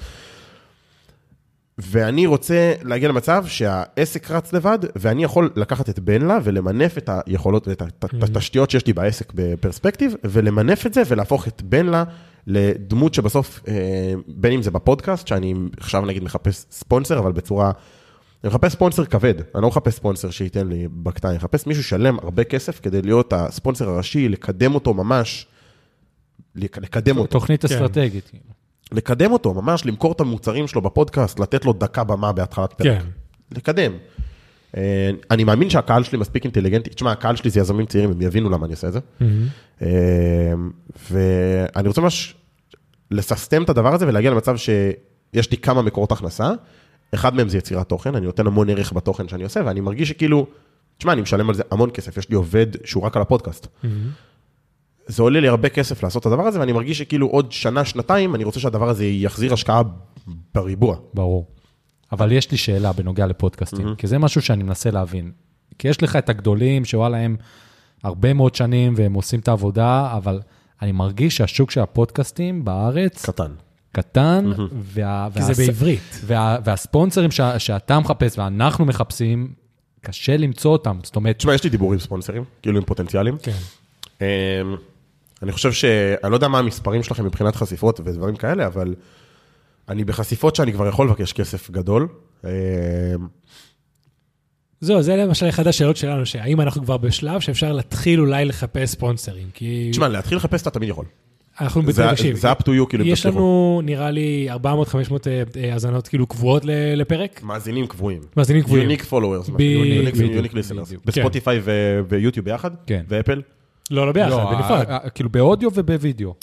[SPEAKER 4] ואני רוצה להגיע למצב שהעסק רץ לבד, ואני יכול לקחת את בנלה ולמנף את היכולות ואת הת- התשתיות שיש לי בעסק בפרספקטיב, ולמנף את זה ולהפוך את בנלה לדמות שבסוף, אה, בין אם זה בפודקאסט, שאני עכשיו נגיד מחפש ספונסר, אבל בצורה... אני מחפש ספונסר כבד, אני לא מחפש ספונסר שייתן לי בקטן, אני מחפש מישהו שלם הרבה כסף כדי להיות הספונסר הראשי, לקדם אותו ממש, לק- לקדם אותו.
[SPEAKER 3] תוכנית
[SPEAKER 1] כן.
[SPEAKER 3] אסטרטגית. כאילו.
[SPEAKER 4] לקדם אותו, ממש למכור את המוצרים שלו בפודקאסט, לתת לו דקה במה בהתחלת פרק.
[SPEAKER 1] כן.
[SPEAKER 4] לקדם. אה, אני מאמין שהקהל שלי מספיק אינטליגנטי, תשמע, הקהל שלי זה יזמים צעירים, הם יבינו למה אני עושה את זה. אה, ואני רוצה ממש לססטם את הדבר הזה ולהגיע למצב שיש לי כמה מקורות הכנסה, אחד מהם זה יצירת תוכן, אני נותן המון ערך בתוכן שאני עושה, ואני מרגיש שכאילו, תשמע, אני משלם על זה המון כסף, יש לי עובד שהוא רק על הפודקאסט. זה עולה לי הרבה כסף לעשות את הדבר הזה, ואני מרגיש שכאילו עוד שנה, שנתיים, אני רוצה שהדבר הזה יחזיר השקעה בריבוע.
[SPEAKER 3] ברור. אבל יש לי שאלה בנוגע לפודקאסטים, כי זה משהו שאני מנסה להבין. כי יש לך את הגדולים שוואלה הם הרבה מאוד שנים והם עושים את העבודה, אבל אני מרגיש שהשוק של הפודקאסטים בארץ
[SPEAKER 4] קטן.
[SPEAKER 3] קטן, וה-
[SPEAKER 1] כי זה
[SPEAKER 3] והס-
[SPEAKER 1] בעברית.
[SPEAKER 3] וה- והספונסרים שה- שאתה מחפש ואנחנו מחפשים, קשה למצוא אותם. זאת אומרת,
[SPEAKER 4] תשמע, יש לי דיבור עם ספונסרים, כאילו עם פוטנציאלים.
[SPEAKER 1] כן.
[SPEAKER 4] אמ, אני חושב ש... אני לא יודע מה המספרים שלכם מבחינת חשיפות ודברים כאלה, אבל אני בחשיפות שאני כבר יכול לבקש כסף גדול. אמ,
[SPEAKER 1] זהו, זה למשל אחת השאלות שלנו, שהאם אנחנו כבר בשלב שאפשר להתחיל אולי לחפש ספונסרים, כי
[SPEAKER 4] תשמע, להתחיל לחפש אתה תמיד יכול.
[SPEAKER 1] אנחנו
[SPEAKER 4] זה
[SPEAKER 1] בטח תקשיב. כן.
[SPEAKER 4] זה up to you, כאילו, אם
[SPEAKER 1] יש
[SPEAKER 4] תצליחו.
[SPEAKER 1] לנו, נראה לי, 400-500 אה, אה, האזנות כאילו קבועות ל- לפרק.
[SPEAKER 4] מאזינים קבועים.
[SPEAKER 1] מאזינים קבועים.
[SPEAKER 4] יוניק פולוורס,
[SPEAKER 1] בדיוק,
[SPEAKER 4] יוניק
[SPEAKER 3] בדיוק,
[SPEAKER 4] ליסנרס,
[SPEAKER 3] בדיוק.
[SPEAKER 4] בספוטיפיי ו- ויוטיוב ביחד,
[SPEAKER 3] כן.
[SPEAKER 4] ואפל,
[SPEAKER 1] לא, לא ביחד,
[SPEAKER 3] לא,
[SPEAKER 4] אה,
[SPEAKER 1] בנפרד.
[SPEAKER 3] ה- ה- כאילו באודיו ובווידאו,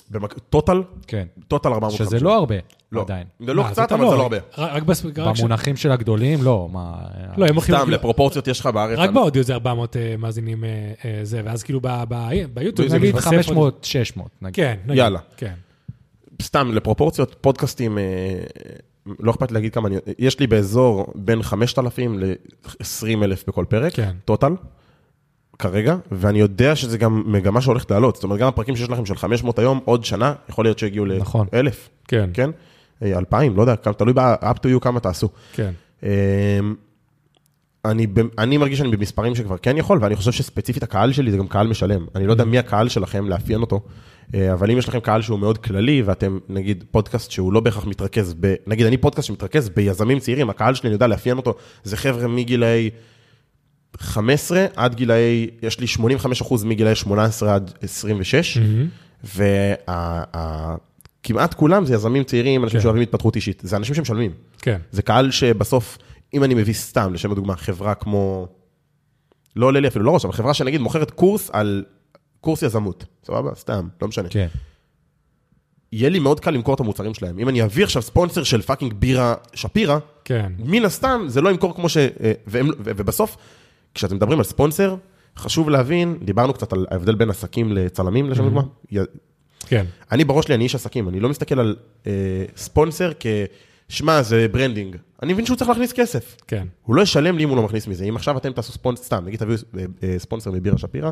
[SPEAKER 4] טוטל,
[SPEAKER 3] כן.
[SPEAKER 4] טוטל 450.
[SPEAKER 3] שזה לא הרבה,
[SPEAKER 4] לא.
[SPEAKER 3] עדיין.
[SPEAKER 4] זה לא
[SPEAKER 1] מה,
[SPEAKER 4] קצת,
[SPEAKER 1] אתה
[SPEAKER 4] אבל זה לא הרבה.
[SPEAKER 1] רק רק בס... רק ש-
[SPEAKER 3] במונחים של הגדולים, לא, מה...
[SPEAKER 1] לא, הם הולכים...
[SPEAKER 4] סתם,
[SPEAKER 1] כאילו-
[SPEAKER 4] לפרופורציות יש לך בארץ.
[SPEAKER 1] רק
[SPEAKER 4] אני-
[SPEAKER 1] באודיו זה 400 אה, מאזינים אה, אה, זה, ואז כאילו ב- ב- ביוטיוב
[SPEAKER 3] נגיד
[SPEAKER 1] מתווסף
[SPEAKER 3] 500-600,
[SPEAKER 1] עוד-
[SPEAKER 3] נגיד.
[SPEAKER 1] כן, נגיד.
[SPEAKER 4] יאללה.
[SPEAKER 1] כן.
[SPEAKER 4] סתם, לפרופורציות, פודקאסטים, אה, אה, לא אכפת לי להגיד כמה, אני- יש לי באזור בין 5,000 ל-20 אלף בכל פרק,
[SPEAKER 1] כן.
[SPEAKER 4] טוטל, כרגע, ואני יודע שזה גם מגמה שהולכת לעלות, זאת אומרת, גם הפרקים שיש לכם של 500 היום, עוד שנה, יכול להיות שיגיעו
[SPEAKER 3] נכון.
[SPEAKER 4] ל-1,000,
[SPEAKER 1] כן,
[SPEAKER 4] כן? אה, 2,000, לא יודע, כמה- תלוי ב-up to you כמה תעשו.
[SPEAKER 1] כן.
[SPEAKER 4] אמ, אני, ב- אני מרגיש שאני במספרים שכבר כן יכול, ואני חושב שספציפית הקהל שלי זה גם קהל משלם. אני לא יודע מי הקהל שלכם לאפיין אותו, אה, אבל אם יש לכם קהל שהוא מאוד כללי, ואתם נגיד פודקאסט שהוא לא בהכרח מתרכז, ב, נגיד אני פודקאסט שמתרכז ביזמים צעירים, הקהל שלי, אני יודע לאפיין אותו, זה חבר'ה מגילאי 15 עד גילאי, יש לי 85% מגילאי 18 עד 26, וכמעט כולם זה יזמים צעירים, אנשים
[SPEAKER 1] כן.
[SPEAKER 4] שאוהבים התפתחות אישית, זה אנשים שמשלמים.
[SPEAKER 1] כן.
[SPEAKER 4] זה קהל שבסוף, אם אני מביא סתם, לשם הדוגמה, חברה כמו... לא עולה לי אפילו לא ראש, אבל חברה שנגיד מוכרת קורס על... קורס יזמות, סבבה? סתם, לא משנה.
[SPEAKER 3] כן.
[SPEAKER 4] יהיה לי מאוד קל למכור את המוצרים שלהם. אם אני אביא עכשיו ספונסר של פאקינג בירה שפירא,
[SPEAKER 1] כן.
[SPEAKER 4] מן הסתם זה לא ימכור כמו ש... אה, והם, ו- ובסוף, כשאתם מדברים על ספונסר, חשוב להבין, דיברנו קצת על ההבדל בין עסקים לצלמים, לשם דוגמה. י-
[SPEAKER 1] כן.
[SPEAKER 4] אני בראש שלי, אני איש עסקים, אני לא מסתכל על אה, ספונסר כ... שמע, זה ברנדינג. אני מבין שהוא צריך להכניס כסף.
[SPEAKER 1] כן.
[SPEAKER 4] הוא לא ישלם לי אם הוא לא מכניס מזה. אם עכשיו אתם תעשו ספונסר, סתם, נגיד תביאו אה, אה, ספונסר מבירה שפירא,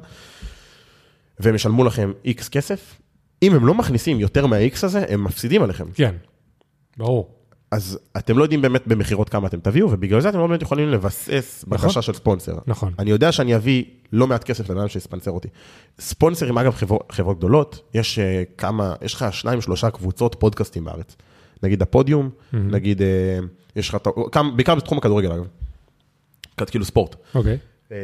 [SPEAKER 4] והם ישלמו לכם איקס כסף, אם הם לא מכניסים יותר מהאיקס הזה, הם מפסידים עליכם.
[SPEAKER 1] כן.
[SPEAKER 3] ברור.
[SPEAKER 4] אז אתם לא יודעים באמת במכירות כמה אתם תביאו, ובגלל זה אתם לא באמת יכולים לבסס בקשה
[SPEAKER 1] נכון.
[SPEAKER 4] של ספונסר.
[SPEAKER 1] נכון.
[SPEAKER 4] אני יודע שאני אביא לא מעט כסף לבן אדם שיספנסר אותי. ספונסרים, אגב, חברות, חברות גדולות, יש אה, כמה, יש לך שניים, שלושה קבוצות פודקאסטים בארץ. נגיד הפודיום, נגיד, אה, יש לך, את ה- כמה- בעיקר בתחום הכדורגל, אגב. קצת כאילו ספורט.
[SPEAKER 1] אוקיי.
[SPEAKER 4] אמ,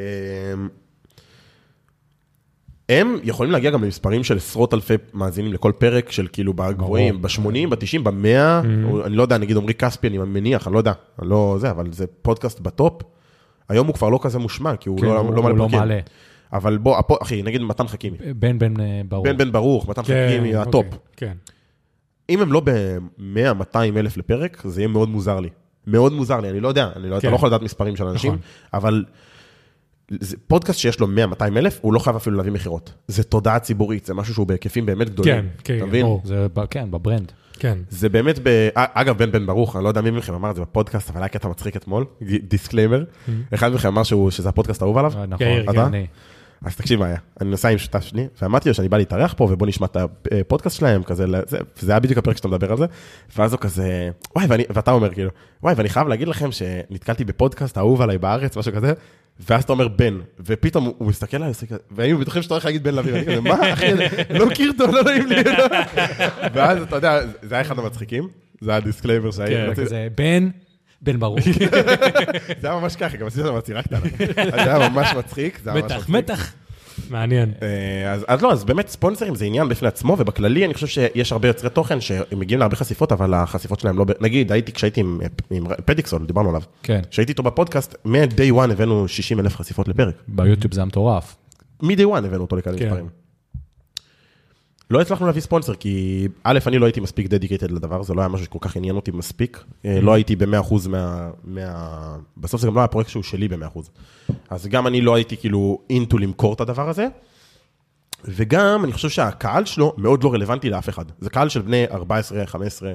[SPEAKER 4] הם יכולים להגיע גם למספרים של עשרות אלפי מאזינים לכל פרק של כאילו בגבוהים, ב-80, ב-90, ב-100, אני לא יודע, נגיד עמרי כספי, אני מניח, אני לא יודע, אני לא זה, אבל זה פודקאסט בטופ. היום הוא כבר לא כזה מושמע, כי הוא
[SPEAKER 3] כן,
[SPEAKER 4] לא-
[SPEAKER 3] הוא-
[SPEAKER 4] לא
[SPEAKER 3] הוא
[SPEAKER 4] מלא
[SPEAKER 3] לא
[SPEAKER 4] פרקים.
[SPEAKER 3] מעלה.
[SPEAKER 4] אבל בוא, הפו- אחי, נגיד מתן חכימי.
[SPEAKER 3] בן בן אה, ברור.
[SPEAKER 4] בן בן ברוך, מתן חכימי,
[SPEAKER 1] כן.
[SPEAKER 4] הטופ.
[SPEAKER 1] אוקיי, כן.
[SPEAKER 4] אם הם לא ב-100-200 אלף לפרק, זה יהיה מאוד מוזר לי. מאוד מוזר לי, אני לא יודע, אני לא, אתה
[SPEAKER 1] כן.
[SPEAKER 4] לא יכול לדעת מספרים של אנשים,
[SPEAKER 1] נכון.
[SPEAKER 4] אבל זה פודקאסט שיש לו 100-200 אלף, הוא לא חייב אפילו להביא מכירות. זה תודעה ציבורית, זה משהו שהוא בהיקפים באמת גדולים.
[SPEAKER 1] כן, כן,
[SPEAKER 4] אתה מבין?
[SPEAKER 1] ברור.
[SPEAKER 3] זה, ב- כן, בברנד.
[SPEAKER 1] כן.
[SPEAKER 4] זה באמת, ב... א- אגב, בן בן ברוך, אני לא יודע מי מכם אמר את זה בפודקאסט, אבל היה קטע מצחיק אתמול, ד- דיסקליימר,
[SPEAKER 1] Mm-hmm.
[SPEAKER 4] אחד מכם אמר שהוא, שזה הפודקאסט האהוב
[SPEAKER 1] אה,
[SPEAKER 4] עליו,
[SPEAKER 3] נכון.
[SPEAKER 1] יאיר,
[SPEAKER 4] אתה?
[SPEAKER 3] אני.
[SPEAKER 4] אז תקשיב מה היה, אני נוסע עם שותף שלי, ואמרתי לו שאני בא להתארח פה ובוא נשמע את הפודקאסט שלהם, כזה, זה, זה היה בדיוק הפרק שאתה מדבר על זה, ואז הוא כזה, וואי, ואני, ואתה אומר כאילו, וואי, ואני חייב להגיד לכם שנתקלתי בפודקאסט האהוב עליי בארץ, משהו כזה, ואז אתה אומר בן, ופתאום הוא, הוא מסתכל עליי, עושה כזה, והיינו בטוחים שאתה הולך להגיד בן לביא, ואני כזה, מה אחי, אני לא מכיר אותו, לא נעים לי, ואז אתה יודע, זה היה אחד המצחיקים, זה היה דיסקלייבר שהיה,
[SPEAKER 1] כן,
[SPEAKER 4] רציתי-
[SPEAKER 3] זה בן, בן
[SPEAKER 4] *laughs*
[SPEAKER 3] ברור.
[SPEAKER 4] זה היה ממש ככה, גם עשיתי אותו מצחיק, זה היה ממש מצחיק, זה היה ממש
[SPEAKER 1] מתח,
[SPEAKER 4] מצחיק.
[SPEAKER 1] מתח. מעניין.
[SPEAKER 4] אה, אז, אז לא, אז באמת ספונסרים זה עניין בפני עצמו, ובכללי אני חושב שיש הרבה יוצרי תוכן שמגיעים להרבה חשיפות, אבל החשיפות שלהם לא... ב- נגיד, הייתי כשהייתי עם, עם פדיקסול, דיברנו עליו.
[SPEAKER 3] כן.
[SPEAKER 4] כשהייתי איתו בפודקאסט, מ-day one הבאנו 60 אלף חשיפות לפרק.
[SPEAKER 3] ביוטיוב זה היה מטורף.
[SPEAKER 4] מ-day one הבאנו אותו לכאלה
[SPEAKER 1] כן.
[SPEAKER 4] מספרים. לא הצלחנו להביא ספונסר, כי א', אני לא הייתי מספיק dedicated לדבר, זה לא היה משהו שכל כך עניין אותי מספיק. אה,
[SPEAKER 1] Mm-hmm.
[SPEAKER 4] לא הייתי ב-100% מה, מה... בסוף זה גם לא היה פרויקט שהוא שלי ב-100%. אז גם אני לא הייתי כאילו אינטו למכור את הדבר הזה. וגם, אני חושב שהקהל שלו מאוד לא רלוונטי לאף אחד. זה קהל של בני 14, 15,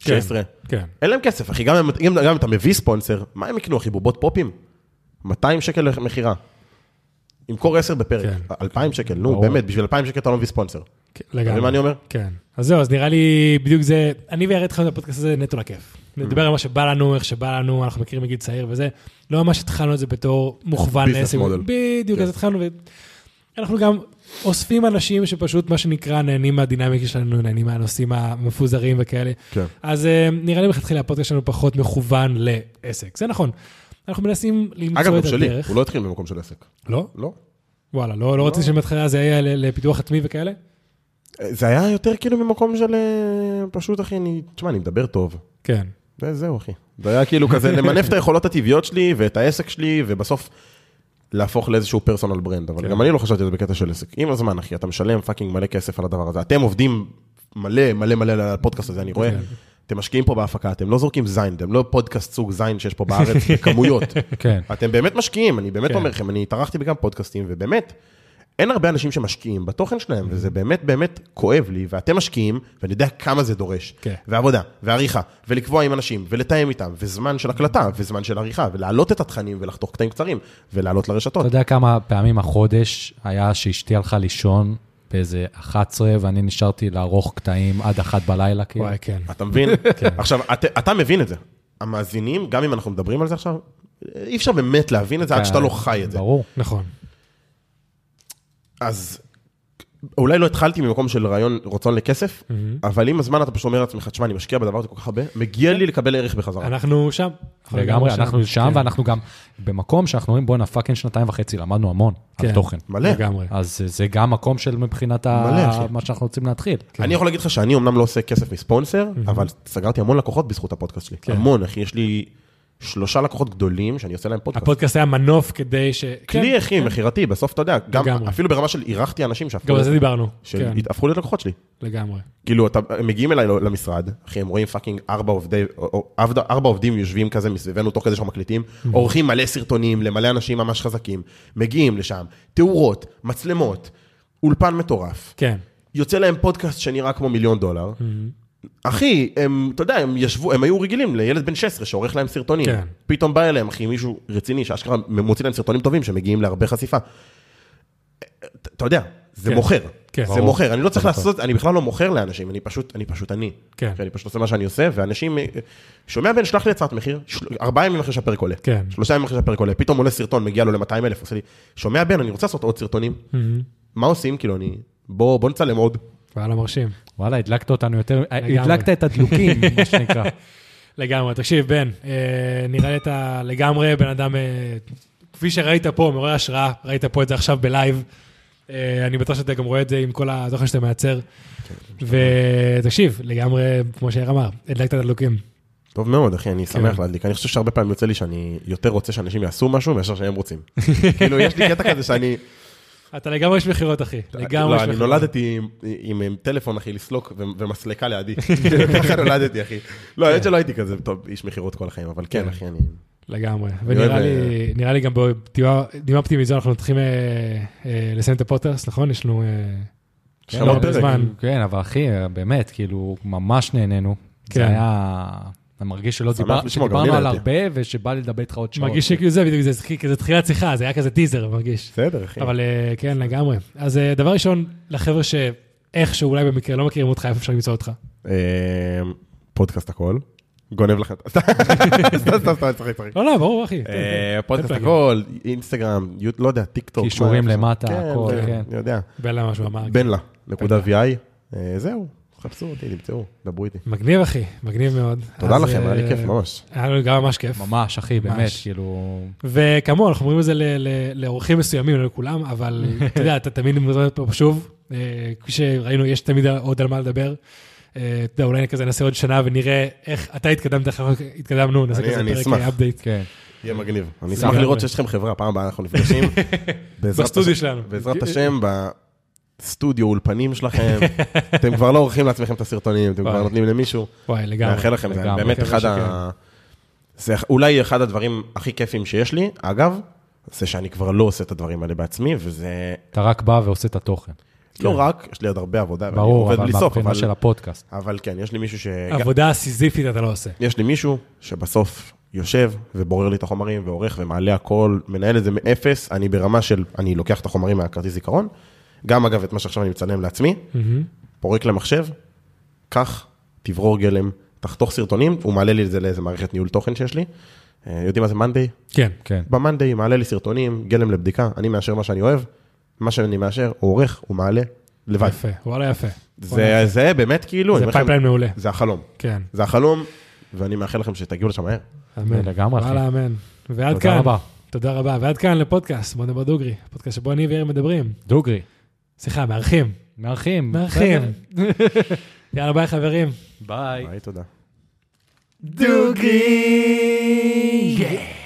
[SPEAKER 4] 16.
[SPEAKER 1] כן.
[SPEAKER 4] אין להם כסף, אחי. גם אם- גם גם אם אתה מביא ספונסר, מה הם יקנו, אחי? בובות פופים? 200 שקל למכירה. ימכור 10 בפרק,
[SPEAKER 1] כן.
[SPEAKER 4] 2,000 שקל, נו
[SPEAKER 3] ברור.
[SPEAKER 4] באמת, בשביל 2,000 שקל אתה לא מביא ספונסר.
[SPEAKER 1] כן,
[SPEAKER 4] אתה מבין מה אני
[SPEAKER 1] לגמרי.
[SPEAKER 4] אומר?
[SPEAKER 1] כן. אז זהו, אז נראה לי בדיוק זה, אני וירד איתך בפודקאסט הזה נטו לכיף.
[SPEAKER 4] Mm-hmm.
[SPEAKER 1] נדבר על מה שבא לנו, איך שבא לנו, אנחנו מכירים מגיל צעיר וזה. לא ממש התחלנו את זה בתור מוכוון
[SPEAKER 4] Business
[SPEAKER 1] לעסק.
[SPEAKER 4] model.
[SPEAKER 1] בדיוק,
[SPEAKER 4] כן.
[SPEAKER 1] אז התחלנו, ואנחנו גם אוספים אנשים שפשוט, מה שנקרא, נהנים מהדינמיקה שלנו, נהנים מהנושאים המפוזרים וכאלה.
[SPEAKER 4] כן.
[SPEAKER 1] אז אה, נראה לי מלכתחילה הפודקאסט שלנו פחות מכוון לעסק, זה נכון. אנחנו מנסים למצוא את
[SPEAKER 4] אגב,
[SPEAKER 1] הדרך.
[SPEAKER 4] גם שלי, הוא לא התחיל במקום של עסק.
[SPEAKER 1] לא?
[SPEAKER 4] לא.
[SPEAKER 1] וואלה, לא, לא רציתי שמתחילה זה היה ל- לפיתוח עצמי וכאלה?
[SPEAKER 4] זה היה יותר כאילו ממקום של אה, פשוט, אחי, אני, תשמע, אני מדבר טוב.
[SPEAKER 1] כן.
[SPEAKER 4] זה- זהו, אחי. זה היה כאילו כזה למנף את היכולות הטבעיות שלי ואת העסק שלי, ובסוף להפוך לאיזשהו פרסונל ברנד. אבל גם אני לא חשבתי על זה בקטע של עסק. עם הזמן, אחי, אתה משלם פאקינג מלא כסף על הדבר הזה. אתם עובדים מלא מלא מלא על הפודקאסט הזה, אני רואה. אתם משקיעים פה בהפקה, אתם לא זורקים זין, אתם לא פודקאסט סוג זין שיש פה בארץ *laughs* בכמויות.
[SPEAKER 3] כן.
[SPEAKER 4] אתם באמת משקיעים, אני באמת
[SPEAKER 1] כן.
[SPEAKER 4] אומר לכם, אני התארחתי בכמה פודקאסטים, ובאמת, אין הרבה אנשים שמשקיעים בתוכן שלהם,
[SPEAKER 1] Mm-hmm.
[SPEAKER 4] וזה באמת באמת כואב לי, ואתם משקיעים, ואני יודע כמה זה דורש.
[SPEAKER 1] כן.
[SPEAKER 4] ועבודה, ועריכה, ולקבוע עם אנשים, ולתאם איתם, וזמן של הקלטה,
[SPEAKER 1] Mm-hmm.
[SPEAKER 4] וזמן של עריכה, ולהעלות את התכנים, ולחתוך קטעים קצרים, ולהעלות לרשתות.
[SPEAKER 3] אתה יודע כמה פעמים החודש היה שאשתי הלכה לישון באיזה 11, ואני נשארתי לערוך קטעים עד אחת בלילה, כאילו.
[SPEAKER 1] וואי, כן.
[SPEAKER 4] אתה מבין? עכשיו, את- אתה מבין את זה. המאזינים, גם אם אנחנו מדברים על זה עכשיו, אי אפשר באמת להבין את זה עד שאתה לא חי את זה.
[SPEAKER 3] ברור.
[SPEAKER 1] נכון.
[SPEAKER 4] אז אולי לא התחלתי ממקום של רעיון רצון לכסף, אבל עם הזמן אתה פשוט אומר לעצמך, תשמע, אני משקיע בדבר הזה כל כך הרבה, מגיע לי לקבל ערך בחזרה.
[SPEAKER 1] אנחנו שם. אנחנו
[SPEAKER 3] לגמרי, אנחנו שם,
[SPEAKER 1] כן,
[SPEAKER 3] ואנחנו גם במקום שאנחנו אומרים, בואנה, פאקינג שנתיים וחצי, למדנו המון על
[SPEAKER 1] כן.
[SPEAKER 3] תוכן.
[SPEAKER 4] מלא.
[SPEAKER 1] לגמרי.
[SPEAKER 3] אז זה גם מקום של מבחינת ה-
[SPEAKER 4] מלא, אחי.
[SPEAKER 3] מה שאנחנו רוצים להתחיל.
[SPEAKER 1] כן.
[SPEAKER 4] אני יכול להגיד לך שאני אמנם לא עושה כסף מספונסר, אבל סגרתי המון לקוחות בזכות הפודקאסט שלי.
[SPEAKER 1] כן.
[SPEAKER 4] המון, אחי, יש לי שלושה לקוחות גדולים שאני עושה להם פודקאסט.
[SPEAKER 1] הפודקאסט היה מנוף כדי ש...
[SPEAKER 4] אוקיי. כלי,
[SPEAKER 1] כן,
[SPEAKER 4] אחי, מכירתי, בסוף אתה יודע, גם
[SPEAKER 1] לגמרי.
[SPEAKER 4] אפילו ברמה של אירחתי אנשים שהפכו
[SPEAKER 1] גם על
[SPEAKER 4] להיות-
[SPEAKER 1] זה דיברנו. כן,
[SPEAKER 4] שהפכו להיות לקוחות שלי.
[SPEAKER 1] לגמרי.
[SPEAKER 4] כאילו, אתה, הם מגיעים אליי למשרד, אחי, הם רואים פאקינג ארבע, עובדי, או- או- עבד- ארבע עובדים יושבים כזה מסביבנו תוך כדי שאנחנו מקליטים, עורכים מלא סרטונים למלא אנשים ממש חזקים, מגיעים לשם, תאורות, מצלמות, אולפן מטורף,
[SPEAKER 1] כן.
[SPEAKER 4] יוצא להם פודקאסט שנראה כמו מיליון דולר.
[SPEAKER 1] Mm-hmm.
[SPEAKER 4] אחי, הם, אתה יודע, הם ישבו, הם היו רגילים לילד בן 16 שעורך להם סרטונים.
[SPEAKER 1] כן.
[SPEAKER 4] פתאום בא אליהם, אחי, מישהו רציני, שאשכרה מוציא להם סרטונים טובים שמגיעים להרבה חשיפה. ת- אתה יודע, זה
[SPEAKER 1] כן.
[SPEAKER 4] מוכר.
[SPEAKER 1] כן.
[SPEAKER 4] זה
[SPEAKER 1] ברור.
[SPEAKER 4] מוכר, אני לא צריך לעשות, אני בכלל לא מוכר לאנשים, אני פשוט, אני פשוט אני.
[SPEAKER 1] כן.
[SPEAKER 4] אני פשוט עושה מה שאני עושה, ואנשים, אה, שומע בן, שלח לי הצעת מחיר, של- ארבעה ימים אחרי שהפרק עולה.
[SPEAKER 1] כן.
[SPEAKER 4] שלושה ימים אחרי שהפרק עולה, פתאום עולה סרטון, מגיע לו ל-200 אלף, עושה לי, שומע בן, אני רוצה לעשות עוד סרטונים. מה עושים? כאילו, אני, בוא, בוא נצלם עוד.
[SPEAKER 1] וואלה, מרשים.
[SPEAKER 3] וואלה, הדלקת אותנו יותר, אה, הדלקת את הדלוקים, מה שנקרא.
[SPEAKER 1] לגמרי. תקשיב, בן, אה, נראה לי אתה לגמרי בן אדם, אה, כפי שראית פה, מעורר השראה, ראית פה את זה עכשיו בלייב. אה, אני בטוח שאתה גם רואה את זה עם כל התוכן שאתה מייצר. ותקשיב, לגמרי, כמו שיאיר אמר, הדלקת את הדלוקים.
[SPEAKER 4] טוב מאוד, אחי, אני שמח
[SPEAKER 1] כן.
[SPEAKER 4] להדליק. אני חושב שהרבה פעמים יוצא לי שאני יותר רוצה שאנשים יעשו משהו מאשר שהם רוצים. *laughs* כאילו, יש לי קטע כזה שאני...
[SPEAKER 1] אתה לגמרי איש מכירות, אחי. לגמרי
[SPEAKER 4] לא,
[SPEAKER 1] איש
[SPEAKER 4] אני
[SPEAKER 1] מכירות.
[SPEAKER 4] נולדתי עם- עם עם טלפון, אחי, לסלוק ו-
[SPEAKER 1] *laughs*
[SPEAKER 4] ומסלקה לידי.
[SPEAKER 1] כן.
[SPEAKER 4] *laughs* ככה נולדתי, אחי. לא, האמת שלא הייתי כזה טוב, איש מכירות כל החיים, אבל כן, אחי, אני...
[SPEAKER 1] לגמרי, ונראה
[SPEAKER 4] אוהב, אה,
[SPEAKER 1] לי, נראה לי גם בטימה אופטימיזון אנחנו צריכים אה, אה, לסיים את הפודקאסט, נכון? יש לנו... אה,
[SPEAKER 4] יש
[SPEAKER 1] כן,
[SPEAKER 4] לך עוד
[SPEAKER 1] הרבה
[SPEAKER 4] פרק.
[SPEAKER 1] זמן.
[SPEAKER 3] כן, אבל אחי, באמת, כאילו, ממש נהנינו.
[SPEAKER 1] כן.
[SPEAKER 3] זה היה... אני מרגיש שלא
[SPEAKER 4] שמח
[SPEAKER 3] דיבר-
[SPEAKER 4] לשמוע, גם אני
[SPEAKER 3] שדיברנו על
[SPEAKER 4] נהניתי.
[SPEAKER 3] הרבה ושבא לי לדבר איתך עוד שעות.
[SPEAKER 4] אוקיי.
[SPEAKER 1] מרגיש שכאילו זה, בדיוק, זה כזה תחילת שיחה, זה היה כזה טיזר, מרגיש.
[SPEAKER 4] בסדר, אחי.
[SPEAKER 1] אבל אה, כן, לגמרי. אז אה, דבר ראשון, לחבר'ה שאיכשהו אולי במקרה לא מכירים אותך, איפה אפשר למצוא אותך?
[SPEAKER 4] אה, פודקאסט הכל. גונב לך *laughs* את... סתם, סתם, סתם, צחק,
[SPEAKER 1] *laughs*
[SPEAKER 4] צחק.
[SPEAKER 1] לא, לא, ברור, אחי. כן,
[SPEAKER 4] אה,
[SPEAKER 1] כן.
[SPEAKER 4] פודקאסט
[SPEAKER 1] תגיד.
[SPEAKER 4] הכל, אינסטגרם, יוט- לא יודע, טיק טוק.
[SPEAKER 3] קישורים למטה, הכל, כן.
[SPEAKER 4] אני יודע.
[SPEAKER 1] בין למה שהוא אמר.
[SPEAKER 4] בנלה, נקודה VI, אה, זהו, חפשו אותי, תמצאו, דברו איתי.
[SPEAKER 1] מגניב, אחי, מגניב מאוד.
[SPEAKER 4] תודה
[SPEAKER 1] אז,
[SPEAKER 4] לכם, היה לי
[SPEAKER 1] אה,
[SPEAKER 4] כיף ממש.
[SPEAKER 1] היה לנו גם ממש כיף.
[SPEAKER 3] ממש, אחי, באמת,
[SPEAKER 1] ממש.
[SPEAKER 3] כאילו...
[SPEAKER 1] וכאמור, אנחנו אומרים את זה ל- ל- לאורחים מסוימים, לא לכולם,
[SPEAKER 4] *laughs*
[SPEAKER 1] אבל אתה יודע, אתה תמיד מוזמן פה שוב. אה, כפי שראינו, יש תמיד עוד על מה לדבר. אה, אתה יודע, אולי כזה נעשה עוד שנה ונראה איך אתה התקדמת, איך אנחנו התקדמנו, נעשה
[SPEAKER 4] אני-
[SPEAKER 1] כזה
[SPEAKER 4] אני
[SPEAKER 1] פרק
[SPEAKER 4] אשמח.
[SPEAKER 1] אפדייט.
[SPEAKER 3] כן.
[SPEAKER 4] יהיה מגניב. אני
[SPEAKER 1] סבבה.
[SPEAKER 4] אשמח לראות שיש לכם חברה, פעם הבאה
[SPEAKER 3] *laughs*
[SPEAKER 4] אנחנו נפגשים. בעזרת
[SPEAKER 1] בסטודיו
[SPEAKER 4] השם-
[SPEAKER 1] שלנו.
[SPEAKER 4] בעזרת השם, בסטודיו,
[SPEAKER 3] *laughs*
[SPEAKER 4] אולפנים שלכם. אתם כבר לא עורכים לעצמכם את הסרטונים, אתם כבר
[SPEAKER 1] וואי. נותנים
[SPEAKER 4] נותנים למישהו.
[SPEAKER 1] וואי, לגמרי.
[SPEAKER 4] מאחל לכם, זה
[SPEAKER 3] אה, לגמרי,
[SPEAKER 4] באמת
[SPEAKER 1] מקווה
[SPEAKER 4] אחד ה... זה אולי אחד הדברים הכי כיפים שיש לי, אגב, זה שאני כבר לא עושה את הדברים האלה בעצמי, וזה
[SPEAKER 3] אתה רק בא ועושה את התוכן.
[SPEAKER 4] לא רק, יש לי עוד הרבה עבודה, ואני
[SPEAKER 3] כן. ברור,
[SPEAKER 4] עובד
[SPEAKER 3] אבל
[SPEAKER 4] בלי סוף,
[SPEAKER 3] מהבחינה
[SPEAKER 4] אבל-
[SPEAKER 3] של הפודקאסט.
[SPEAKER 4] אבל כן, יש לי מישהו ש...
[SPEAKER 1] עבודה סיזיפית אתה לא עושה.
[SPEAKER 4] יש לי מישהו שבסוף יושב ובורר לי את החומרים ועורך ומעלה הכל, מנהל את זה מאפס, אני ברמה של, אני לוקח את החומרים מהכרטיס זיכרון, גם אגב את מה שעכשיו אני מצלם לעצמי,
[SPEAKER 1] מהמם.
[SPEAKER 4] פורק למחשב, קח, תברור גלם, תחתוך סרטונים, הוא מעלה לי את זה לאיזה מערכת ניהול תוכן שיש לי. אה, יודעים מה זה מאנדיי?
[SPEAKER 1] כן.
[SPEAKER 3] כן.
[SPEAKER 4] במאנדיי מעלה לי סרטונים, גלם לבדיקה, אני מאשר מה שאני אוהב, מה שאני מאשר, הוא עורך, הוא מעלה, לבד.
[SPEAKER 1] יפה, וואלה יפה.
[SPEAKER 4] זה, זה באמת כאילו,
[SPEAKER 1] כן. זה
[SPEAKER 4] אני אומר לכם,
[SPEAKER 1] פייפליין מעולה.
[SPEAKER 4] זה החלום.
[SPEAKER 1] כן,
[SPEAKER 4] זה החלום, ואני מאחל לכם שתגיעו לשם מהר.
[SPEAKER 1] אמן.
[SPEAKER 3] כן, לגמרי, אחי.
[SPEAKER 1] וואלה, אמן. ועד
[SPEAKER 3] תודה
[SPEAKER 1] כאן.
[SPEAKER 3] רבה.
[SPEAKER 1] תודה רבה. ועד כאן לפודקאסט, בוא נדבר דוגרי. פודקאסט שבו אני ויאיר מדברים.
[SPEAKER 3] דוגרי.
[SPEAKER 1] סליחה, מארחים.
[SPEAKER 3] מארחים.
[SPEAKER 1] מארחים. *laughs* יאללה, ביי חברים.
[SPEAKER 3] ביי.
[SPEAKER 4] ביי, תודה.
[SPEAKER 1] דוגרי!